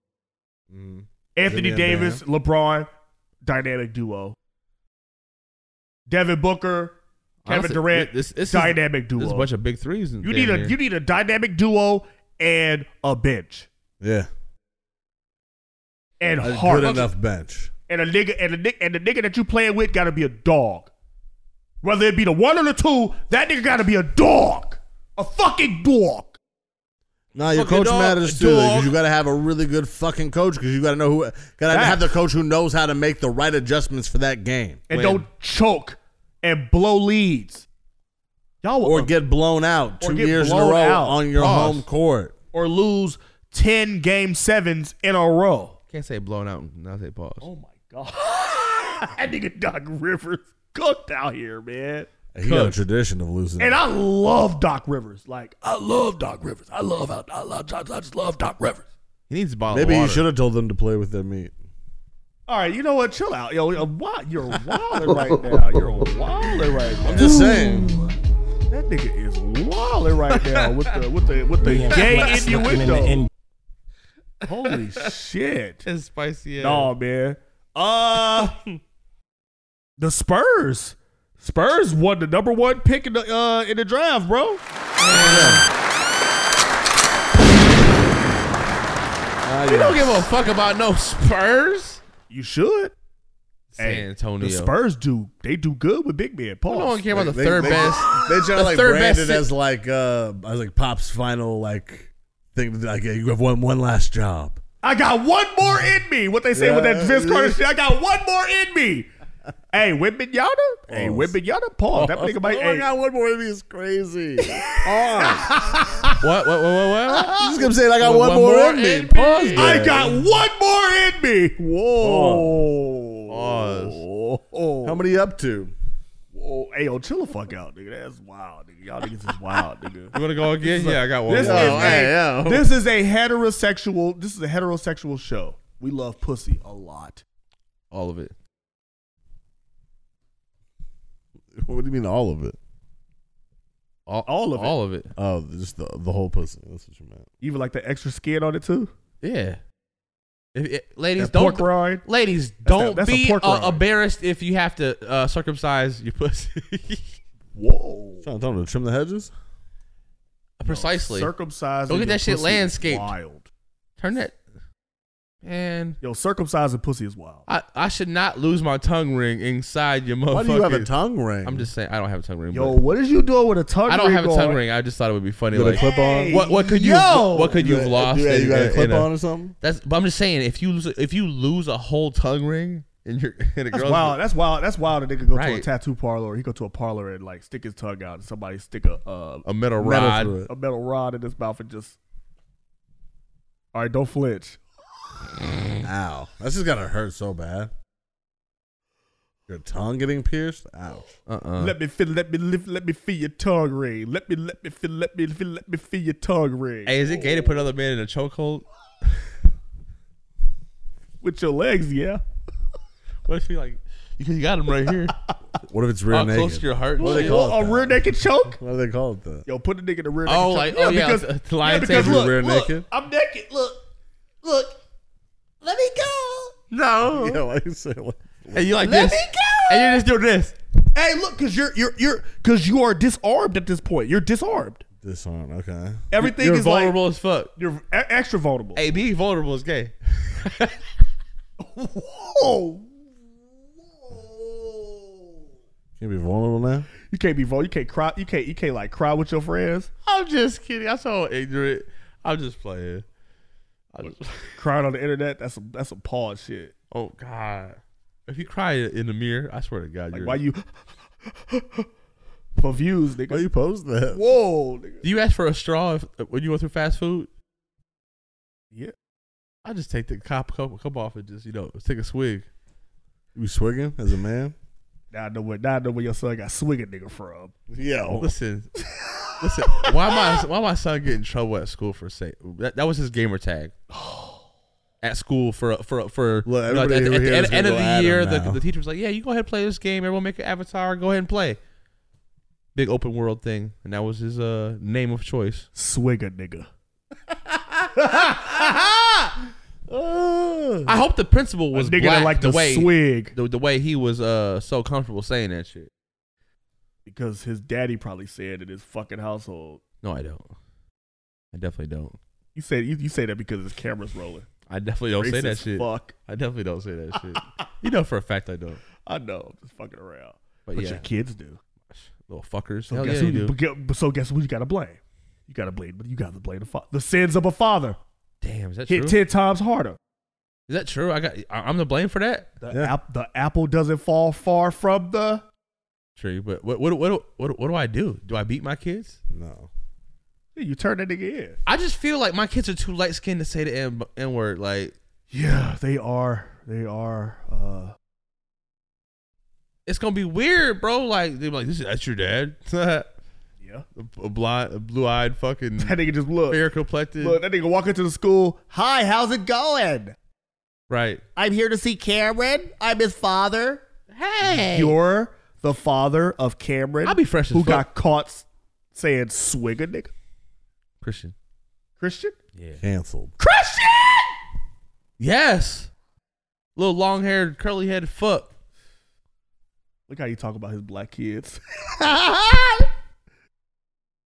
Speaker 5: Mm.
Speaker 6: Mhm.
Speaker 2: Anthony
Speaker 6: Yeah,
Speaker 2: Davis, LeBron, dynamic duo. Devin Booker, Kevin
Speaker 5: Honestly,
Speaker 2: Durant,
Speaker 5: this- this is-
Speaker 2: dynamic duo.
Speaker 5: There's a bunch of big threes. in
Speaker 2: you
Speaker 5: damn
Speaker 2: need a
Speaker 5: near.
Speaker 2: you need a dynamic duo and a bench
Speaker 6: Yeah,
Speaker 2: and
Speaker 6: a
Speaker 2: heart.
Speaker 6: good enough bench.
Speaker 2: and a nigga and a nigga and the nigga that you playing with gotta be a dog. Whether it be the one or the two, that nigga gotta be a dog. A fucking dog.
Speaker 6: Nah, your
Speaker 5: Fucking
Speaker 6: coach
Speaker 5: dog-
Speaker 6: matters too.
Speaker 5: dog.
Speaker 6: Because you got to have a really good fucking coach. Because you got to know who. Got to
Speaker 2: Facts.
Speaker 6: have the coach who knows how to make the right adjustments for that game,
Speaker 2: And
Speaker 5: Win.
Speaker 2: don't choke and blow leads. Y'all
Speaker 6: or
Speaker 2: will,
Speaker 6: get blown out
Speaker 2: Or
Speaker 6: two
Speaker 2: get
Speaker 6: years in a
Speaker 2: blown
Speaker 6: row
Speaker 2: out.
Speaker 6: on your
Speaker 5: Pause.
Speaker 6: home court.
Speaker 2: or lose ten game sevens in a row.
Speaker 5: Can't say blown out. Now say pause.
Speaker 2: Oh my god. that nigga Doc Rivers cooked out here, man.
Speaker 6: He got a tradition of losing.
Speaker 2: And I love Doc Rivers. Like I love Doc Rivers. I love I, I love I just love Doc Rivers.
Speaker 5: He needs a bottle
Speaker 6: Maybe
Speaker 5: of
Speaker 6: you
Speaker 5: water.
Speaker 6: should have told them to play with their meat.
Speaker 2: All right, you know what? Chill out, yo. You're wild. You're wilding right now. You're wilding right now.
Speaker 6: I'm just saying.
Speaker 2: That nigga is wilding right now with the with the with the gay innuendo. Holy shit!
Speaker 5: It's spicy. as-
Speaker 2: No, man. Uh, the Spurs. Spurs won the number one pick in the uh in the draft, bro.
Speaker 6: Ah,
Speaker 5: You don't
Speaker 6: yes.
Speaker 5: give a fuck about no Spurs.
Speaker 2: You should. Hey,
Speaker 5: San Antonio.
Speaker 2: The Spurs do they do good with big men? Paul.
Speaker 5: No one care about the
Speaker 6: They-
Speaker 5: third
Speaker 6: they-
Speaker 5: best.
Speaker 6: They try
Speaker 5: the
Speaker 6: to like
Speaker 5: third
Speaker 6: brand it
Speaker 5: si-
Speaker 6: as like uh as like Pop's final like thing. Like yeah, you have one one last job.
Speaker 2: I got one more in me. What they say with that
Speaker 6: Yeah.
Speaker 2: Vince Carter shit. I got one more in me. hey, Wimbignana. Hey, Wimbignana. Paul. That nigga might.
Speaker 6: oh
Speaker 2: hey,
Speaker 6: my god, one more of is crazy. Pause.
Speaker 5: What? What? What? What? what?
Speaker 6: You just kept saying I got
Speaker 5: One
Speaker 6: one, more,
Speaker 5: more
Speaker 6: in me.
Speaker 5: in me.
Speaker 6: Pause.
Speaker 2: I
Speaker 6: there.
Speaker 2: got one more in me. Whoa.
Speaker 5: Pause.
Speaker 2: Oh.
Speaker 6: How many up to?
Speaker 2: Whoa. Hey, yo, chill the fuck out, nigga. That's wild, nigga. Y'all niggas is wild, nigga.
Speaker 5: You want to go again? Yeah, I got one.
Speaker 2: This is,
Speaker 5: more.
Speaker 6: Wow, hey,
Speaker 2: a,
Speaker 6: yo.
Speaker 2: this is a heterosexual. This is a heterosexual show. We love pussy a lot.
Speaker 5: all of it.
Speaker 6: What do you mean all of it?
Speaker 5: All,
Speaker 2: All of it.
Speaker 5: All of it.
Speaker 6: Oh, just the, the whole pussy. That's what you meant.
Speaker 2: Even like the extra skin on it too.
Speaker 5: Yeah. If, it- ladies,
Speaker 2: That
Speaker 5: don't.
Speaker 2: pork rind.
Speaker 5: Ladies,
Speaker 2: That's a-
Speaker 5: don't
Speaker 2: that's a
Speaker 5: be
Speaker 2: pork
Speaker 5: uh,
Speaker 2: rind.
Speaker 5: embarrassed if you have to uh, circumcise your pussy. Uh,
Speaker 2: Whoa.
Speaker 6: Trying to tell them to trim the hedges.
Speaker 5: Precisely.
Speaker 2: Circumcised.
Speaker 5: Don't get that shit
Speaker 2: landscape.
Speaker 5: landscaped.
Speaker 2: Wild.
Speaker 5: Turn that. And
Speaker 2: yo, circumcising pussy is wild.
Speaker 5: I, I should not lose my tongue ring inside your motherfucker.
Speaker 6: Why do you have a tongue ring?
Speaker 5: Oh, I'm just saying I don't have a tongue ring.
Speaker 2: Yo,
Speaker 5: but
Speaker 2: what is you doing with a tongue?
Speaker 5: I don't
Speaker 2: ring
Speaker 5: have a tongue
Speaker 2: on?
Speaker 5: ring. I just thought it would be funny.
Speaker 6: You got a
Speaker 5: Like,
Speaker 6: clip-on?
Speaker 5: What what could you
Speaker 2: Yo!
Speaker 5: what could you've
Speaker 6: Yeah,
Speaker 5: lost?
Speaker 6: yeah,
Speaker 5: in-
Speaker 6: Oh, you got a
Speaker 5: in- in
Speaker 6: clip-on or something?
Speaker 5: That's but I'm just saying if you lose if you lose a whole tongue ring and you're in a
Speaker 2: That's
Speaker 5: girl's
Speaker 2: wild. That's wild. That's wild. That nigga go to a
Speaker 5: Right.
Speaker 2: tattoo parlor. Or he go to a parlor and like stick his tongue out, and somebody stick a uh,
Speaker 5: a metal
Speaker 6: Metal
Speaker 5: rod.
Speaker 6: through it.
Speaker 2: a metal rod in his mouth and just. All right, don't flinch.
Speaker 6: Ow. That's just gotta hurt so bad. Your tongue getting pierced? Ouch.
Speaker 5: Uh-uh.
Speaker 2: Let me feel. Let me lift. Let me feel your tongue ring. Let me. Let me feel. Let me feel. Let me feel your tongue ring.
Speaker 5: Hey, is it gay to put another man in a chokehold?
Speaker 2: With your legs, yeah.
Speaker 5: What if you like you you got him right here?
Speaker 6: What if it's real
Speaker 5: All
Speaker 6: naked?
Speaker 5: close to your heart.
Speaker 6: What do they
Speaker 5: Shit.
Speaker 6: call
Speaker 2: A
Speaker 6: it? that?
Speaker 2: rear naked choke.
Speaker 6: What do they call it? That?
Speaker 2: Yo, put the nigga in the rear naked
Speaker 5: Oh,
Speaker 2: choke.
Speaker 5: like oh yeah,
Speaker 2: because,
Speaker 5: uh, the lion
Speaker 2: because
Speaker 5: tamer.
Speaker 2: look,
Speaker 6: rear
Speaker 2: look,
Speaker 6: naked?
Speaker 2: I'm naked. Look, look. Let me go.
Speaker 5: No.
Speaker 6: Yeah, why you say it like
Speaker 5: And you like
Speaker 2: Let
Speaker 5: this.
Speaker 2: me go.
Speaker 5: And you just do this.
Speaker 2: Hey, look, cause you're you're you're cause you are disarmed at this point. You're disarmed.
Speaker 6: disarm? Okay.
Speaker 2: Everything
Speaker 5: You're
Speaker 2: is
Speaker 5: vulnerable
Speaker 2: like
Speaker 5: as fuck.
Speaker 2: you're e- extra vulnerable.
Speaker 5: Hey, being vulnerable is gay.
Speaker 2: Whoa.
Speaker 6: Can't be vulnerable now.
Speaker 2: You can't be vulnerable. You can't cry. You can't you can't like cry with your friends.
Speaker 5: I'm just kidding. I'm so ignorant. I'm just playing. I just-
Speaker 2: Crying on the internet. That's some that's some paw shit.
Speaker 5: oh God. If you cry in the mirror, I swear to God,
Speaker 2: Like
Speaker 5: you're
Speaker 2: why you for views, nigga.
Speaker 6: Why you post that?
Speaker 2: Whoa, nigga.
Speaker 5: Do you ask for a straw if, when you go through fast food?
Speaker 2: Yeah.
Speaker 5: I just take the cup, cup, cup off and just you know take a swig.
Speaker 6: You swigging as a man?
Speaker 2: Now I know where now I know where your son got swinging nigga from.
Speaker 6: Yo.
Speaker 5: Listen, listen. Why my why my son get in trouble at school for say that, that was his gamer tag. At school for for for
Speaker 6: Look,
Speaker 5: you know, at, the- at the-
Speaker 6: everybody
Speaker 5: at the
Speaker 6: here
Speaker 5: end,
Speaker 6: is
Speaker 5: end of
Speaker 6: gonna go at
Speaker 5: the year,
Speaker 6: him
Speaker 5: the,
Speaker 6: now.
Speaker 5: the teacher was like, "Yeah, you go ahead and play this game. Everyone make an avatar. Go ahead and play." Big open world thing, and that was his uh name of choice.
Speaker 2: Swigger nigga.
Speaker 5: I hope the principal was
Speaker 2: a nigga
Speaker 5: black
Speaker 2: that like
Speaker 5: the
Speaker 2: to
Speaker 5: way
Speaker 2: swig.
Speaker 5: the, the way he was uh so comfortable saying that shit.
Speaker 2: because his daddy probably said in his fucking household.
Speaker 5: No, I don't. I definitely don't.
Speaker 2: You said you, you say that because his camera's rolling.
Speaker 5: I definitely don't say
Speaker 2: Racist
Speaker 5: that shit.
Speaker 2: Fuck,
Speaker 5: I definitely don't say that shit. you know for a fact I don't.
Speaker 2: I know. I'm just fucking around.
Speaker 5: But,
Speaker 2: But,
Speaker 5: yeah,
Speaker 2: your kids do.
Speaker 5: little fuckers.
Speaker 2: So
Speaker 5: Hell
Speaker 2: guess
Speaker 5: yeah,
Speaker 2: who?
Speaker 5: you do.
Speaker 2: but gu- So guess who? You gotta blame. You gotta blame. But you gotta blame the fa- the sins of a father.
Speaker 5: Damn, is that
Speaker 2: Hit
Speaker 5: true?
Speaker 2: ten times harder.
Speaker 5: Is that true? I got. I, I'm to blame for that.
Speaker 2: The,
Speaker 6: Yeah.
Speaker 2: app, the apple doesn't fall far from the.
Speaker 5: True, but what what what what, what do I do? Do I beat my kids?
Speaker 6: No.
Speaker 2: Yeah, You turn that nigga in.
Speaker 5: I just feel like my kids are too light skinned to say the n n word. Like
Speaker 2: Yeah, they are. They are. Uh,
Speaker 5: it's gonna be weird, bro. Like they're like, this that's your dad. a
Speaker 2: yeah.
Speaker 5: blind, blue eyed, fucking
Speaker 2: That nigga just look.
Speaker 5: fair complected.
Speaker 2: Look, that nigga walk into the school. Hi, how's it going?
Speaker 5: Right.
Speaker 2: I'm here to see Cameron. I'm his father. Hey. You're the father of Cameron.
Speaker 5: I'll be fresh as
Speaker 2: Who
Speaker 5: fuck.
Speaker 2: got caught s- saying swig a nigga?
Speaker 5: Christian.
Speaker 2: Christian?
Speaker 5: Yeah.
Speaker 6: Canceled.
Speaker 5: Yes. Little long haired, curly headed fuck.
Speaker 2: Look how you talk about his black kids.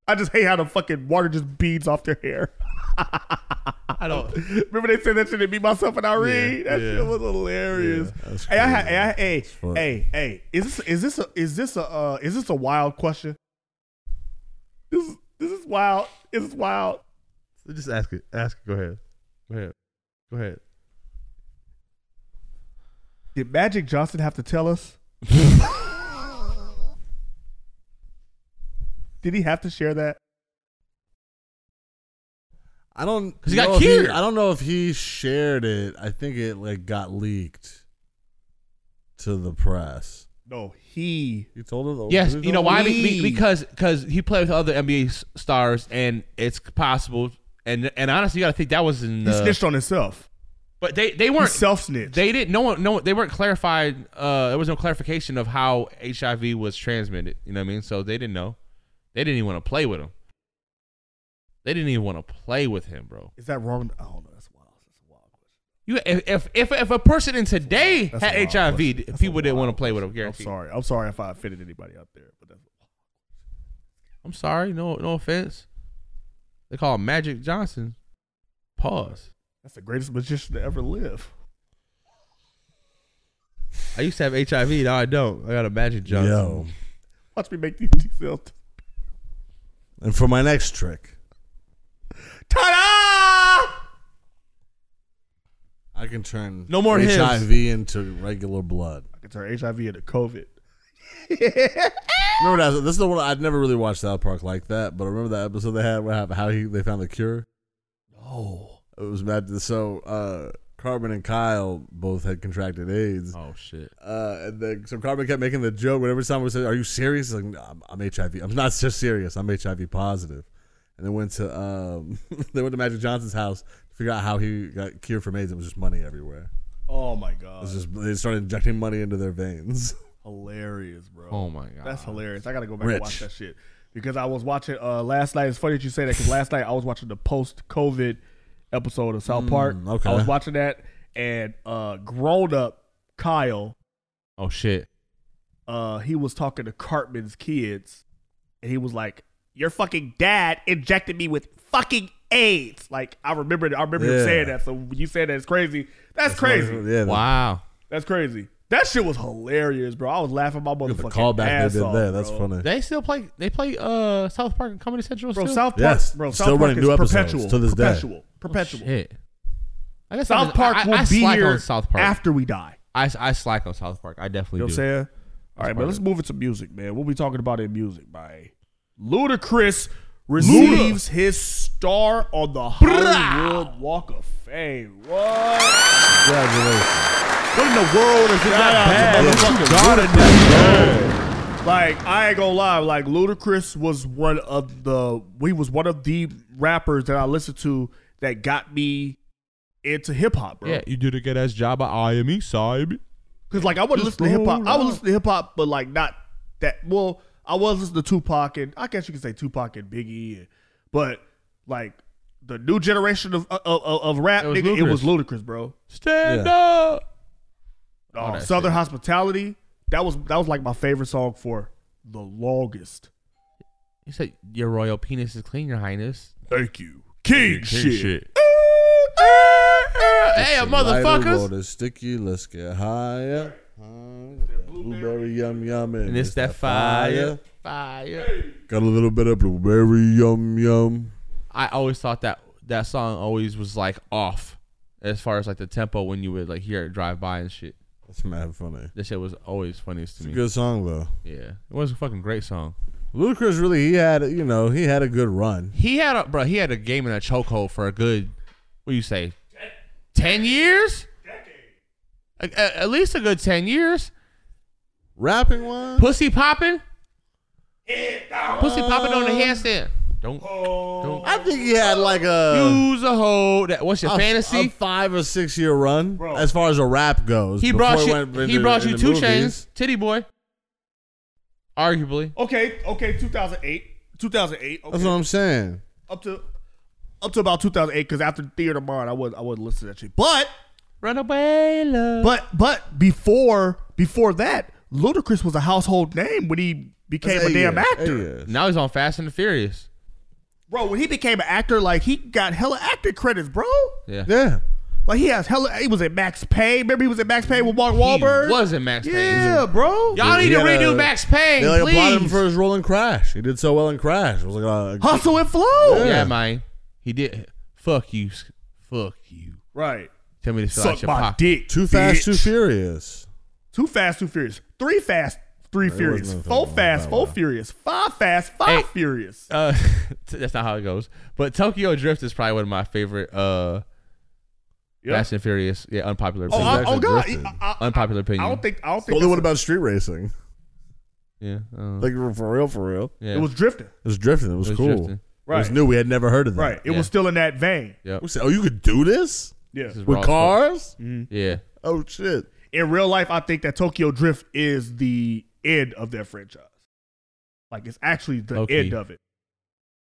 Speaker 2: I just hate how the fucking water just beads off their hair.
Speaker 5: I don't.
Speaker 2: Remember they said that shit to me, myself, and Irene?
Speaker 5: Yeah,
Speaker 2: that
Speaker 5: yeah.
Speaker 2: shit was hilarious.
Speaker 6: Yeah, that's
Speaker 2: hey, I had,
Speaker 6: crazy.
Speaker 2: hey, I, hey,
Speaker 6: funny.
Speaker 2: hey, hey, is this is this a is this a uh, is this a wild question? This is- this is wild. This is wild.
Speaker 5: Just ask it. Ask it. Go ahead. Go ahead. Go ahead.
Speaker 2: Did Magic Johnson have to tell us? Did he have to share that?
Speaker 6: I don't.
Speaker 5: 'Cause he got
Speaker 6: know if
Speaker 5: cured.
Speaker 6: I don't know if he shared it. I think it like got leaked to the press.
Speaker 2: No, he.
Speaker 6: You told her. the-
Speaker 5: Yes,
Speaker 6: who
Speaker 5: you know
Speaker 6: told
Speaker 5: why?
Speaker 6: her?
Speaker 5: Be- be- because because he played with other NBA s- stars, and it's possible. And and honestly, you got to think that was in.
Speaker 2: He
Speaker 5: The,
Speaker 2: snitched on himself.
Speaker 5: but they they
Speaker 2: He
Speaker 5: weren't.
Speaker 2: self snitched.
Speaker 5: They didn't. No one. No. They weren't clarified. Uh, there was no clarification of how HIV was transmitted. You know what I mean? So they didn't know. They didn't even want to play with him. They didn't even want to play with him, bro.
Speaker 2: Is that wrong? I don't know. That's wild. That's a wild question.
Speaker 5: You if if if, if a person in today
Speaker 2: That's a
Speaker 5: had
Speaker 2: wild
Speaker 5: HIV,
Speaker 2: question. That's a
Speaker 5: people didn't
Speaker 2: wild
Speaker 5: want to play with him.
Speaker 2: I'm
Speaker 5: Guaranteed.
Speaker 2: sorry. I'm sorry if I offended anybody out there, but that's
Speaker 5: I'm sorry. No, no offense. They call him Magic Johnson. Pause.
Speaker 2: That's the greatest magician to ever live.
Speaker 5: I used to have HIV. Now I don't. I got a magic Johnson.
Speaker 6: Yo.
Speaker 2: Watch me make these T cells.
Speaker 6: And for my next trick,
Speaker 2: Ta
Speaker 6: I can turn
Speaker 2: No more hymns.
Speaker 6: HIV into regular blood.
Speaker 2: da! It's our HIV into COVID.
Speaker 6: Remember that? This is the one I'd never really watched South Park like that, but I remember that episode they had where how- how he they found the cure.
Speaker 2: Oh,
Speaker 6: it was mad. So uh, Carbon and Kyle both had contracted AIDS.
Speaker 5: Oh shit!
Speaker 6: Uh, and then so Carbon kept making the joke. Whenever someone said, "Are you serious?" He's like, "No, I'm, I'm HIV. I'm not just serious. I'm HIV positive." And they went to um, they went to Magic Johnson's house to figure out how he got cured from AIDS. It was just money everywhere.
Speaker 2: Oh my
Speaker 6: It
Speaker 2: god.
Speaker 6: was just they started injecting money into their veins.
Speaker 2: Hilarious, bro.
Speaker 6: Oh my God.
Speaker 2: That's hilarious. I gotta go back
Speaker 6: Rich.
Speaker 2: and watch that shit because I was watching uh, last night. It's funny that you say that because last night I was watching the post-COVID episode of South
Speaker 6: Mm,
Speaker 2: Park.
Speaker 6: okay.
Speaker 2: I was watching that, and uh, grown-up Kyle,
Speaker 5: Oh shit!
Speaker 2: uh, he was talking to Cartman's kids, and he was like, "Your fucking dad injected me with fucking." AIDS, like I remember, I remember
Speaker 6: Yeah.
Speaker 2: him saying that. So when you said that it's crazy. That's, crazy.
Speaker 6: Yeah.
Speaker 5: Wow.
Speaker 2: That's crazy. That shit was hilarious, bro. I was laughing my motherfucking
Speaker 6: the
Speaker 2: callback
Speaker 6: callback
Speaker 2: ass
Speaker 6: they did
Speaker 2: off,
Speaker 6: there. That's
Speaker 2: bro.
Speaker 6: funny.
Speaker 5: They still play. They play uh South Park and Comedy Central.
Speaker 2: Bro,
Speaker 5: still?
Speaker 2: South Park,
Speaker 6: Yes.
Speaker 2: bro,
Speaker 6: Still
Speaker 2: South Park
Speaker 6: running
Speaker 2: is
Speaker 6: new episodes
Speaker 2: perpetual,
Speaker 6: to this day.
Speaker 2: perpetual, perpetual.
Speaker 5: Oh, Shit. I guess
Speaker 2: South
Speaker 5: I-
Speaker 2: Park
Speaker 5: I-
Speaker 2: will
Speaker 5: I
Speaker 2: be
Speaker 5: slack
Speaker 2: here
Speaker 5: on South Park.
Speaker 2: after we die.
Speaker 5: I, I slack on South Park. I definitely
Speaker 2: You know what I'm
Speaker 5: do.
Speaker 2: saying? All right,
Speaker 5: part
Speaker 2: but let's move into music, man. What we talking about in music, by Ludacris receives his star on the Hollywood Walk of Fame. What?
Speaker 6: Congratulations.
Speaker 2: What in the world is
Speaker 6: bad?
Speaker 2: that?
Speaker 6: Yeah, you
Speaker 2: Gotta do that. Like I ain't gonna lie, like Ludacris was one of the we was one of the rappers that I listened to that got me into hip hop, bro.
Speaker 5: Yeah, you did a good ass job at IME, Saib.
Speaker 2: Cause like I wouldn't
Speaker 5: Just
Speaker 2: listen to hip hop.
Speaker 5: roll
Speaker 2: I would
Speaker 5: out.
Speaker 2: listen to hip hop, but like not that. Well, I was listening to Tupac and I guess you could say Tupac and Biggie, and, but like the new generation of of, of, of rap,
Speaker 5: It was
Speaker 2: nigga, it was
Speaker 5: Ludacris.
Speaker 2: ludicrous, bro.
Speaker 5: Stand
Speaker 6: Yeah.
Speaker 5: up.
Speaker 2: Uh,
Speaker 5: that
Speaker 2: Southern Hospitality. That was that was like my favorite song for the longest.
Speaker 5: He said, "Your royal penis is clean, Your Highness."
Speaker 2: Thank you, King, shit.
Speaker 5: Hey,
Speaker 6: Lighter,
Speaker 5: motherfuckers!
Speaker 6: water, sticky. Let's get higher. Higher. Blueberry yum yum
Speaker 5: And it's that fire, fire.
Speaker 6: Got a little bit of blueberry yum yum.
Speaker 5: I always thought that that song always was like off, as far as like the tempo when you would like hear it drive by and shit.
Speaker 6: That's mad funny.
Speaker 5: This shit was always funniest to
Speaker 6: It's a
Speaker 5: me.
Speaker 6: good song though.
Speaker 5: Yeah, it was a fucking great song.
Speaker 6: Ludacris really he had you know he had a good run.
Speaker 5: He had a bro. He had a game in a chokehold for a good, what do you say, ten years? A- a- at least a good ten years.
Speaker 6: Rapping one.
Speaker 5: Pussy popping. Pussy popping on the handstand. Uh, Don't don't
Speaker 6: I think he had like a
Speaker 5: use a hoe. That what's your
Speaker 6: a-
Speaker 5: fantasy?
Speaker 6: a five or six year run
Speaker 2: Bro.
Speaker 6: as far as a rap goes.
Speaker 5: he
Speaker 6: before
Speaker 5: brought you.
Speaker 6: went
Speaker 5: he
Speaker 6: into-
Speaker 5: brought you
Speaker 6: into
Speaker 5: two
Speaker 6: movies.
Speaker 5: chains, titty boy. Arguably,
Speaker 2: Okay, okay, 2008, 2008. Okay.
Speaker 6: That's what I'm saying.
Speaker 2: up to up to about 2008 because after Theater Mind, I was I wasn't listening to that shit. But
Speaker 5: runaway love.
Speaker 2: but but before before that, Ludacris was a household name when he became
Speaker 6: That's
Speaker 2: a
Speaker 6: eight
Speaker 2: damn
Speaker 6: years,
Speaker 2: actor.
Speaker 6: eight years.
Speaker 5: now he's on Fast and the Furious.
Speaker 2: Bro, when he became an actor, like he got hella acting credits, bro.
Speaker 5: Yeah,
Speaker 6: Yeah.
Speaker 2: Like he has hella. He was in Max Payne. Remember he was in Max Payne with Mark Wahlberg.
Speaker 5: he wasn't Max Payne.
Speaker 2: Yeah, bro.
Speaker 5: Y'all need
Speaker 6: He
Speaker 5: to
Speaker 6: had
Speaker 5: redo
Speaker 6: a-
Speaker 5: Max Payne,
Speaker 6: They like applauded him
Speaker 5: please.
Speaker 6: for his role in Crash. He did so well in Crash. It was like a
Speaker 2: Hustle and flow.
Speaker 5: yeah.
Speaker 6: Yeah.
Speaker 5: man. He did. Fuck you. s- Fuck you.
Speaker 2: Right.
Speaker 5: Tell me to fill out
Speaker 2: Suck
Speaker 5: your
Speaker 2: my
Speaker 5: pocket.
Speaker 2: dick.
Speaker 6: Too Fast,
Speaker 2: bitch.
Speaker 6: Too Furious.
Speaker 2: Too fast, too furious. Three fast, three
Speaker 6: There wasn't
Speaker 2: furious.
Speaker 6: nothing
Speaker 2: Four
Speaker 6: wrong
Speaker 2: fast,
Speaker 6: with
Speaker 2: four
Speaker 6: that.
Speaker 2: furious. Five fast, five
Speaker 5: Hey.
Speaker 2: furious.
Speaker 5: Uh, t- that's not how it goes. But Tokyo Drift is probably one of my favorite. Uh,
Speaker 2: Yeah.
Speaker 5: Fast and Furious. Yeah, unpopular.
Speaker 2: Oh,
Speaker 5: Opinion.
Speaker 2: I, oh
Speaker 6: actually
Speaker 2: God!
Speaker 6: drifted.
Speaker 2: I, I,
Speaker 5: unpopular opinion.
Speaker 2: I don't think. I don't think.
Speaker 6: Only
Speaker 2: that's-
Speaker 6: what about street racing?
Speaker 5: Yeah. uh,
Speaker 6: Like for real, for real.
Speaker 5: yeah.
Speaker 2: It was drifting.
Speaker 6: It was drifting. It was,
Speaker 5: It was
Speaker 6: cool.
Speaker 5: drifting.
Speaker 6: It was new. We had never heard of that.
Speaker 2: Right. It
Speaker 5: Yeah.
Speaker 2: was still in that vein.
Speaker 5: Yep.
Speaker 6: We said, "Oh, you could do this
Speaker 2: Yeah.
Speaker 5: This is raw Mm-hmm.
Speaker 6: with
Speaker 5: as fuck.
Speaker 6: cars."
Speaker 5: Yeah.
Speaker 6: Oh shit!
Speaker 2: In real life, I think that Tokyo Drift is the end of that franchise. Like it's actually the
Speaker 5: Low-key.
Speaker 2: end of it.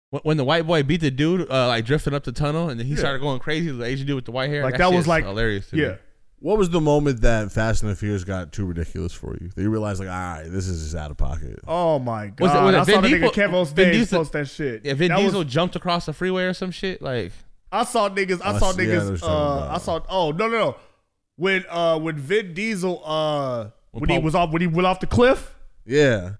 Speaker 5: When- When the white boy beat the dude, uh, like drifting up the tunnel, and then he
Speaker 2: Yeah.
Speaker 5: started going crazy. The Asian dude with the white hair,
Speaker 2: Like, that
Speaker 5: shit
Speaker 2: was
Speaker 5: is
Speaker 2: like-
Speaker 5: hilarious. To
Speaker 2: Yeah.
Speaker 5: me.
Speaker 6: What was the moment that Fast and the Furious got too ridiculous for you? That you realized, like, all right, this is just out of pocket.
Speaker 2: Oh my God!
Speaker 5: was it
Speaker 2: I saw
Speaker 5: Vin
Speaker 2: the
Speaker 5: Diesel-
Speaker 2: nigga Kev on
Speaker 5: Vin
Speaker 2: stage
Speaker 5: Diesel-
Speaker 2: post that shit.
Speaker 5: If Vin
Speaker 2: that
Speaker 5: Diesel
Speaker 2: was,
Speaker 5: jumped across the freeway or some shit, like
Speaker 2: I saw niggas.
Speaker 5: Oh,
Speaker 2: I
Speaker 6: I
Speaker 2: saw
Speaker 6: see- yeah, I know what
Speaker 2: niggas.
Speaker 6: you're talking
Speaker 2: uh, I saw. Oh no no no. When uh when Vin Diesel uh when, he
Speaker 6: Paul-
Speaker 2: was off when he went off the cliff
Speaker 6: Yeah.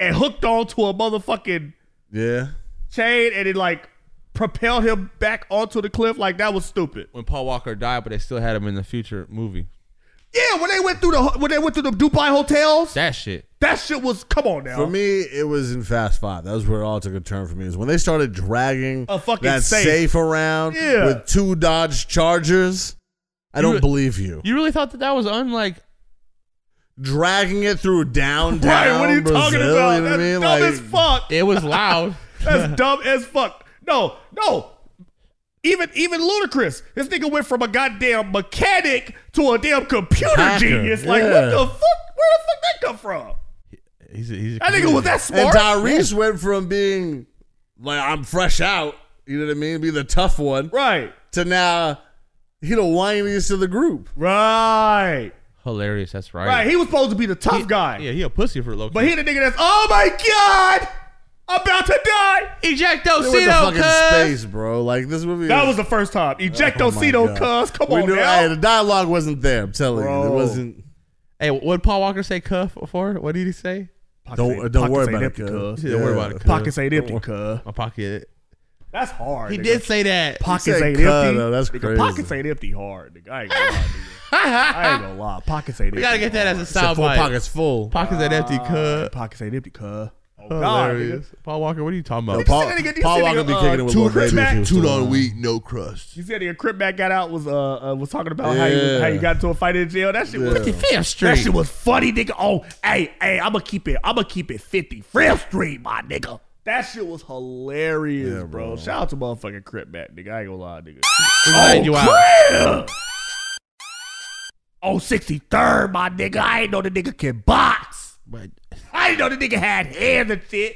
Speaker 2: and hooked onto a motherfucking
Speaker 6: Yeah.
Speaker 2: chain and it like propelled him back onto the cliff like that was stupid.
Speaker 5: When Paul Walker died, but they still had him in the future movie.
Speaker 2: Yeah, when they went through the ho- when they went through the Dubai hotels,
Speaker 5: That shit.
Speaker 2: that shit was come on now.
Speaker 6: For me, it was in Fast Five. That was where it all took a turn for me. Is when they started dragging
Speaker 2: A fucking
Speaker 6: that
Speaker 2: safe.
Speaker 6: around
Speaker 2: Yeah.
Speaker 6: with two Dodge Chargers. I
Speaker 5: You
Speaker 6: don't
Speaker 5: re-
Speaker 6: believe you.
Speaker 5: You really thought that that was unlike?
Speaker 6: Dragging it through downtown
Speaker 2: Right, what are you
Speaker 6: Brazil.
Speaker 2: talking about?
Speaker 6: You know what I
Speaker 2: That's
Speaker 6: mean?
Speaker 2: dumb
Speaker 6: Like,
Speaker 2: as fuck.
Speaker 5: It was loud.
Speaker 2: That's dumb as fuck. No, no. Even even ludicrous. This nigga went from a goddamn mechanic to a damn computer
Speaker 6: Hacker,
Speaker 2: genius. Like
Speaker 6: yeah.
Speaker 2: what the fuck? Where the fuck that come from?
Speaker 5: He's a, he's a
Speaker 2: That nigga was that
Speaker 6: and
Speaker 2: smart.
Speaker 6: Tyrese went from being like I'm fresh out, you know what I mean, be the tough one,
Speaker 2: right,
Speaker 6: to now he the whiniest of the group.
Speaker 2: right,
Speaker 5: hilarious. That's right.
Speaker 2: right. He was supposed to be the tough guy,
Speaker 5: yeah, he a pussy for low.
Speaker 2: but he the nigga that's oh my god, about to die.
Speaker 6: They went to
Speaker 5: ejectocito,
Speaker 6: fucking
Speaker 5: cuz.
Speaker 6: space, bro. Like this movie.
Speaker 2: That
Speaker 6: is-
Speaker 2: was the first time.
Speaker 6: Oh my
Speaker 2: Ejectocito,
Speaker 6: God.
Speaker 2: cuz. Come
Speaker 6: We
Speaker 2: on
Speaker 6: knew-
Speaker 2: now.
Speaker 6: hey, the dialogue wasn't there. I'm telling you,
Speaker 2: Bro.
Speaker 6: it wasn't.
Speaker 5: Hey, what did Paul Walker say? Cuff before? What did he say?
Speaker 2: Pockets
Speaker 6: Don't- uh,
Speaker 2: ain't-
Speaker 6: don't
Speaker 2: pockets
Speaker 6: worry
Speaker 2: ain't
Speaker 6: about it,
Speaker 2: empty,
Speaker 6: cuz.
Speaker 5: He said, "Worry
Speaker 6: Yeah.
Speaker 5: about it, cuz."
Speaker 2: Pockets ain't empty, cuz.
Speaker 5: My pocket.
Speaker 2: That's hard.
Speaker 5: He
Speaker 2: nigga.
Speaker 5: did say that.
Speaker 2: Pockets
Speaker 6: said
Speaker 2: ain't
Speaker 6: cuz,
Speaker 2: empty.
Speaker 6: though. That's
Speaker 2: Nigga,
Speaker 6: crazy.
Speaker 2: Pockets ain't empty hard. Nigga. I ain't gonna lie. Nigga. I ain't gonna lie. Pockets ain't empty.
Speaker 5: We gotta get that as a
Speaker 6: Except
Speaker 5: sound
Speaker 6: four
Speaker 5: bite.
Speaker 6: pockets full.
Speaker 5: Pockets that empty, cuz.
Speaker 2: hard. Pockets ain't empty, cuz. Oh, God,
Speaker 5: Hilarious.
Speaker 2: nigga.
Speaker 5: Paul Walker, what are you talking about?
Speaker 6: Yo, Paul,
Speaker 2: nigga- this
Speaker 6: Paul
Speaker 2: nigga,
Speaker 6: Walker be
Speaker 2: uh,
Speaker 6: kicking it with
Speaker 2: two
Speaker 6: little baby.
Speaker 2: Crips
Speaker 6: if he
Speaker 2: back,
Speaker 6: was
Speaker 5: Tuna
Speaker 6: still
Speaker 5: on
Speaker 6: alive.
Speaker 5: wheat, no crust.
Speaker 2: You said your crip back got out was uh, uh was talking about how you how you
Speaker 6: Yeah.
Speaker 2: got into a fight in jail. That shit was
Speaker 5: Fifth
Speaker 2: that
Speaker 5: Street.
Speaker 2: shit was funny, nigga. Oh, hey, hey, I'ma keep it, I'ma keep it 50 Fifth Street, my nigga. That shit was hilarious, bro. Shout out to motherfucking Crip Back, nigga. I ain't gonna lie, nigga. Oh,
Speaker 5: Glad you out.
Speaker 2: Yeah. Oh, 63rd, my nigga. I ain't know the nigga can box.
Speaker 5: But
Speaker 2: I didn't know the nigga had hands and shit.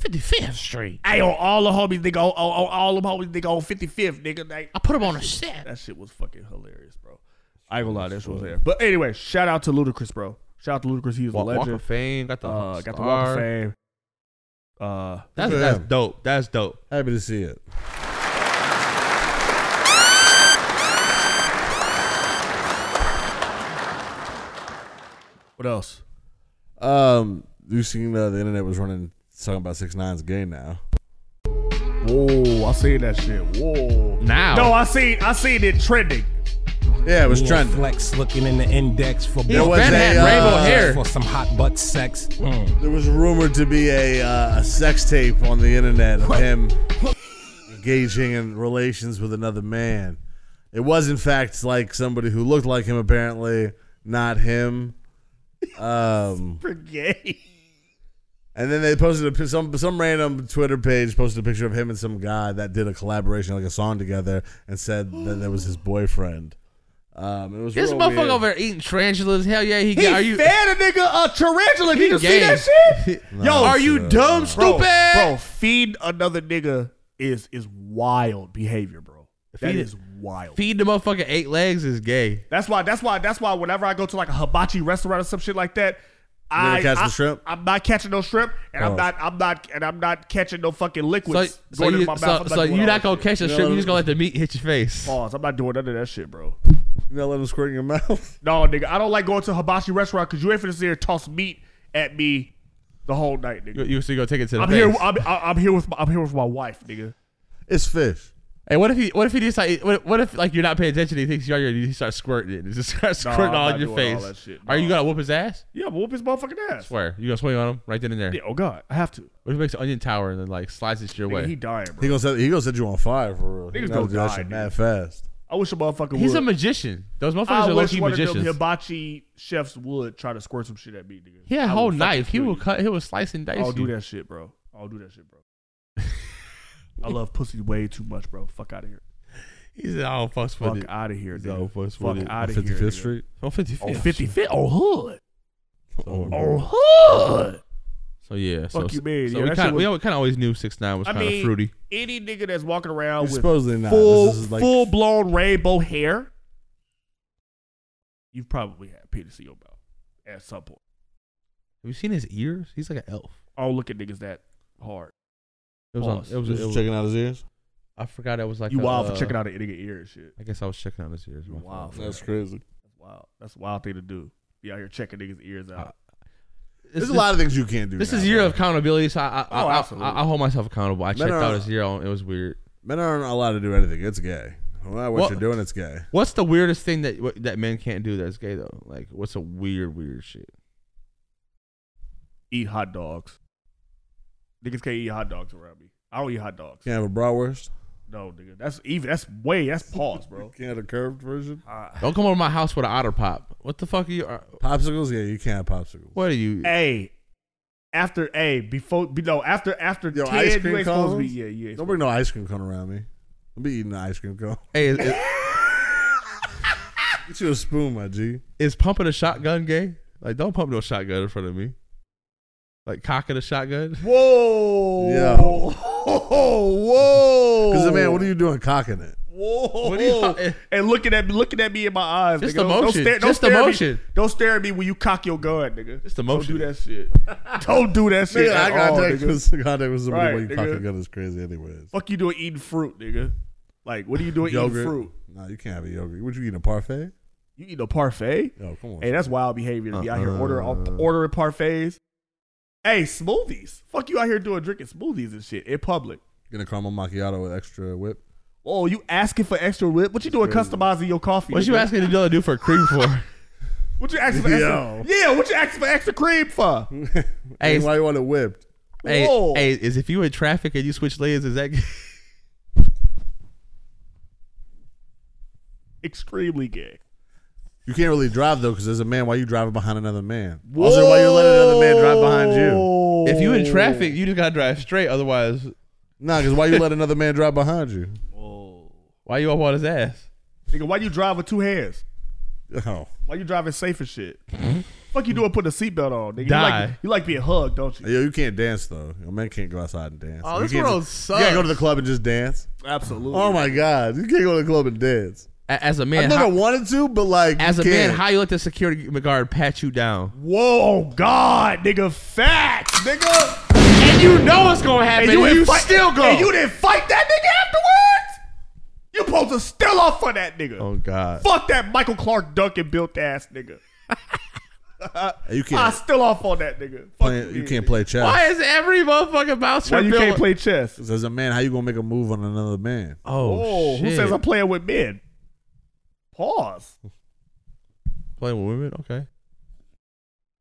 Speaker 5: 55th Street.
Speaker 2: Hey, on all the homies, nigga, on, on, on all them homies, nigga, on 55th, nigga. Like,
Speaker 5: I put him on a set.
Speaker 2: that shit was fucking hilarious, bro. I ain't gonna lie, that shit was there. But anyway, shout out to Ludacris, bro. Shout out to Ludacris. He was
Speaker 5: Walk,
Speaker 2: a
Speaker 5: Walk
Speaker 2: legend.
Speaker 5: of Fame. Got the,
Speaker 2: uh, got the
Speaker 5: star.
Speaker 2: Walk of Fame. Uh,
Speaker 5: That's,
Speaker 6: Good for
Speaker 5: that's
Speaker 6: him.
Speaker 5: dope. That's dope.
Speaker 6: Happy to see it.
Speaker 2: what else?
Speaker 6: Um, you seen uh, the internet was running talking about six nine's gay now.
Speaker 2: Whoa, I seen that shit. Whoa.
Speaker 5: Now.
Speaker 2: No, I seen, I seen it trending.
Speaker 6: Yeah, it was trending.
Speaker 17: Flex looking in the index for
Speaker 5: He's
Speaker 6: was
Speaker 5: been
Speaker 6: a,
Speaker 5: had
Speaker 6: uh,
Speaker 5: rainbow hair.
Speaker 17: for some hot butt sex. Mm.
Speaker 6: There was rumored to be a, uh, a sex tape on the internet of him engaging in relations with another man. It was, in fact, like somebody who looked like him, apparently, not him. Um,
Speaker 2: For gay.
Speaker 6: and then they posted a, pi- some some random Twitter page posted a picture of him and some guy that did a collaboration, like a song together, and said that that was his boyfriend. Um, it was
Speaker 5: This
Speaker 6: real
Speaker 5: motherfucker
Speaker 6: weird.
Speaker 5: over there eating tarantulas. Hell yeah, he,
Speaker 2: He
Speaker 5: got. Are you?
Speaker 2: fed a nigga a tarantula. Did
Speaker 5: He
Speaker 2: you see
Speaker 5: gay.
Speaker 2: that shit? Yo,
Speaker 5: Are you dumb,
Speaker 2: bro,
Speaker 5: stupid?
Speaker 2: bro? Feed another nigga is is wild behavior, bro. That
Speaker 5: Feed-
Speaker 2: is wild.
Speaker 5: Feed the motherfucker eight legs is gay.
Speaker 2: That's why. That's why. That's why. Whenever I go to like a hibachi restaurant or some shit like that, I,
Speaker 6: catch the
Speaker 2: I
Speaker 6: shrimp?
Speaker 2: I'm not catching no shrimp, and
Speaker 6: Oh.
Speaker 2: I'm not. I'm not. And I'm not catching no fucking
Speaker 5: So,
Speaker 2: liquids
Speaker 5: so,
Speaker 2: going
Speaker 5: you,
Speaker 2: into my mouth.
Speaker 5: so,
Speaker 2: I'm
Speaker 5: so
Speaker 2: doing
Speaker 5: you're
Speaker 2: all
Speaker 5: not
Speaker 2: that
Speaker 5: gonna
Speaker 2: shit.
Speaker 5: catch the
Speaker 6: No,
Speaker 5: shrimp. You're
Speaker 6: no,
Speaker 5: just gonna let the meat hit your face.
Speaker 2: Pause. I'm not doing none of that shit, bro.
Speaker 6: You not let him squirt in your mouth.
Speaker 2: No, nigga. I don't like going to a hibachi restaurant because you ain't finna sit here and toss meat at me the whole night, nigga.
Speaker 5: You, you- so you gonna take it to the
Speaker 2: I'm
Speaker 5: face.
Speaker 2: here. I'm, I'm here with. My, I'm here with my wife, nigga.
Speaker 6: It's fish.
Speaker 5: Hey, what if he? What if he just like? What, what if like you're not paying attention? He thinks you're here. You start squirting it. It just starts
Speaker 2: Nah,
Speaker 5: squirting
Speaker 2: I'm
Speaker 5: all
Speaker 2: not
Speaker 5: in your
Speaker 2: doing all
Speaker 5: face.
Speaker 2: that shit.
Speaker 5: Are you
Speaker 2: Nah.
Speaker 5: gonna whoop his ass?
Speaker 2: Yeah, but whoop his motherfucking ass.
Speaker 5: Swear, you gonna swing on him right then and there.
Speaker 2: Yeah, oh god, I have to.
Speaker 5: What if he makes an onion tower and then like slides it your
Speaker 2: Nigga,
Speaker 5: way?
Speaker 2: he dying,
Speaker 6: He
Speaker 2: bro.
Speaker 6: gonna set he gonna set you on fire for real. He
Speaker 2: Niggas
Speaker 6: knows
Speaker 2: gonna die,
Speaker 6: that shit
Speaker 2: dude.
Speaker 6: mad fast.
Speaker 2: I wish a motherfucker
Speaker 5: He's
Speaker 2: would.
Speaker 5: a magician. Those motherfuckers
Speaker 2: I
Speaker 5: are
Speaker 2: wish
Speaker 5: low-key
Speaker 2: one of them
Speaker 5: magicians.
Speaker 2: hibachi chefs would try to squirt some shit at me, nigga.
Speaker 5: he had a
Speaker 2: I
Speaker 5: whole
Speaker 2: would fucking
Speaker 5: knife. He
Speaker 2: kill
Speaker 5: will
Speaker 2: you.
Speaker 5: cut. He will slice and dice.
Speaker 2: I'll do
Speaker 5: you.
Speaker 2: that shit, bro. I'll do that shit, bro. I love pussy way too much, bro. Fuck out of here.
Speaker 5: He's all fucks for
Speaker 2: Fuck
Speaker 5: it.
Speaker 2: out of here,
Speaker 5: He's all
Speaker 2: dude.
Speaker 5: fucks
Speaker 2: Fuck
Speaker 5: with it.
Speaker 2: out of here.
Speaker 6: 55th
Speaker 2: nigga. Oh,
Speaker 6: Street.
Speaker 5: On
Speaker 2: On
Speaker 5: 55th.
Speaker 2: 55th, on hood,
Speaker 6: Oh,
Speaker 2: on hood.
Speaker 5: So yeah. So,
Speaker 2: Fuck you, man.
Speaker 5: So
Speaker 2: Yeah,
Speaker 5: we
Speaker 2: that
Speaker 5: kind
Speaker 2: shit
Speaker 5: of we
Speaker 2: was-
Speaker 5: kind of always knew six nine was
Speaker 2: I
Speaker 5: kind of
Speaker 2: mean,
Speaker 5: fruity.
Speaker 2: any nigga that's walking around
Speaker 6: He's
Speaker 2: with
Speaker 6: supposedly not.
Speaker 2: full
Speaker 6: This is like-
Speaker 2: full blown rainbow hair, you've probably had penis in your mouth at some point.
Speaker 5: Have you seen his ears? He's like an elf.
Speaker 2: I don't look at niggas that hard.
Speaker 5: It was on.
Speaker 2: Pause.
Speaker 5: It was. It
Speaker 6: Just
Speaker 5: was
Speaker 6: checking out his ears.
Speaker 5: I forgot it was like
Speaker 2: you
Speaker 5: a,
Speaker 2: wild for
Speaker 5: uh,
Speaker 2: checking out an nigga ear and shit.
Speaker 5: I guess I was checking out his ears. my
Speaker 2: Wow,
Speaker 5: fault.
Speaker 6: That's crazy.
Speaker 2: That's wild. That's a wild thing to do. Be out here checking niggas' ears out.
Speaker 6: There's a lot of things you can't do.
Speaker 5: This
Speaker 6: now,
Speaker 5: is year of accountability, so I I,
Speaker 2: Oh,
Speaker 5: I,
Speaker 2: absolutely.
Speaker 5: I, I hold myself accountable. I
Speaker 6: Men
Speaker 5: checked
Speaker 6: are-
Speaker 5: out his year. It was weird.
Speaker 6: Men aren't allowed to do anything. It's gay. No matter what
Speaker 5: Well-
Speaker 6: you're doing, it's gay.
Speaker 5: What's the weirdest thing that what- that men can't do that's gay though? Like, what's a weird weird shit?
Speaker 2: Eat hot dogs. Niggas can't eat hot dogs around me. I don't eat hot dogs.
Speaker 6: Can't have a bratwurst.
Speaker 2: No, nigga. That's even. That's way. That's pause, bro.
Speaker 6: Can't have a curved version.
Speaker 2: Uh,
Speaker 5: Don't come over to my house with an otter pop. What the fuck are you? Are,
Speaker 6: Popsicles? Yeah, you can't have popsicles.
Speaker 5: what are you?
Speaker 2: hey, after a before be- no after after
Speaker 6: Yo,
Speaker 2: 10,
Speaker 6: ice cream
Speaker 2: you ain't supposed
Speaker 6: cones.
Speaker 2: to be. Yeah, you ain't supposed
Speaker 6: Don't bring no ice cream cone around me. I'll be eating an ice cream cone.
Speaker 5: Hey, is, is,
Speaker 6: Get you a spoon, my G.
Speaker 5: is pumping a shotgun gay? Like, don't pump no shotgun in front of me. Like cocking a shotgun.
Speaker 2: Whoa.
Speaker 6: Yeah.
Speaker 2: Whoa.
Speaker 6: Because man, what are you doing cocking it?
Speaker 2: Whoa.
Speaker 5: What do you-
Speaker 2: and looking at me, looking at me in my eyes.
Speaker 5: Just
Speaker 2: nigga. Don't-
Speaker 5: emotion.
Speaker 2: Don't stare, don't
Speaker 5: Just
Speaker 2: stare at me-
Speaker 5: emotion.
Speaker 2: don't stare at me when you cock your gun, nigga.
Speaker 5: Just
Speaker 2: Don't
Speaker 5: emotion.
Speaker 2: do that shit. don't do that shit.
Speaker 6: Nigga, I
Speaker 2: at
Speaker 6: got
Speaker 2: all,
Speaker 6: that
Speaker 2: nigga.
Speaker 6: because God, there was somebody
Speaker 2: Right,
Speaker 6: right, you cocking
Speaker 2: nigga.
Speaker 6: a gun is crazy, anyways.
Speaker 2: Fuck you doing eating fruit, nigga. Like, what are you doing eating fruit?
Speaker 6: No, you can't have a yogurt. Would you eat a parfait?
Speaker 2: You eat a parfait?
Speaker 6: No, come on.
Speaker 2: Hey, that's wild behavior to be out here ordering
Speaker 5: Uh-huh.
Speaker 2: ordering parfaits. Hey, smoothies. Fuck you out here doing drinking smoothies and shit in public.
Speaker 6: Get a caramel macchiato with extra whip.
Speaker 2: Oh, you asking for extra whip? What you doing
Speaker 6: crazy.
Speaker 2: customizing your coffee?
Speaker 5: What you
Speaker 2: nigga?
Speaker 5: asking the other dude for cream for?
Speaker 2: What you asking for extra?
Speaker 6: Yo.
Speaker 2: Yeah, what you asking for extra cream for?
Speaker 5: Hey,
Speaker 6: hey, why you want it whipped?
Speaker 5: hey,
Speaker 2: Whoa.
Speaker 5: hey, is if you in traffic and you switch lanes, is that gay?
Speaker 2: Extremely gay.
Speaker 6: You can't really drive though, because as a man, why you driving behind another man? Also, why you letting another man drive behind you?
Speaker 5: If you in traffic, you just gotta drive straight. Otherwise,
Speaker 6: Nah, because why you let another man drive behind you?
Speaker 5: why you up on his ass?
Speaker 2: Nigga, why you drive with two hands?
Speaker 6: Oh,
Speaker 2: Why you driving safe as shit? Fuck you doing putting a seatbelt on, nigga? You
Speaker 5: Die.
Speaker 2: like, you like being hugged, don't you?
Speaker 6: yo, you can't dance though. Your man can't go outside and dance.
Speaker 5: Oh,
Speaker 6: You
Speaker 5: this
Speaker 6: can't
Speaker 5: world
Speaker 6: just- You can't go to the
Speaker 5: sucks.
Speaker 6: club and just dance.
Speaker 2: Absolutely.
Speaker 6: Oh my god, you can't go to the club and dance.
Speaker 5: A- As a man,
Speaker 6: I never
Speaker 5: how-
Speaker 6: wanted to, but like
Speaker 5: as a
Speaker 6: you
Speaker 5: man,
Speaker 6: can't.
Speaker 5: how you let the security guard pat you down?
Speaker 2: Whoa, God, nigga, facts, nigga.
Speaker 5: And you know what's gonna happen.
Speaker 2: And you, didn't
Speaker 5: you
Speaker 2: fight,
Speaker 5: still go.
Speaker 2: And you didn't fight that nigga afterwards. You supposed to still off for that nigga.
Speaker 5: oh God.
Speaker 2: Fuck that Michael Clark Duncan built ass nigga.
Speaker 6: you
Speaker 2: I
Speaker 6: can't
Speaker 2: still off on that nigga. Fuck
Speaker 6: play, you
Speaker 2: mean,
Speaker 6: can't
Speaker 2: nigga?
Speaker 6: play chess.
Speaker 5: Why is every motherfucking bouncer?
Speaker 2: Why you
Speaker 5: built-
Speaker 2: can't play chess?
Speaker 6: 'Cause As a man, how you gonna make a move on another man?
Speaker 5: Oh,
Speaker 2: Oh, who
Speaker 5: shit.
Speaker 2: says I'm playing with men? Pause.
Speaker 5: playing with women? Okay.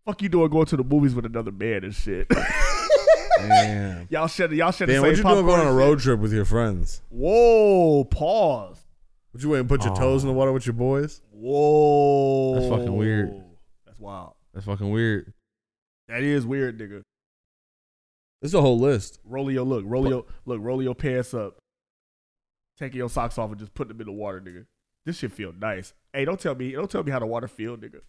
Speaker 2: Fuck you doing going to the movies with another man and shit.
Speaker 6: Damn.
Speaker 2: y'all should y'all should
Speaker 6: Damn, what you doing going on a road trip with your friends?
Speaker 2: Whoa, pause.
Speaker 6: Would you wait and put your toes in
Speaker 5: Oh.
Speaker 6: the water with your boys?
Speaker 2: Whoa.
Speaker 5: That's fucking weird.
Speaker 2: That's wild.
Speaker 5: That's fucking weird.
Speaker 2: That is weird, nigga.
Speaker 6: There's a whole list.
Speaker 2: Roll your look, roll your look, roll your pants up. Taking your socks off and just putting them in the water, nigga. This shit feel nice. Hey, don't tell me, don't tell me how the water feel, nigga.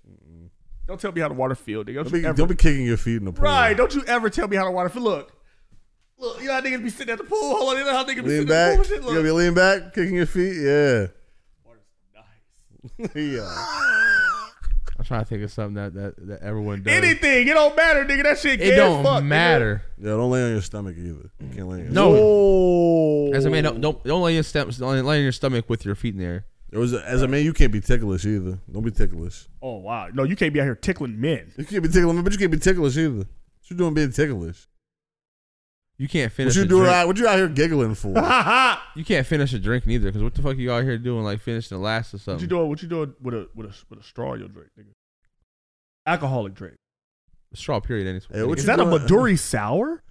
Speaker 2: Don't tell me how the water feel, nigga. Don't,
Speaker 6: Don't
Speaker 2: you
Speaker 6: be,
Speaker 2: ever,
Speaker 6: don't be kicking your feet in the pool.
Speaker 2: right? Don't you ever tell me how the water feel. Look, look, you know how niggas be sitting at the pool. Hold on, you know how niggas be
Speaker 6: lean
Speaker 2: sitting at the
Speaker 6: back. You
Speaker 2: pool. and Shit,
Speaker 6: gonna be
Speaker 2: look.
Speaker 6: leaning back, kicking your feet? Yeah. yeah.
Speaker 5: I'm trying to think of something that that, that everyone does.
Speaker 2: Anything, it don't matter, nigga. That shit. gay
Speaker 5: It
Speaker 2: as
Speaker 5: don't
Speaker 2: fuck, nigga.
Speaker 5: matter.
Speaker 6: Yeah, don't lay on your stomach either. You can't lay on your
Speaker 5: No.
Speaker 2: Oh.
Speaker 5: As a man, don't don't, don't lay your stem, don't lay on your stomach with your feet in the air.
Speaker 6: It was as a man, you can't be ticklish either. Don't be ticklish.
Speaker 2: Oh wow, no, you can't be out here tickling men.
Speaker 6: You can't be ticklish, but you can't be ticklish either. What you doing being ticklish?
Speaker 5: You can't finish.
Speaker 6: What you
Speaker 5: a
Speaker 6: doing?
Speaker 5: drink.
Speaker 6: Out, what you out here giggling for?
Speaker 2: Ha ha.
Speaker 5: You can't finish a drink neither, because what the fuck you out here doing? Like finishing the last or something.
Speaker 2: What you doing? What you doing with a with a with a straw in your drink, nigga? Alcoholic drink.
Speaker 5: Straw period. Any
Speaker 6: Hey, what
Speaker 2: Is
Speaker 6: you
Speaker 2: that a
Speaker 6: doing?
Speaker 2: Maduri sour?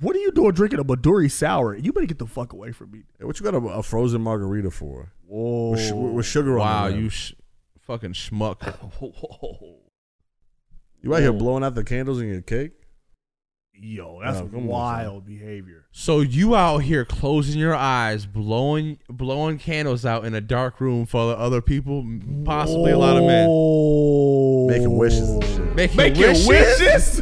Speaker 2: What are you doing drinking a Maduri sour? You better get the fuck away from me.
Speaker 6: Hey, what you got a, a frozen margarita for?
Speaker 2: Whoa.
Speaker 6: With, su- with sugar
Speaker 5: wow,
Speaker 6: on it.
Speaker 5: you sh- fucking schmuck.
Speaker 2: Whoa.
Speaker 6: you out here
Speaker 5: Whoa.
Speaker 6: blowing out the candles in your cake?
Speaker 2: Yo, that's
Speaker 6: No, Oh, come on,
Speaker 2: wild behavior.
Speaker 5: So you out here closing your eyes, blowing blowing candles out in a dark room full of other people, m- possibly a lot of men.
Speaker 2: Whoa.
Speaker 6: Making wishes and shit.
Speaker 5: Making,
Speaker 2: Make your
Speaker 5: wishes.
Speaker 2: wishes?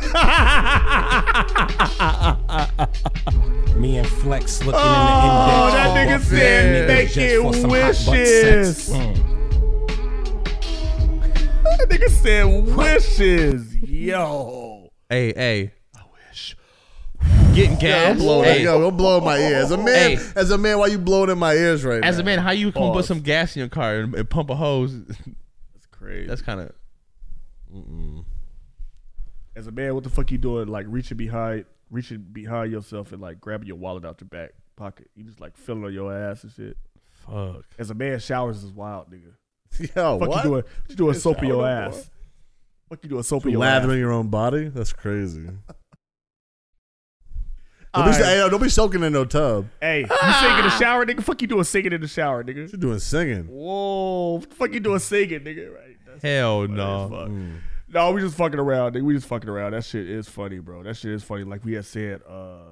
Speaker 17: Me and Flex looking in the index.
Speaker 2: Oh, that nigga
Speaker 17: for
Speaker 2: said
Speaker 17: niggas
Speaker 2: make
Speaker 17: just
Speaker 2: it
Speaker 17: for some hot butt
Speaker 2: wishes.
Speaker 17: sex. Mm.
Speaker 2: that nigga said wishes. Yo.
Speaker 5: Hey, hey.
Speaker 2: Wish.
Speaker 5: getting
Speaker 6: Yo,
Speaker 5: gas.
Speaker 6: I'm blowing,
Speaker 5: Hey,
Speaker 6: yo, I'm blowing my ear. As a man,
Speaker 5: Hey.
Speaker 6: as a man, why you blowing in my ears right
Speaker 5: as
Speaker 6: now?
Speaker 5: a man, how you can put
Speaker 6: Pause.
Speaker 5: some gas in your car and, and pump a hose? That's
Speaker 2: crazy.
Speaker 5: That's kind of
Speaker 2: As a man, what the fuck you doing? Like reaching behind, reaching behind yourself and like grabbing your wallet out your back pocket. You just like feeling on your ass and shit.
Speaker 5: Fuck.
Speaker 2: As a man, showers is wild, nigga.
Speaker 6: Yo,
Speaker 2: fuck
Speaker 6: what?
Speaker 2: you doing? What you doing
Speaker 6: It's
Speaker 2: soap in your
Speaker 6: out of
Speaker 2: ass? What you doing soap in
Speaker 6: You
Speaker 2: your ass?
Speaker 6: lathering your own body? That's crazy.
Speaker 2: All
Speaker 6: Don't be,
Speaker 2: right.
Speaker 6: hey, yo, don't be soaking in no tub.
Speaker 2: Hey, you singing in the shower, nigga? Fuck you doing singing in the shower, nigga?
Speaker 6: You're doing singing.
Speaker 2: Whoa, what the fuck you doing singing, nigga? Right?
Speaker 5: hell no.
Speaker 6: Hmm.
Speaker 2: No, we just fucking around, nigga. We just fucking around. That shit is funny, bro. That shit is funny. Like we had said, uh,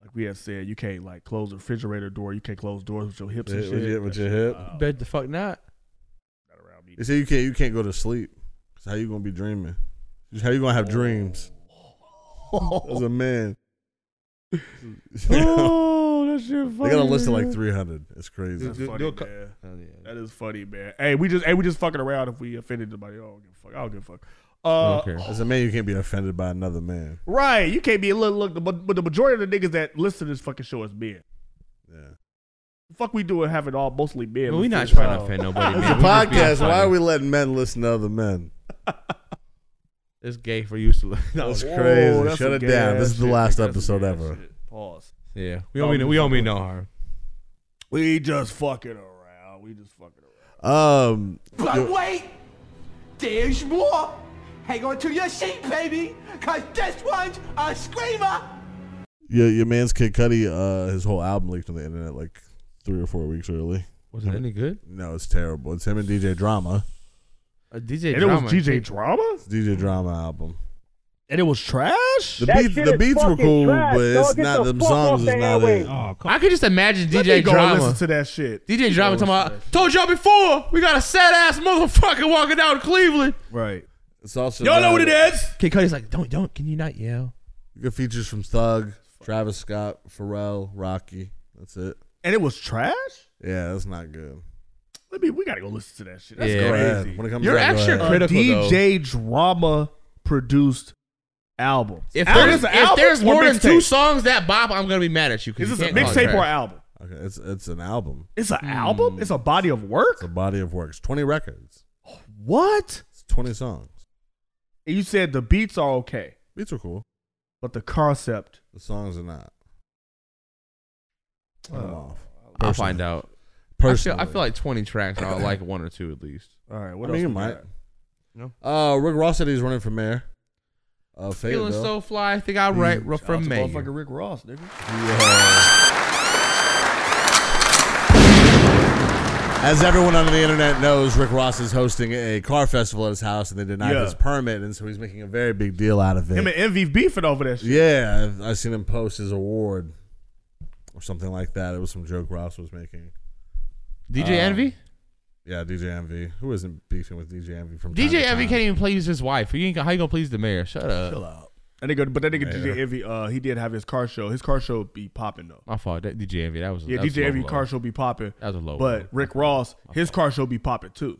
Speaker 2: like we had said, you can't like close the refrigerator door. You can't close doors with your hips and
Speaker 6: With
Speaker 2: shit.
Speaker 6: your- with
Speaker 2: That
Speaker 6: your
Speaker 2: shit uh,
Speaker 6: hip.
Speaker 2: wild.
Speaker 5: Bet the fuck not.
Speaker 6: They say you can't you can't go to sleep. 'Cause how you gonna be dreaming? How you gonna have dreams? As a man.
Speaker 2: oh, that shit funny.
Speaker 6: They got a list of like
Speaker 2: nigga.
Speaker 6: 300. It's crazy.
Speaker 2: That's funny, man. That is funny, man. Hey, we just hey, we just fucking around. If we offended anybody, I don't give a fuck. I don't give a fuck. Uh,
Speaker 6: Okay. As a man, you can't be offended by another man.
Speaker 2: Right, you can't be look look, but but the majority of the niggas that listen to this fucking show is men.
Speaker 6: Yeah.
Speaker 2: Fuck, we doing having all mostly men.
Speaker 5: Well, we
Speaker 2: listen
Speaker 5: not
Speaker 2: to this
Speaker 5: trying to
Speaker 2: show.
Speaker 5: offend nobody,
Speaker 6: uh, It's
Speaker 5: man.
Speaker 6: a
Speaker 5: We just being
Speaker 6: podcast. Why
Speaker 5: funny.
Speaker 6: are we letting men listen to other men?
Speaker 5: It's gay for you to. No,
Speaker 6: That's
Speaker 5: it's
Speaker 6: crazy.
Speaker 2: that's
Speaker 6: Oh, Shut
Speaker 2: some
Speaker 6: it down.
Speaker 2: gay
Speaker 6: This
Speaker 2: ass
Speaker 6: is the
Speaker 2: shit,
Speaker 6: last
Speaker 2: nigga. That's some
Speaker 6: episode
Speaker 2: gay ass
Speaker 6: ever.
Speaker 2: shit. Pause.
Speaker 5: Yeah, we
Speaker 6: Oh,
Speaker 5: don't mean we don't mean no harm.
Speaker 2: We just fucking around. We just fucking around.
Speaker 6: Um.
Speaker 18: But wait, there's more. Hang on to your seat, baby, cause this one's a screamer.
Speaker 6: Your, your man's Kid Cudi, uh, his whole album leaked on the internet like three or four weeks early.
Speaker 5: Was it any good?
Speaker 6: No, it's terrible. It's him and DJ Drama.
Speaker 5: Uh, DJ
Speaker 6: And it was
Speaker 5: Drama.
Speaker 6: DJ
Speaker 2: Drama.
Speaker 6: It's DJ Drama album.
Speaker 2: And it was trash.
Speaker 6: The beats, the beats were cool, but it's not them songs. Is not it.
Speaker 5: I could just imagine
Speaker 2: Oh, Let me
Speaker 5: DJ
Speaker 2: go
Speaker 5: Drama.
Speaker 2: listen to that shit.
Speaker 5: DJ Drama
Speaker 2: Go
Speaker 5: talking about. Told y'all before we got a sad ass motherfucker walking down Cleveland.
Speaker 2: Right.
Speaker 6: It's also
Speaker 5: Y'all know what it
Speaker 6: about-
Speaker 5: is. Kid Cudi's like, don't don't. Can you not yell?
Speaker 6: You got features from Thug, Travis Scott, Pharrell, Rocky. That's it.
Speaker 2: And it was trash.
Speaker 6: Yeah, that's not good.
Speaker 2: Let me. We gotta go listen to that shit. That's
Speaker 6: Yeah.
Speaker 2: crazy.
Speaker 6: When it comes
Speaker 5: You're
Speaker 6: out, go
Speaker 5: extra
Speaker 6: ahead.
Speaker 2: A DJ Drama produced album.
Speaker 5: If
Speaker 2: Album
Speaker 5: there's,
Speaker 2: is an
Speaker 5: if
Speaker 2: album
Speaker 5: there's
Speaker 2: or
Speaker 5: more than two
Speaker 2: mixtape?
Speaker 5: songs that bop, I'm gonna be mad at you.
Speaker 2: Is
Speaker 5: 'cause you
Speaker 2: this a
Speaker 5: can't Hmm. call it
Speaker 2: mixtape or
Speaker 5: trash.
Speaker 2: album?
Speaker 6: Okay, it's it's an album.
Speaker 2: It's an album. It's a body of work.
Speaker 6: It's a body of work. It's twenty records.
Speaker 2: What?
Speaker 6: It's twenty songs.
Speaker 2: And you said the beats are okay,
Speaker 6: Beats are cool.
Speaker 2: but the concept.
Speaker 6: The songs are not. Turn 'em off.
Speaker 5: I'll
Speaker 6: Personally.
Speaker 5: find out. I feel, I
Speaker 6: Personally.
Speaker 5: feel like 20 tracks. I'll like one or two at least.
Speaker 2: All right. What
Speaker 6: What I mean, you
Speaker 2: else? we
Speaker 6: might.
Speaker 2: got?
Speaker 5: No.
Speaker 6: Uh, Rick Ross said he's running for mayor. Uh,
Speaker 5: Feeling
Speaker 6: Fayetteville.
Speaker 5: so fly. I think I'll write
Speaker 2: Mm.
Speaker 6: Shout
Speaker 2: Shout out
Speaker 5: from
Speaker 2: to
Speaker 5: May.
Speaker 2: Motherfucking Rick Ross, nigga.
Speaker 6: As everyone on the internet knows, Rick Ross is hosting a car festival at his house, and they denied
Speaker 2: Yeah.
Speaker 6: his permit, and so he's making a very big deal out of it.
Speaker 2: Him and MV beefing over that shit.
Speaker 6: yeah, I've, I've seen him post his award or something like that. It was some joke Ross was making.
Speaker 5: DJ
Speaker 6: Uh,
Speaker 5: Envy?
Speaker 6: Yeah, DJ Envy. Who isn't beefing with DJ Envy from time
Speaker 5: DJ
Speaker 6: to
Speaker 5: Envy
Speaker 6: time?
Speaker 5: can't even please his wife. You ain't, how you gonna please the mayor? Shut up.
Speaker 2: Chill out. That nigga, but that nigga
Speaker 6: Mayor.
Speaker 2: DJ Envy, uh, he did have his car show. His car show be popping though.
Speaker 5: My fault. That DJ Envy. That was
Speaker 2: Yeah,
Speaker 5: that was
Speaker 2: DJ
Speaker 5: low
Speaker 2: Envy
Speaker 5: blow.
Speaker 2: car show be popping.
Speaker 5: That was a low.
Speaker 2: But Rick Ross, his car show be popping too.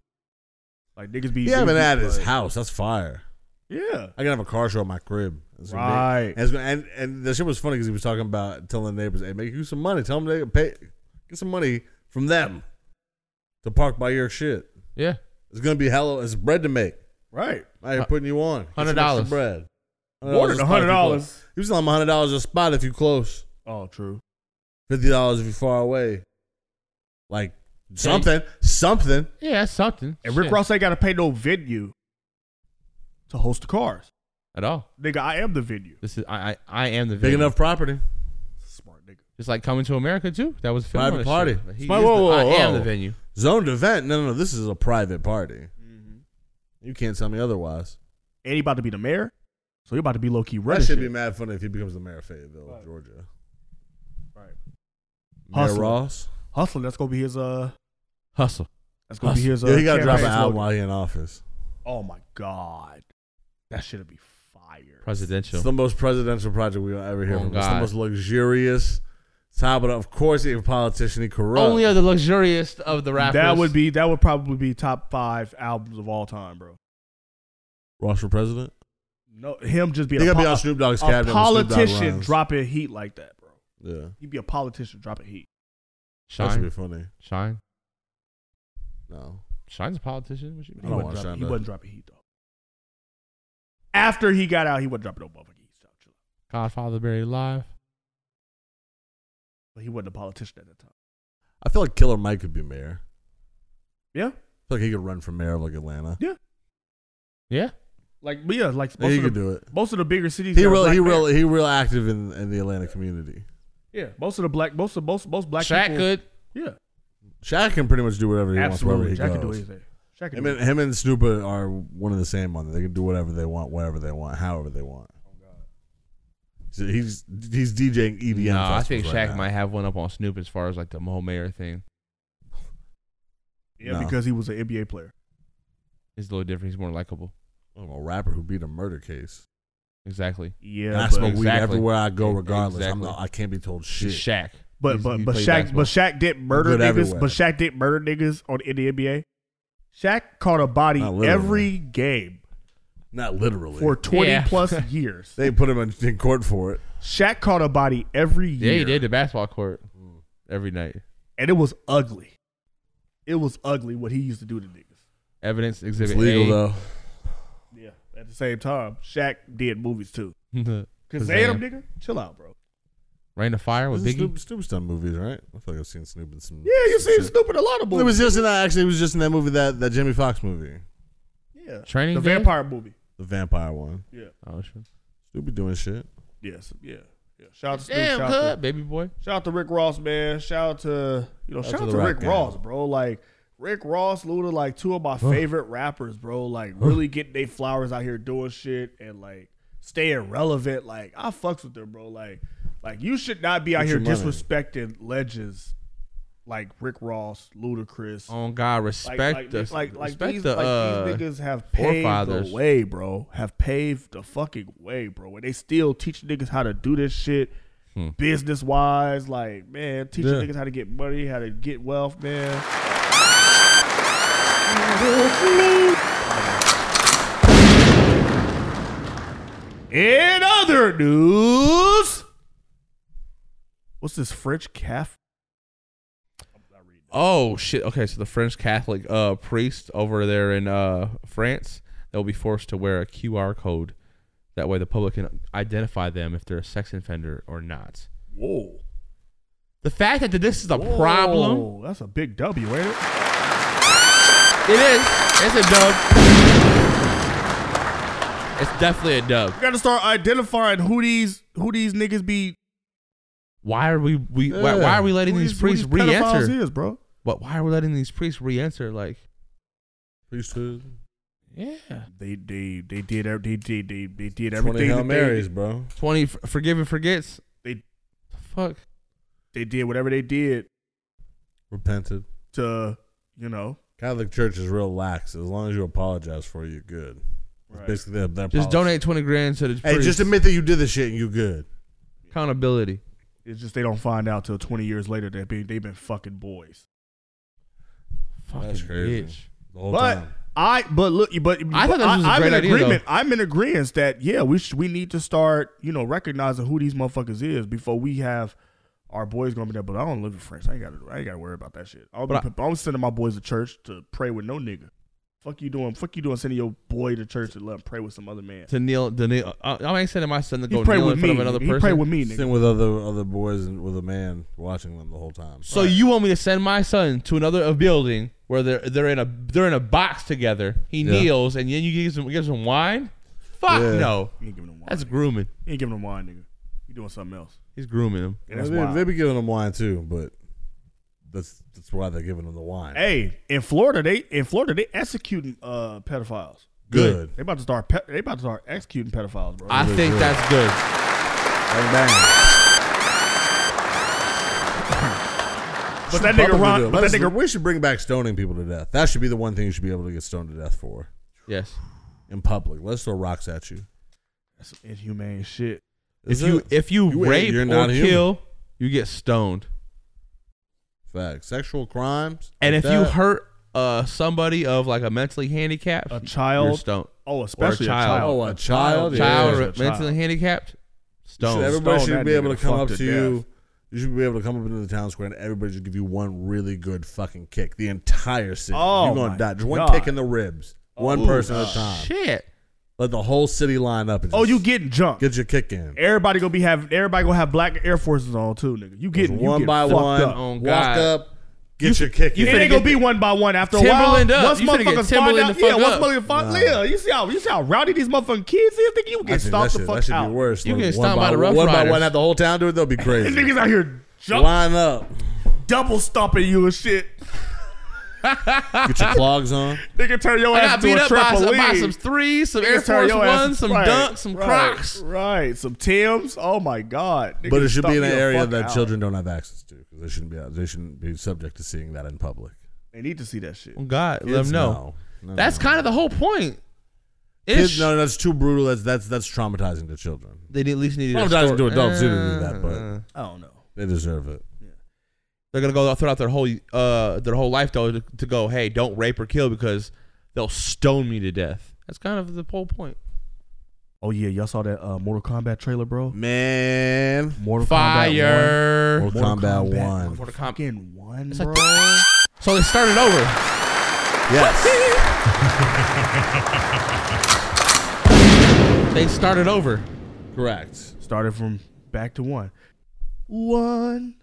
Speaker 2: Like niggas be.
Speaker 6: He having
Speaker 2: niggas
Speaker 6: that
Speaker 2: be
Speaker 6: at his
Speaker 2: like-
Speaker 6: house. That's fire.
Speaker 2: Yeah.
Speaker 6: I can have a car show at my crib. It's gonna be-
Speaker 2: Right.
Speaker 6: And, it's gonna- and and the shit was funny because he was talking about telling the neighbors, "Hey, make you some money. Tell them they pay, get some money from them to park by your shit.
Speaker 5: Yeah.
Speaker 6: It's gonna be hella. It's bread to make.
Speaker 2: Right.
Speaker 6: Now you're
Speaker 5: Uh,
Speaker 6: putting you on Get some
Speaker 5: $100.
Speaker 6: extra bread.
Speaker 2: More than
Speaker 6: a spot if you
Speaker 2: $100.
Speaker 6: close. He was telling them hundred dollars a spot if you close.
Speaker 2: Oh, true.
Speaker 6: Fifty dollars if you're far away. Like something, something.
Speaker 5: Yeah, that's something.
Speaker 2: And Rick
Speaker 5: Shit.
Speaker 2: Ross ain't got to pay no venue to host the cars.
Speaker 5: at all.
Speaker 2: Nigga, I am the venue.
Speaker 5: This is I I, I am the
Speaker 6: Big
Speaker 5: villain.
Speaker 6: enough property.
Speaker 5: It's like coming to America too. That was filmed
Speaker 6: Private party.
Speaker 5: He
Speaker 6: Smart-
Speaker 5: is
Speaker 6: whoa,
Speaker 5: the-
Speaker 6: whoa, whoa.
Speaker 5: I am the venue.
Speaker 6: Zoned event. No, no, no. This is a private party. You can't tell me otherwise.
Speaker 2: And he about to be the mayor, so he about to be low key
Speaker 6: That
Speaker 2: running.
Speaker 6: should
Speaker 2: shit.
Speaker 6: be mad funny if he becomes the mayor of Fayetteville, Georgia.
Speaker 2: Right.
Speaker 6: Mayor
Speaker 2: Hustling.
Speaker 6: Ross.
Speaker 2: Hustling. That's gonna be his. Uh,
Speaker 5: Hustle.
Speaker 2: that's gonna be his. Uh,
Speaker 6: yeah, he got to drop an
Speaker 2: campaign
Speaker 6: album
Speaker 2: slogan.
Speaker 6: while he's in office.
Speaker 2: Oh my god, that should be fire.
Speaker 5: Presidential.
Speaker 6: It's the most presidential project we'll ever hear
Speaker 5: Oh,
Speaker 6: from.
Speaker 5: God.
Speaker 6: It's the most luxurious. Top of, of course, he's a politician. He corrupt.
Speaker 5: Only of the luxurious of the rappers.
Speaker 2: That would be that would probably be top five albums of all time, bro.
Speaker 6: Ross for president.
Speaker 2: No, him just being
Speaker 6: They
Speaker 2: a,
Speaker 6: gotta be
Speaker 2: pol-
Speaker 6: on Snoop Dogg's
Speaker 2: a
Speaker 6: cabinet when Snoop Dogg
Speaker 2: politician
Speaker 6: runs.
Speaker 2: dropping heat like that, bro.
Speaker 6: Yeah.
Speaker 2: He'd be a politician dropping heat.
Speaker 6: That
Speaker 5: Shine.
Speaker 6: should be funny.
Speaker 5: Shine.
Speaker 6: No.
Speaker 5: Shine's a politician. What you mean?
Speaker 6: I don't
Speaker 2: wasn't
Speaker 6: watch
Speaker 2: dropping-
Speaker 6: that,
Speaker 2: He
Speaker 6: no.
Speaker 2: wasn't dropping heat though. After he got out, he wasn't dropping no motherfucking heat. so chill out.
Speaker 5: Godfather buried alive.
Speaker 2: But he wasn't a politician at that time.
Speaker 6: I feel like Killer Mike could be mayor.
Speaker 2: Yeah.
Speaker 6: I feel like he could run for mayor of like Atlanta.
Speaker 2: Yeah.
Speaker 5: Yeah.
Speaker 2: Like, but yeah, like
Speaker 6: Yeah,
Speaker 2: most
Speaker 6: he
Speaker 2: of
Speaker 6: could
Speaker 2: the,
Speaker 6: do it.
Speaker 2: Most of the bigger cities.
Speaker 6: He
Speaker 2: got a
Speaker 6: real
Speaker 2: black
Speaker 6: he
Speaker 2: mayor.
Speaker 6: real he real active in, in the Atlanta community.
Speaker 2: Yeah, most of the black, most of most most black
Speaker 5: Shaq
Speaker 2: people.
Speaker 5: could.
Speaker 2: Yeah,
Speaker 6: Shaq can pretty much do whatever he
Speaker 2: absolutely.
Speaker 6: wants
Speaker 2: Shaq
Speaker 6: wherever he
Speaker 2: could do
Speaker 6: goes.
Speaker 2: anything. Shaq could
Speaker 6: Him
Speaker 2: do
Speaker 6: and,
Speaker 2: anything.
Speaker 6: him and Snoop are- are one of the same on that. They can do whatever they want, whenever they want, however they want. So he's he's DJing EDM.
Speaker 5: No, I think
Speaker 6: festivals
Speaker 5: Shaq
Speaker 6: right now.
Speaker 5: might have one up on Snoop as far as like the Mo Mayer thing.
Speaker 2: Yeah,
Speaker 6: No.
Speaker 2: because he was an NBA player.
Speaker 5: It's a little different. He's more likable.
Speaker 6: I'm a rapper who beat a murder case.
Speaker 5: Exactly.
Speaker 2: Yeah,
Speaker 6: And I
Speaker 2: but-
Speaker 6: smoke weed
Speaker 5: Exactly.
Speaker 6: everywhere I go,
Speaker 5: E-
Speaker 6: regardless. I'm
Speaker 5: exactly.
Speaker 6: not, I can't be told
Speaker 5: He's
Speaker 6: shit.
Speaker 5: Shaq.
Speaker 2: But
Speaker 5: He's-
Speaker 2: but
Speaker 5: he
Speaker 2: but
Speaker 5: played
Speaker 2: Shaq
Speaker 5: basketball.
Speaker 2: but Shaq did murder
Speaker 6: Good
Speaker 2: niggas.
Speaker 6: everywhere.
Speaker 2: But Shaq did murder niggas on in the NBA. Shaq caught a body
Speaker 6: Not literally.
Speaker 2: every game
Speaker 6: Not literally.
Speaker 2: for twenty
Speaker 5: Yeah.
Speaker 2: plus years.
Speaker 6: they put him in, in court for it.
Speaker 2: Shaq caught a body every
Speaker 5: Yeah,
Speaker 2: year, Mm.
Speaker 5: he did the basketball court every night.
Speaker 2: and it was ugly. It was ugly what he used to do to niggas.
Speaker 5: Evidence
Speaker 6: It's
Speaker 5: exhibit
Speaker 6: legal though.
Speaker 2: Yeah. At the same time, Shaq did movies too.
Speaker 5: though.
Speaker 2: Cause they them nigga, chill out, bro.
Speaker 5: Rain of Fire with
Speaker 6: Isn't
Speaker 5: Biggie.
Speaker 6: Snoop, Snoop's done movies, right? I feel like I've seen Snoop in some.
Speaker 2: Yeah, you
Speaker 6: some
Speaker 2: seen
Speaker 6: shit.
Speaker 2: Snoop in a lot of
Speaker 6: It was
Speaker 2: movies.
Speaker 6: just in that. Actually, it was just in that movie that that Jimmy Fox movie,
Speaker 2: yeah,
Speaker 5: Training
Speaker 2: the
Speaker 5: Day?
Speaker 2: vampire movie.
Speaker 6: the vampire one.
Speaker 2: Yeah.
Speaker 5: Oh, sure.
Speaker 6: Snoop be doing shit.
Speaker 2: Yes. Yeah. Yeah. Shout out to Snoop.
Speaker 5: Damn,
Speaker 2: shout out to-
Speaker 5: cut, baby boy.
Speaker 2: Shout out to Rick Ross, man. Shout out to you know, shout,
Speaker 6: to
Speaker 2: out
Speaker 6: the
Speaker 2: to
Speaker 6: rap
Speaker 2: Rick
Speaker 6: game.
Speaker 2: Ross, bro. Like Rick Ross, Luda, like two of my favorite rappers, bro. Like really getting they flowers out here doing shit and like staying relevant. Like I fucks with them, bro. Like like you should not be out
Speaker 6: Get
Speaker 2: here
Speaker 6: your money.
Speaker 2: disrespecting legends like Rick Ross, Ludacris.
Speaker 5: On God,
Speaker 2: Oh,
Speaker 5: respect
Speaker 2: Like, like,
Speaker 5: the
Speaker 2: like, like
Speaker 5: respect
Speaker 2: these,
Speaker 5: the
Speaker 2: like
Speaker 5: uh,
Speaker 2: these niggas have paved the
Speaker 5: forefathers.
Speaker 2: way, bro. Have paved the fucking way, bro. And they still teach niggas how to do this shit
Speaker 5: Hmm.
Speaker 2: business wise. Like, man, teaching
Speaker 6: Yeah.
Speaker 2: niggas how to get money, how to get wealth, man. In other news, what's this French calf?
Speaker 5: Oh shit. Okay, so the French Catholic uh priest over there in uh France, they'll be forced to wear a QR code. That way the public can identify them if they're a sex offender or not.
Speaker 2: Whoa.
Speaker 5: The fact that this is a
Speaker 2: Whoa,
Speaker 5: problem,
Speaker 2: That's a big W, ain't it?
Speaker 5: it is. It's a dub. It's definitely a dub.
Speaker 2: We gotta start identifying who these who these niggas be.
Speaker 5: Why are we we why,
Speaker 6: Yeah.
Speaker 5: why are we letting
Speaker 2: who
Speaker 5: these,
Speaker 2: who
Speaker 5: priests
Speaker 2: pedophiles
Speaker 5: re-enter?
Speaker 2: Is, bro.
Speaker 5: But why are we letting these priests re-enter? Like,
Speaker 6: Priesthood.
Speaker 5: yeah,
Speaker 2: They they they did ev- they did they, they did
Speaker 6: Twenty
Speaker 2: everything.
Speaker 6: Hail
Speaker 2: that
Speaker 6: Marys, bro.
Speaker 5: twenty f- forgive and forgets.
Speaker 2: They-
Speaker 5: fuck.
Speaker 2: They, they did whatever they did
Speaker 6: Repented.
Speaker 2: to you know.
Speaker 6: Catholic Church is real lax. As long as you apologize for it, you're good. It's Basically, their, their policy.
Speaker 5: Just donate twenty grand to the
Speaker 6: Hey,
Speaker 5: priest.
Speaker 6: just admit that you did the shit and you good.
Speaker 5: accountability.
Speaker 2: It's just they don't find out till twenty years later that they they've been fucking boys.
Speaker 5: Fucking bitch.
Speaker 6: The whole
Speaker 2: But
Speaker 6: time.
Speaker 2: I but look but
Speaker 5: I thought this was a
Speaker 2: am
Speaker 5: great
Speaker 2: in
Speaker 5: idea,
Speaker 2: agreement. I'm in agreement that yeah we sh- we need to start you know recognizing who these motherfuckers is before we have our boys gonna be there. But I don't live in France. I ain't got to I ain't got to worry about that shit. I'll be,
Speaker 5: But
Speaker 2: I, am sending my boys to church to pray with no nigga. Fuck you doing? Fuck you doing? Sending your boy to church to let him pray with some other man.
Speaker 5: To kneel, to kneel. I, I ain't sending my son to
Speaker 2: He
Speaker 5: go
Speaker 2: pray
Speaker 5: kneel
Speaker 2: with
Speaker 5: in front
Speaker 2: me.
Speaker 5: of another
Speaker 2: He
Speaker 5: person.
Speaker 2: pray with me, nigga.
Speaker 6: Sitting with other other boys and with a man watching them the whole time.
Speaker 5: So you want me to send my son to another a building where they're they're in a they're in a box together. He
Speaker 6: Yeah.
Speaker 5: kneels and then you gives him gives him wine. Fuck
Speaker 6: Yeah.
Speaker 5: no,
Speaker 2: You ain't giving him wine.
Speaker 5: that's grooming.
Speaker 2: you ain't giving him wine, nigga. You doing something else?
Speaker 5: He's grooming him.
Speaker 2: And that's
Speaker 6: they,
Speaker 2: wild.
Speaker 6: they be giving them wine too, but that's that's why they're giving them the wine.
Speaker 2: Hey, in Florida, they in Florida they executing uh pedophiles.
Speaker 6: good.
Speaker 2: They about to start. Pe- they about to start executing pedophiles, bro.
Speaker 5: I think that's good.
Speaker 6: Bang, bang.
Speaker 2: but that nigga
Speaker 6: Probably
Speaker 2: Ron,
Speaker 6: good.
Speaker 2: but
Speaker 6: Let's-
Speaker 2: that nigga
Speaker 6: we should bring back stoning people to death. That should be the one thing you should be able to get stoned to death for
Speaker 5: Yes.
Speaker 6: in public. Let's throw rocks at you.
Speaker 2: That's some inhumane shit.
Speaker 5: if you if you,
Speaker 6: You ain't-
Speaker 5: rape
Speaker 6: you're
Speaker 5: or
Speaker 6: not human.
Speaker 5: kill, you get stoned.
Speaker 6: fact sexual crimes
Speaker 5: And
Speaker 6: like
Speaker 5: if you
Speaker 6: that,
Speaker 5: hurt uh somebody of like a mentally handicapped,
Speaker 2: A
Speaker 5: you're
Speaker 2: child,
Speaker 5: stoned.
Speaker 2: Oh, especially a child.
Speaker 6: Oh, a child. yeah.
Speaker 5: child or mentally handicapped.
Speaker 6: You
Speaker 5: Stone.
Speaker 6: should- everybody
Speaker 5: Stone
Speaker 6: should
Speaker 5: that
Speaker 6: be able to
Speaker 5: nigga.
Speaker 6: come
Speaker 5: Fuck
Speaker 6: up
Speaker 5: to
Speaker 6: to you. You should be able to come up into the town square and everybody should give you one really good fucking kick. The entire city.
Speaker 5: Oh,
Speaker 6: You're gonna
Speaker 5: my
Speaker 6: dodge one
Speaker 5: God.
Speaker 6: kick in the ribs. One
Speaker 2: Oh,
Speaker 5: Ooh,
Speaker 6: person at a time.
Speaker 5: shit.
Speaker 6: Let the whole city line up and
Speaker 2: Oh, you getting jumped.
Speaker 6: Get your kick in.
Speaker 2: Everybody gonna be have everybody gonna have black Air Forces on too, nigga. You getting
Speaker 6: one
Speaker 2: you get
Speaker 6: by
Speaker 2: fucked
Speaker 6: one,
Speaker 2: Up.
Speaker 6: walk up, get your kick
Speaker 2: You
Speaker 6: in.
Speaker 2: it ain't gonna be one by one after a while.
Speaker 6: Timberland up.
Speaker 2: Once
Speaker 6: You finna get
Speaker 2: motherfuckers find
Speaker 6: Timberland
Speaker 2: out,
Speaker 6: the
Speaker 2: yeah,
Speaker 6: fuck
Speaker 2: once
Speaker 6: up.
Speaker 2: motherfuckers find,
Speaker 6: Nah.
Speaker 2: yeah, you see how you see how rowdy these motherfucking kids is. Nigga, you
Speaker 6: I
Speaker 2: get
Speaker 6: think
Speaker 2: stomped the
Speaker 6: that shit-
Speaker 2: fuck
Speaker 6: that should
Speaker 2: out.
Speaker 6: Be worse.
Speaker 2: You
Speaker 6: Like,
Speaker 2: get
Speaker 6: one
Speaker 2: stomped by the Rough
Speaker 6: One by
Speaker 2: Riders.
Speaker 6: one, have the whole town do it. They'll be crazy.
Speaker 2: These niggas out here jump-
Speaker 6: Line up.
Speaker 2: double stomping you and shit.
Speaker 6: Get your clogs on.
Speaker 2: Nigga, turn your
Speaker 5: I
Speaker 2: ass
Speaker 5: got beat
Speaker 2: to a
Speaker 5: up by some,
Speaker 2: trampoline.
Speaker 5: by
Speaker 6: E.
Speaker 5: some threes, some
Speaker 2: Niggas
Speaker 5: Air
Speaker 2: turn
Speaker 5: Force
Speaker 2: your ass-
Speaker 5: Ones, some
Speaker 2: right,
Speaker 5: dunks, some
Speaker 2: right,
Speaker 5: Crocs.
Speaker 2: Right, some Tims. Oh my god.
Speaker 6: but
Speaker 2: Niggas
Speaker 6: it should
Speaker 2: stomp
Speaker 6: be in
Speaker 2: you
Speaker 6: an
Speaker 2: the
Speaker 6: area
Speaker 2: fuck
Speaker 6: that
Speaker 2: out.
Speaker 6: children don't have access to because they shouldn't be out. They shouldn't be subject to seeing that in public.
Speaker 2: They need to see that shit.
Speaker 5: Oh, God, let
Speaker 6: Kids,
Speaker 5: them know.
Speaker 6: no. No,
Speaker 5: That's kind of the whole point.
Speaker 6: Kids,
Speaker 5: Ish.
Speaker 6: no, that's too brutal. That's that's that's traumatizing to children.
Speaker 5: They at least needed a
Speaker 6: traumatizing
Speaker 5: story.
Speaker 6: to adults too to do
Speaker 5: Uh,
Speaker 6: that, but
Speaker 2: I don't know.
Speaker 6: They deserve it.
Speaker 5: They're gonna go throughout their whole uh their whole life though to, to go, hey, don't rape or kill because they'll stone me to death. That's kind of the whole point.
Speaker 2: Oh yeah, y'all saw that uh, Mortal Kombat trailer, bro?
Speaker 6: Man,
Speaker 2: Mortal
Speaker 5: Fire.
Speaker 2: Kombat 1.
Speaker 5: Mortal Kombat
Speaker 2: Kombat
Speaker 5: Mortal Kombat.
Speaker 2: Fucking one,
Speaker 5: It's like-
Speaker 2: bro.
Speaker 5: So they started over.
Speaker 6: Yes.
Speaker 5: They started over.
Speaker 6: Correct.
Speaker 2: Started from back to one. One,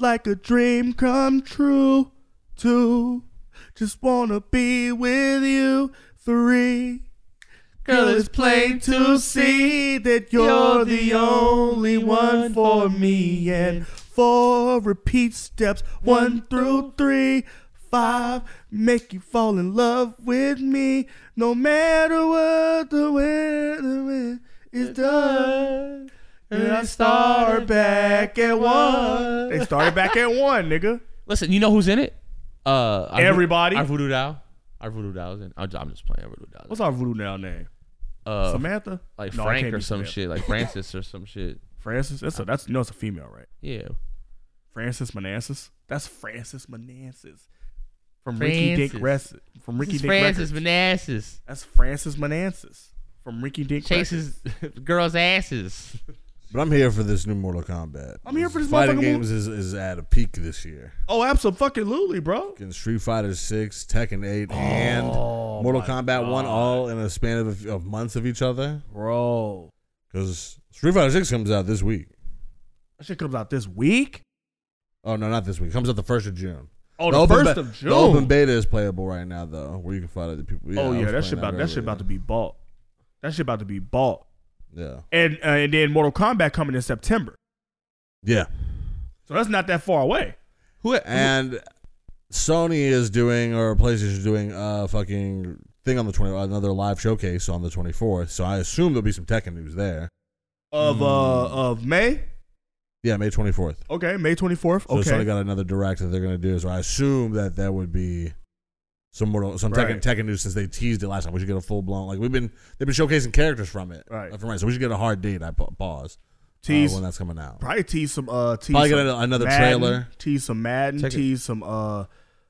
Speaker 2: like a dream come true. Two, just wanna be with you. Three,
Speaker 5: girl, it's plain to
Speaker 2: see that you're the only one for me. And four, repeat steps one through three. Five, make you fall in love with me. No matter what the weather is done. And I start back at one. They started back at one, nigga.
Speaker 5: Listen, you know who's in it? Uh, our-
Speaker 2: Everybody.
Speaker 5: Our voodoo doll. Our voodoo doll's in. I'm I'm just playing our voodoo doll.
Speaker 2: What's our voodoo now name?
Speaker 5: Uh,
Speaker 2: Samantha?
Speaker 5: Like
Speaker 2: No, it
Speaker 5: Frank
Speaker 2: can't
Speaker 5: or
Speaker 2: be
Speaker 5: some
Speaker 2: Samantha.
Speaker 5: shit. Like Francis or some shit.
Speaker 2: Francis? That's a, that's no, it's a female, right?
Speaker 5: Yeah.
Speaker 2: Francis Manassas. That's Francis Manassas from Ricky Dick
Speaker 5: Francis.
Speaker 2: Rest from Ricky
Speaker 5: This is
Speaker 2: Dick
Speaker 5: Francis
Speaker 2: Records.
Speaker 5: Manassas.
Speaker 2: That's Francis Manassas from Ricky Dick
Speaker 5: Chases
Speaker 2: Records.
Speaker 5: girls' asses.
Speaker 6: But I'm here for this new Mortal Kombat.
Speaker 2: I'm here for this
Speaker 6: Fighting
Speaker 2: motherfucking
Speaker 6: games is, is at a peak this year.
Speaker 2: Oh, absolutely, bro.
Speaker 6: Fucking Street Fighter Six, Tekken Eight,
Speaker 5: Oh
Speaker 6: and Mortal Kombat One, all in a span of, of months of each other,
Speaker 2: bro.
Speaker 6: Because Street Fighter Six comes out this week.
Speaker 2: That shit comes out this week.
Speaker 6: Oh no, not this week. It comes out the first of June.
Speaker 2: Oh, the
Speaker 6: open
Speaker 2: 1st of
Speaker 6: The open
Speaker 2: June.
Speaker 6: beta is playable right now though, where you can fight other people.
Speaker 2: oh
Speaker 6: I
Speaker 2: yeah,
Speaker 6: was
Speaker 2: that shit
Speaker 6: playing
Speaker 2: about that shit
Speaker 6: earlier.
Speaker 2: about to be bought. That shit about to be bought.
Speaker 6: Yeah.
Speaker 2: And uh, and then Mortal Kombat coming in September.
Speaker 6: Yeah.
Speaker 2: So that's not that far away.
Speaker 5: Who
Speaker 6: and Sony is doing or PlayStation is doing a fucking thing on the twenty another live showcase on the twenty fourth. So I assume there'll be some Tekken news there.
Speaker 2: Of uh
Speaker 6: Hmm.
Speaker 2: of May.
Speaker 6: Yeah, May twenty fourth.
Speaker 2: Okay, May 24th.
Speaker 6: So
Speaker 2: okay.
Speaker 6: Sony got another direct that they're gonna do. So I assume that that would be some Mortal, some
Speaker 2: Right.
Speaker 6: Tekken, Tekken news since they teased it last time. We should get a full blown like we've been they've been showcasing characters from it.
Speaker 2: Right.
Speaker 6: Uh, From right. So we should get a hard date. I pa- pause. uh,
Speaker 2: Tease.
Speaker 6: when that's coming out.
Speaker 2: Probably tease some uh tease
Speaker 6: Probably
Speaker 2: some
Speaker 6: get an- another
Speaker 2: Madden,
Speaker 6: trailer.
Speaker 2: Tease some Madden,
Speaker 5: Check it.
Speaker 2: tease some uh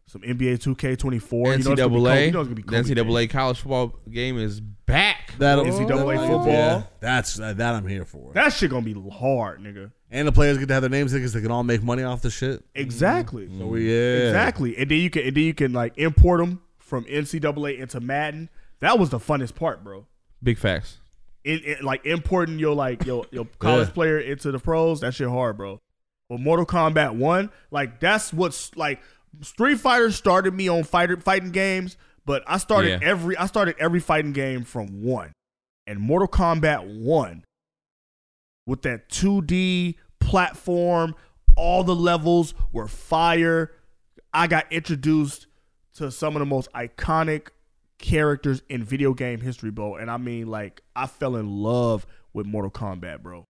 Speaker 2: some NBA 2K24. You know it's gonna be cold-
Speaker 5: NCAA.
Speaker 2: you know it's gonna be
Speaker 5: the
Speaker 2: cold.
Speaker 5: NCAA college football game is back.
Speaker 6: That'll
Speaker 2: NCAA
Speaker 6: that'll-
Speaker 2: football.
Speaker 6: yeah, that's uh, that I'm here for.
Speaker 2: That shit gonna be hard, nigga.
Speaker 6: And the players get to have their names because they can all make money off the shit.
Speaker 2: Exactly.
Speaker 6: Mm. So
Speaker 5: Mm.
Speaker 6: we- yeah.
Speaker 2: Exactly. And then you can and then you can like import them from NCAA into Madden. That was the funnest part, bro.
Speaker 5: Big facts.
Speaker 2: It, it- like importing your like your your college
Speaker 5: Yeah.
Speaker 2: player into the pros. That shit hard, bro. But Mortal Kombat One, like that's what's like. Street Fighter started me on fighter fighting games, but I started
Speaker 5: Yeah.
Speaker 2: every I started every fighting game from one, and Mortal Kombat One with that 2D platform, all the levels were fire. I got introduced to some of the most iconic characters in video game history, bro. And I mean, like, I fell in love with Mortal Kombat, bro.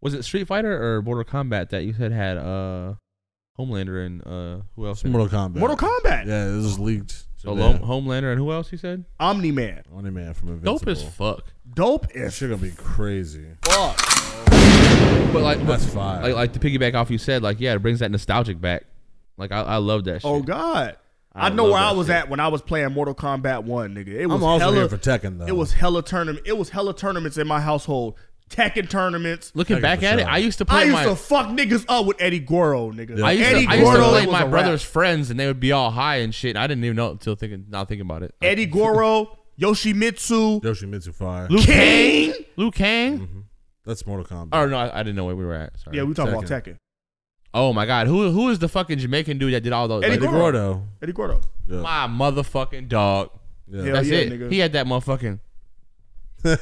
Speaker 5: Was it Street Fighter or Mortal Kombat that you said had uh Homelander and uh who else?
Speaker 6: Mortal Kombat.
Speaker 2: Mortal Kombat,
Speaker 6: Yeah, this is leaked.
Speaker 5: So
Speaker 6: today.
Speaker 5: Lo- Homelander and who else you said?
Speaker 2: Omni Man,
Speaker 6: Only man from Invincible.
Speaker 5: Dope as fuck.
Speaker 2: dope
Speaker 6: That
Speaker 2: as
Speaker 6: shit gonna be crazy.
Speaker 5: But like
Speaker 6: That's
Speaker 5: but-
Speaker 6: fire.
Speaker 5: Like like to piggyback off you said, like yeah, it brings that nostalgic back. Like I, I love that shit.
Speaker 2: oh god. I, know where I was at when I was playing Mortal Kombat One, nigga. It was
Speaker 6: I'm also
Speaker 2: hella,
Speaker 6: here for Tekken though.
Speaker 2: It was hella tournament. It was hella tournaments in my household. Tekken tournaments.
Speaker 5: Looking Tekken back for at sure. it, I used to play
Speaker 2: I used
Speaker 5: my-
Speaker 2: to fuck niggas up with Eddie Guerrero, nigga.
Speaker 5: I used,
Speaker 2: Eddie
Speaker 5: to, I used to
Speaker 2: Guerrero
Speaker 5: play
Speaker 2: was
Speaker 5: my
Speaker 2: a
Speaker 5: brother's
Speaker 2: rap.
Speaker 5: friends, and they would be all high and shit. I didn't even know until thinking, now thinking about it.
Speaker 2: Eddie Goro, Yoshimitsu,
Speaker 6: Yoshimitsu Fire.
Speaker 5: Liu
Speaker 2: Kang?
Speaker 5: Kang, Liu Kang.
Speaker 6: That's Mortal Kombat.
Speaker 5: Oh no, I, I didn't know where we were at. Sorry.
Speaker 2: Yeah, we talking about
Speaker 6: Tekken.
Speaker 2: Tekken.
Speaker 5: Oh my god, who who is the fucking Jamaican dude that did all those?
Speaker 2: Eddie
Speaker 5: like-
Speaker 6: Gordo.
Speaker 2: Eddie Gordo.
Speaker 6: Yeah.
Speaker 5: My motherfucking dog.
Speaker 6: Yeah.
Speaker 2: Hell
Speaker 5: That's
Speaker 2: yeah,
Speaker 5: it.
Speaker 2: nigga.
Speaker 5: He had that motherfucking
Speaker 2: Oh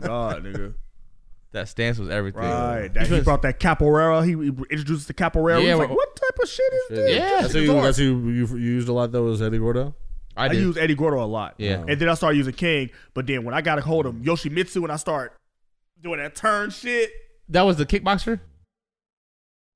Speaker 2: God, nigga.
Speaker 5: that stance was everything.
Speaker 2: Right. That, he brought that capoeira. He, he introduced the capoeira. Yeah,
Speaker 5: Yeah,
Speaker 2: was like,
Speaker 5: well-
Speaker 2: what type of shit is this?
Speaker 5: Yeah.
Speaker 2: This
Speaker 6: That's who,
Speaker 2: is
Speaker 6: you,
Speaker 2: hard.
Speaker 6: that's who you, you used a lot though. Was Eddie
Speaker 5: Oh.
Speaker 6: Gordo?
Speaker 5: I,
Speaker 2: I
Speaker 5: did.
Speaker 2: use Eddie Gordo a lot.
Speaker 5: Yeah.
Speaker 2: And then I started using King. But then when I got a hold of Yoshimitsu and I start doing that turn shit,
Speaker 5: that was the kickboxer.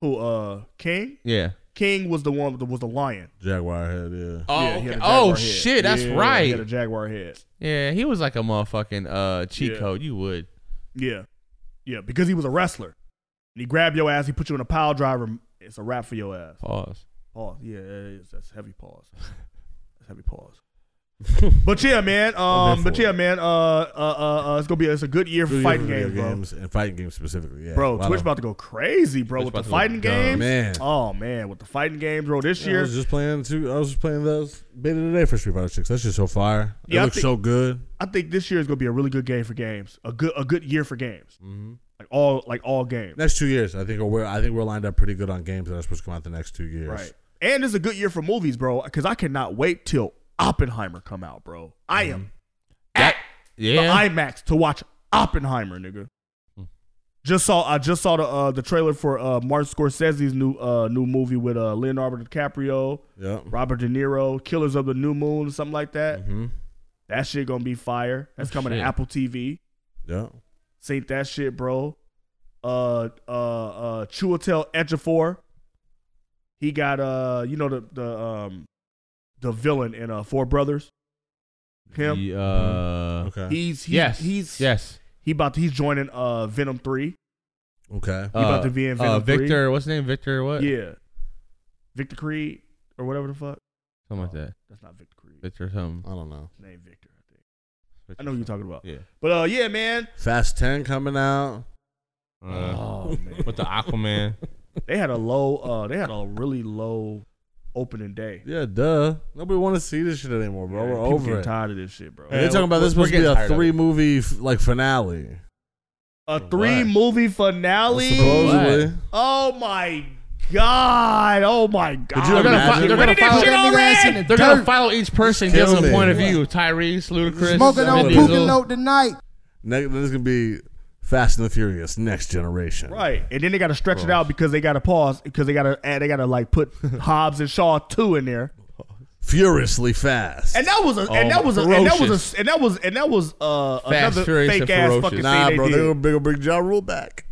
Speaker 2: who uh King?
Speaker 5: Yeah.
Speaker 2: King was the one that was the lion.
Speaker 6: Jaguar head. Yeah.
Speaker 5: Oh,
Speaker 2: Yeah, he had a
Speaker 5: okay. oh
Speaker 2: jaguar head.
Speaker 5: shit, that's
Speaker 2: Yeah, He had a
Speaker 5: right.
Speaker 2: jaguar head.
Speaker 5: Yeah, he was like a motherfucking uh cheat
Speaker 2: Yeah.
Speaker 5: code. You would.
Speaker 2: Yeah. Yeah. Because he was a wrestler. And he grabbed your ass, he put you in a pile driver. It's a wrap for your ass.
Speaker 5: Pause.
Speaker 2: Pause. Yeah, that is- that's heavy pause. That's heavy pause. but yeah, man. Um, but yeah, man. Uh, uh, uh, uh, it's gonna be it's a good year for
Speaker 6: Video
Speaker 2: fighting
Speaker 6: video
Speaker 2: games, bro.
Speaker 6: games and fighting games specifically. Yeah.
Speaker 2: Bro,
Speaker 6: Wow.
Speaker 2: Twitch about to go crazy, bro, with
Speaker 5: Twitch about
Speaker 2: the
Speaker 5: to go
Speaker 2: fighting
Speaker 5: dumb,
Speaker 2: games.
Speaker 6: man.
Speaker 2: Oh man, with the fighting games, bro. This
Speaker 6: Yeah, I
Speaker 2: year,
Speaker 6: was just playing two. I was just playing those beta today for Street Fighter Six. That's just so fire.
Speaker 2: Yeah, I
Speaker 6: it looks
Speaker 2: think-
Speaker 6: so good.
Speaker 2: I think this year is gonna be a really good game for games. A good, a good year for games.
Speaker 5: Mm-hmm.
Speaker 2: Like all, like all games.
Speaker 6: Next two years, I think we're I think we're lined up pretty good on games that are supposed to come out the next two years.
Speaker 2: Right. And it's a good year for movies, bro. Because I cannot wait till Oppenheimer come out, bro. I am
Speaker 5: Mm-hmm. Yeah. Hmm.
Speaker 2: the IMAX to watch Oppenheimer, nigga. Just saw I just saw the uh, the trailer for uh, Martin Scorsese's new uh, new movie with uh, Leonardo DiCaprio,
Speaker 6: Yeah.
Speaker 2: Robert De Niro, Killers of the New Moon, something like that.
Speaker 6: Mhm.
Speaker 2: That shit gonna be fire. That's
Speaker 5: Oh,
Speaker 2: coming
Speaker 5: shit.
Speaker 2: to Apple TV.
Speaker 6: Yeah.
Speaker 2: Saint that shit, bro. Uh uh uh Chuatel Ejiofor. He got uh you know the the um the villain in uh Four Brothers. Him.
Speaker 5: The, uh,
Speaker 6: Okay.
Speaker 2: He's, he's
Speaker 5: yes.
Speaker 2: he's
Speaker 5: yes.
Speaker 2: he about to, he's joining uh Venom 3.
Speaker 6: okay.
Speaker 2: He about to be in Venom
Speaker 5: uh,
Speaker 2: 3.
Speaker 5: Victor. What's his name? Victor. What?
Speaker 2: Yeah. Victor Creed or whatever the fuck.
Speaker 5: Something like that.
Speaker 2: That's not Victor Creed.
Speaker 5: Victor. Something.
Speaker 6: I don't know.
Speaker 2: His name Victor, I think.
Speaker 5: Victor
Speaker 2: I know who you're talking about.
Speaker 5: Yeah.
Speaker 2: But uh yeah, man.
Speaker 6: Fast Ten coming out.
Speaker 5: Uh,
Speaker 2: Oh man.
Speaker 5: with the Aquaman.
Speaker 2: They had a low uh they had a really low opening day.
Speaker 6: Yeah, duh. Nobody want to see this shit anymore, bro.
Speaker 2: Yeah,
Speaker 6: we're
Speaker 2: people
Speaker 6: over
Speaker 2: getting
Speaker 6: it.
Speaker 2: tired of this shit, bro.
Speaker 6: They're talking about this
Speaker 5: We're
Speaker 6: supposed to be
Speaker 5: getting
Speaker 6: a
Speaker 5: tired of it.
Speaker 6: three movie f- like finale.
Speaker 2: A three movie finale.
Speaker 5: supposed-
Speaker 6: Supposedly.
Speaker 2: Oh my god! Oh my god!
Speaker 6: you
Speaker 5: They're gonna,
Speaker 6: Imagine-
Speaker 5: fi-
Speaker 6: We're
Speaker 5: they're gonna
Speaker 2: They did
Speaker 5: follow.
Speaker 2: shit already!
Speaker 5: They're gonna follow each person, give
Speaker 6: kill
Speaker 5: them a
Speaker 6: me.
Speaker 5: point of view. Tyrese, Ludacris,
Speaker 6: Smoking
Speaker 5: Vin
Speaker 6: on Putin
Speaker 5: Diesel.
Speaker 17: tonight.
Speaker 6: Next, this is gonna be Fast and the Furious Next Generation.
Speaker 2: Right, and then they got to stretch it out because they got to pause because they got to add. They got to like put Hobbs and Shaw two in there.
Speaker 6: Furiously fast.
Speaker 2: And that was a and that
Speaker 5: Oh,
Speaker 2: was a, and that was
Speaker 5: ferocious.
Speaker 2: a and that was and that was uh another
Speaker 5: furious, and
Speaker 2: fake ass
Speaker 5: ferocious.
Speaker 2: fucking
Speaker 6: nah,
Speaker 2: thing
Speaker 6: bro.
Speaker 2: they
Speaker 6: They're gonna
Speaker 2: did.
Speaker 6: bring, gonna bring Ja Rule back.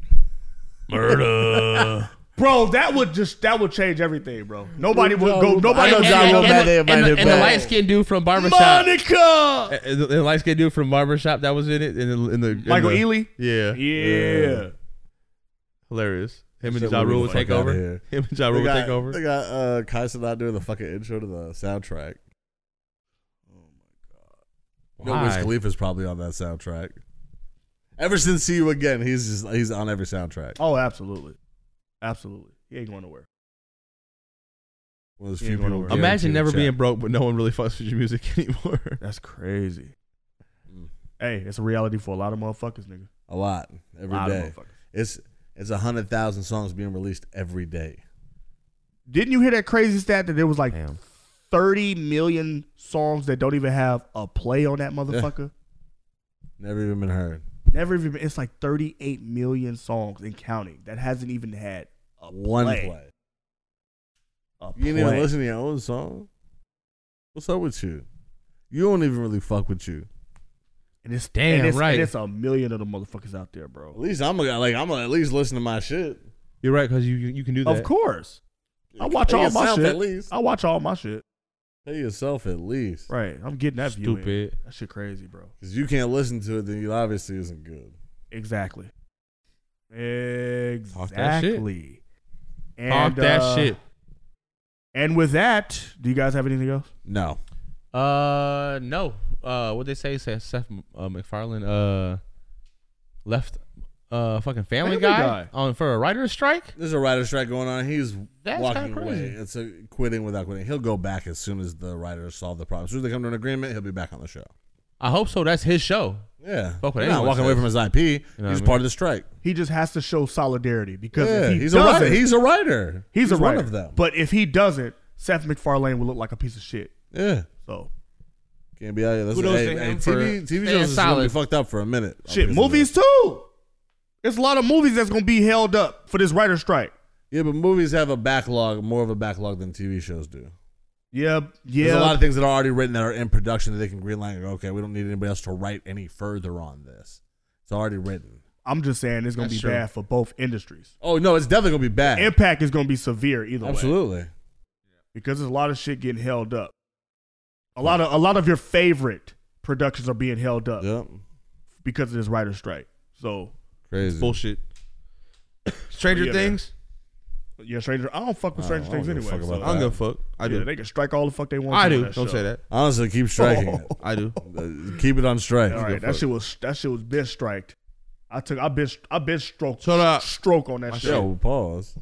Speaker 5: Murder.
Speaker 2: Bro, that would just that would change everything, bro. Nobody would go. Nobody
Speaker 6: know
Speaker 2: would
Speaker 5: and,
Speaker 6: John
Speaker 5: and-
Speaker 2: go.
Speaker 6: Will
Speaker 5: and-
Speaker 6: Mather
Speaker 5: and-
Speaker 6: invited
Speaker 5: and- and the
Speaker 6: back.
Speaker 5: light skinned dude from barbershop.
Speaker 2: Monica,
Speaker 5: Uh, The, the light skinned dude from barbershop that was in it. In the, in the in
Speaker 2: Michael
Speaker 5: the-
Speaker 2: Ealy.
Speaker 5: Yeah.
Speaker 2: Yeah.
Speaker 5: Hilarious. Him and
Speaker 6: Shit,
Speaker 5: Ja
Speaker 6: we
Speaker 5: Rule
Speaker 6: need
Speaker 5: would
Speaker 6: to
Speaker 5: take
Speaker 6: fuck
Speaker 5: over.
Speaker 6: outta here.
Speaker 5: Him and Ja
Speaker 6: They
Speaker 5: Rule would
Speaker 6: got-
Speaker 5: take over.
Speaker 6: They got uh, Kaiser not doing the fucking intro to the soundtrack. Oh my god! No, Wiz
Speaker 5: Why?
Speaker 6: Khalifa's probably on that soundtrack. Ever since See You Again, he's just he's on every soundtrack.
Speaker 2: Oh, absolutely, absolutely. He ain't going nowhere.
Speaker 6: One of those
Speaker 2: Yeah,
Speaker 6: few
Speaker 2: going
Speaker 6: people
Speaker 2: over.
Speaker 6: guaranteed
Speaker 5: Imagine
Speaker 6: to
Speaker 5: never
Speaker 6: chat.
Speaker 5: being broke, but no one really fucks with your music anymore.
Speaker 2: That's crazy. Mm. Hey, it's a reality for a lot of motherfuckers, nigga.
Speaker 6: a lot every
Speaker 2: Lot of
Speaker 6: day.
Speaker 2: motherfuckers.
Speaker 6: It's it's a hundred thousand songs being released every day.
Speaker 2: Didn't you hear that crazy stat that there was like
Speaker 5: Damn.
Speaker 2: 30 million songs that don't even have a play on that motherfucker?
Speaker 6: Never even been heard.
Speaker 2: Never even. It's like 38 million songs and counting that hasn't even had a
Speaker 6: One
Speaker 2: play.
Speaker 6: play.
Speaker 2: A
Speaker 6: You didn't
Speaker 2: play.
Speaker 6: even listen to your own song. What's up with you? You don't even really fuck with you.
Speaker 2: And it's
Speaker 5: Damn,
Speaker 2: and it's,
Speaker 5: right.
Speaker 2: And it's a million of the motherfuckers out there,
Speaker 6: At
Speaker 2: bro.
Speaker 6: least I'm gonna like I'm gonna at least listen to my shit.
Speaker 5: You're right, because you, you you can do that.
Speaker 2: Of course. I watch
Speaker 6: Play
Speaker 2: all my
Speaker 6: yourself
Speaker 2: shit.
Speaker 6: at least.
Speaker 2: I watch all my shit.
Speaker 6: Pay yourself at least.
Speaker 2: Right. I'm getting that view. in.
Speaker 5: Stupid.
Speaker 2: That shit crazy, bro.
Speaker 6: Because you can't listen to it, then you obviously isn't good.
Speaker 2: Exactly.
Speaker 5: that shit.
Speaker 2: Exactly.
Speaker 5: Talk that
Speaker 2: uh,
Speaker 5: shit.
Speaker 2: And with that, do you guys have anything else?
Speaker 6: No.
Speaker 5: Uh, no. Uh, what they say? Say Seth uh, MacFarlane uh left uh fucking Family,
Speaker 6: Family
Speaker 5: guy,
Speaker 6: Guy.
Speaker 5: on for a writer's strike.
Speaker 6: There's a writer strike going on. He's
Speaker 5: That's
Speaker 6: walking
Speaker 5: kinda
Speaker 6: away.
Speaker 5: crazy.
Speaker 6: It's a quitting without quitting. He'll go back as soon as the writers solve the problem. As soon as they come to an agreement, he'll be back on the show.
Speaker 5: I hope so. That's his show.
Speaker 6: Yeah,
Speaker 5: Fuck what
Speaker 6: He's not
Speaker 5: anyone
Speaker 6: walking away
Speaker 5: says.
Speaker 6: from his IP.
Speaker 5: You know
Speaker 6: he's part
Speaker 5: what I mean?
Speaker 6: of the strike.
Speaker 2: He just has to show solidarity because if
Speaker 6: Yeah,
Speaker 2: he
Speaker 6: he's a
Speaker 2: doesn't,
Speaker 6: writer. He's a writer.
Speaker 2: He's, a
Speaker 6: He's one
Speaker 2: writer.
Speaker 6: of them.
Speaker 2: But if he doesn't, Seth MacFarlane will look like a piece of shit.
Speaker 6: Yeah.
Speaker 2: So
Speaker 6: Can't be out here. That's
Speaker 2: Kudos
Speaker 6: hey,
Speaker 2: to
Speaker 6: hey,
Speaker 2: him
Speaker 6: TV,
Speaker 2: for staying
Speaker 6: TV shows is gonna be
Speaker 2: solid.
Speaker 6: fucked up for a minute. I'll
Speaker 2: shit,
Speaker 6: be honest with
Speaker 2: movies too. There's a lot of movies that's gonna be held up for this writer strike.
Speaker 6: you. Yeah, but movies have a backlog, more of a backlog than TV shows do.
Speaker 2: Yeah, yeah.
Speaker 6: There's a lot of things that are already written that are in production that they can greenlight. and go, Okay, we don't need anybody else to write any further on this. It's already written.
Speaker 2: I'm just saying it's gonna
Speaker 6: That's
Speaker 2: be
Speaker 6: true.
Speaker 2: bad for both industries.
Speaker 6: Oh no, it's definitely gonna be bad.
Speaker 2: Impact is gonna be severe either way.
Speaker 6: Absolutely.
Speaker 2: because there's a lot of shit getting held up. A lot of a lot of your favorite productions are being held up
Speaker 6: yep.
Speaker 2: because of this writer's strike. So
Speaker 6: Crazy.
Speaker 5: It's bullshit. Stranger
Speaker 2: Yeah, man.
Speaker 5: Things.
Speaker 2: yeah, Stranger. I don't fuck with
Speaker 6: I
Speaker 2: Stranger
Speaker 6: don't- I
Speaker 2: Things
Speaker 6: don't give a
Speaker 2: anyway.
Speaker 6: fuck
Speaker 2: so-
Speaker 6: about I don't give
Speaker 5: a fuck. I
Speaker 2: Yeah,
Speaker 5: do.
Speaker 2: They can strike all the fuck they want.
Speaker 5: I
Speaker 2: on
Speaker 5: do.
Speaker 2: That
Speaker 5: Don't
Speaker 2: show.
Speaker 5: say that.
Speaker 6: Honestly, keep striking. it.
Speaker 5: I do.
Speaker 6: Uh, Keep it on strike.
Speaker 2: Oh. All right, that shit was that shit was been striked. I took I been I been stroke
Speaker 5: Shut up.
Speaker 2: stroke on that
Speaker 5: My
Speaker 2: shit.
Speaker 6: Yo, pause.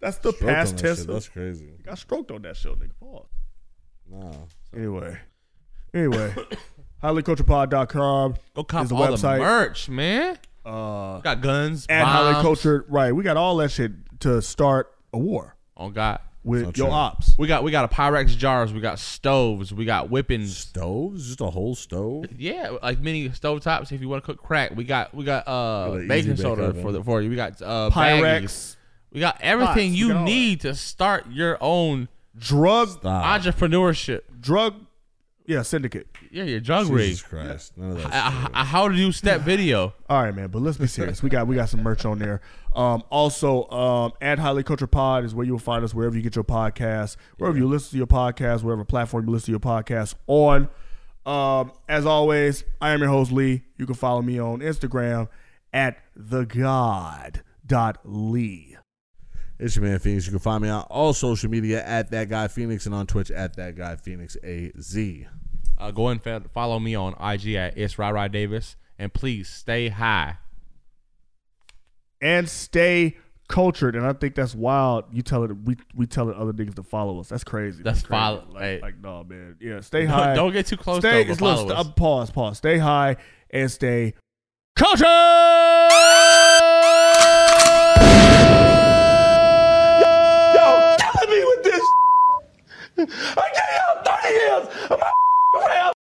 Speaker 2: That's the
Speaker 6: Stroked on
Speaker 2: past
Speaker 6: that
Speaker 2: tense.
Speaker 6: shit.
Speaker 2: of-
Speaker 6: That's crazy.
Speaker 2: I stroked on that show, nigga. Pause.
Speaker 6: No.
Speaker 2: Anyway, anyway, highlyculturepod.com
Speaker 5: Go cop
Speaker 2: is the
Speaker 5: all
Speaker 2: website.
Speaker 5: the merch, man.
Speaker 2: Uh,
Speaker 5: got guns.
Speaker 2: at highly
Speaker 5: bombs.
Speaker 2: cultured. Right, we got all that shit to start a war
Speaker 5: Oh God.
Speaker 2: with your
Speaker 6: true.
Speaker 2: ops.
Speaker 5: We got we got a Pyrex jars. We got stoves. We got whippings.
Speaker 6: Stoves? Just a whole stove?
Speaker 5: Yeah, like mini stovetops. If you want to cook crack, we got we got uh
Speaker 6: Got an easy
Speaker 5: baking
Speaker 6: bake
Speaker 5: soda
Speaker 6: oven.
Speaker 5: for the for you. We got uh
Speaker 2: Pyrex.
Speaker 5: baggies. We got everything
Speaker 2: Pots. We
Speaker 5: you
Speaker 2: got all
Speaker 5: need to start your own
Speaker 2: Drug,
Speaker 6: Stop.
Speaker 5: entrepreneurship.
Speaker 2: drug, yeah, syndicate.
Speaker 5: Yeah, your drug rig.
Speaker 6: Jesus Christ. None of that. shit.
Speaker 5: A- a- a uh, How to do step video?
Speaker 2: All right, man, but let's be serious. We got we got some merch on there. Um, also, um, at Highly Culture Pod is where you'll find us wherever you get your podcast, wherever you listen to your podcast, whatever platform you listen to your podcast on. Um, as always, I am your host Lee. You can follow me on Instagram at thegod.lee.
Speaker 6: It's your man Phoenix. You can find me on all social media at that guy Phoenix and on Twitch at that guy Phoenix A Z.
Speaker 5: Uh, go and fa- follow me on IG at it's Rai Rai Davis, and please stay high.
Speaker 2: And stay cultured. And I think that's wild. You tell it we we tell it other niggas to follow us. That's crazy.
Speaker 5: That's
Speaker 2: crazy.
Speaker 5: follow-
Speaker 2: Like,
Speaker 5: like-
Speaker 2: like nah, man. Yeah, stay
Speaker 5: Don't-
Speaker 2: high.
Speaker 5: don't get too close,
Speaker 2: Stay,
Speaker 5: though, but
Speaker 2: it's- look,
Speaker 5: follow
Speaker 2: st-
Speaker 5: us.
Speaker 2: uh, pause, pause. Stay high and stay cultured.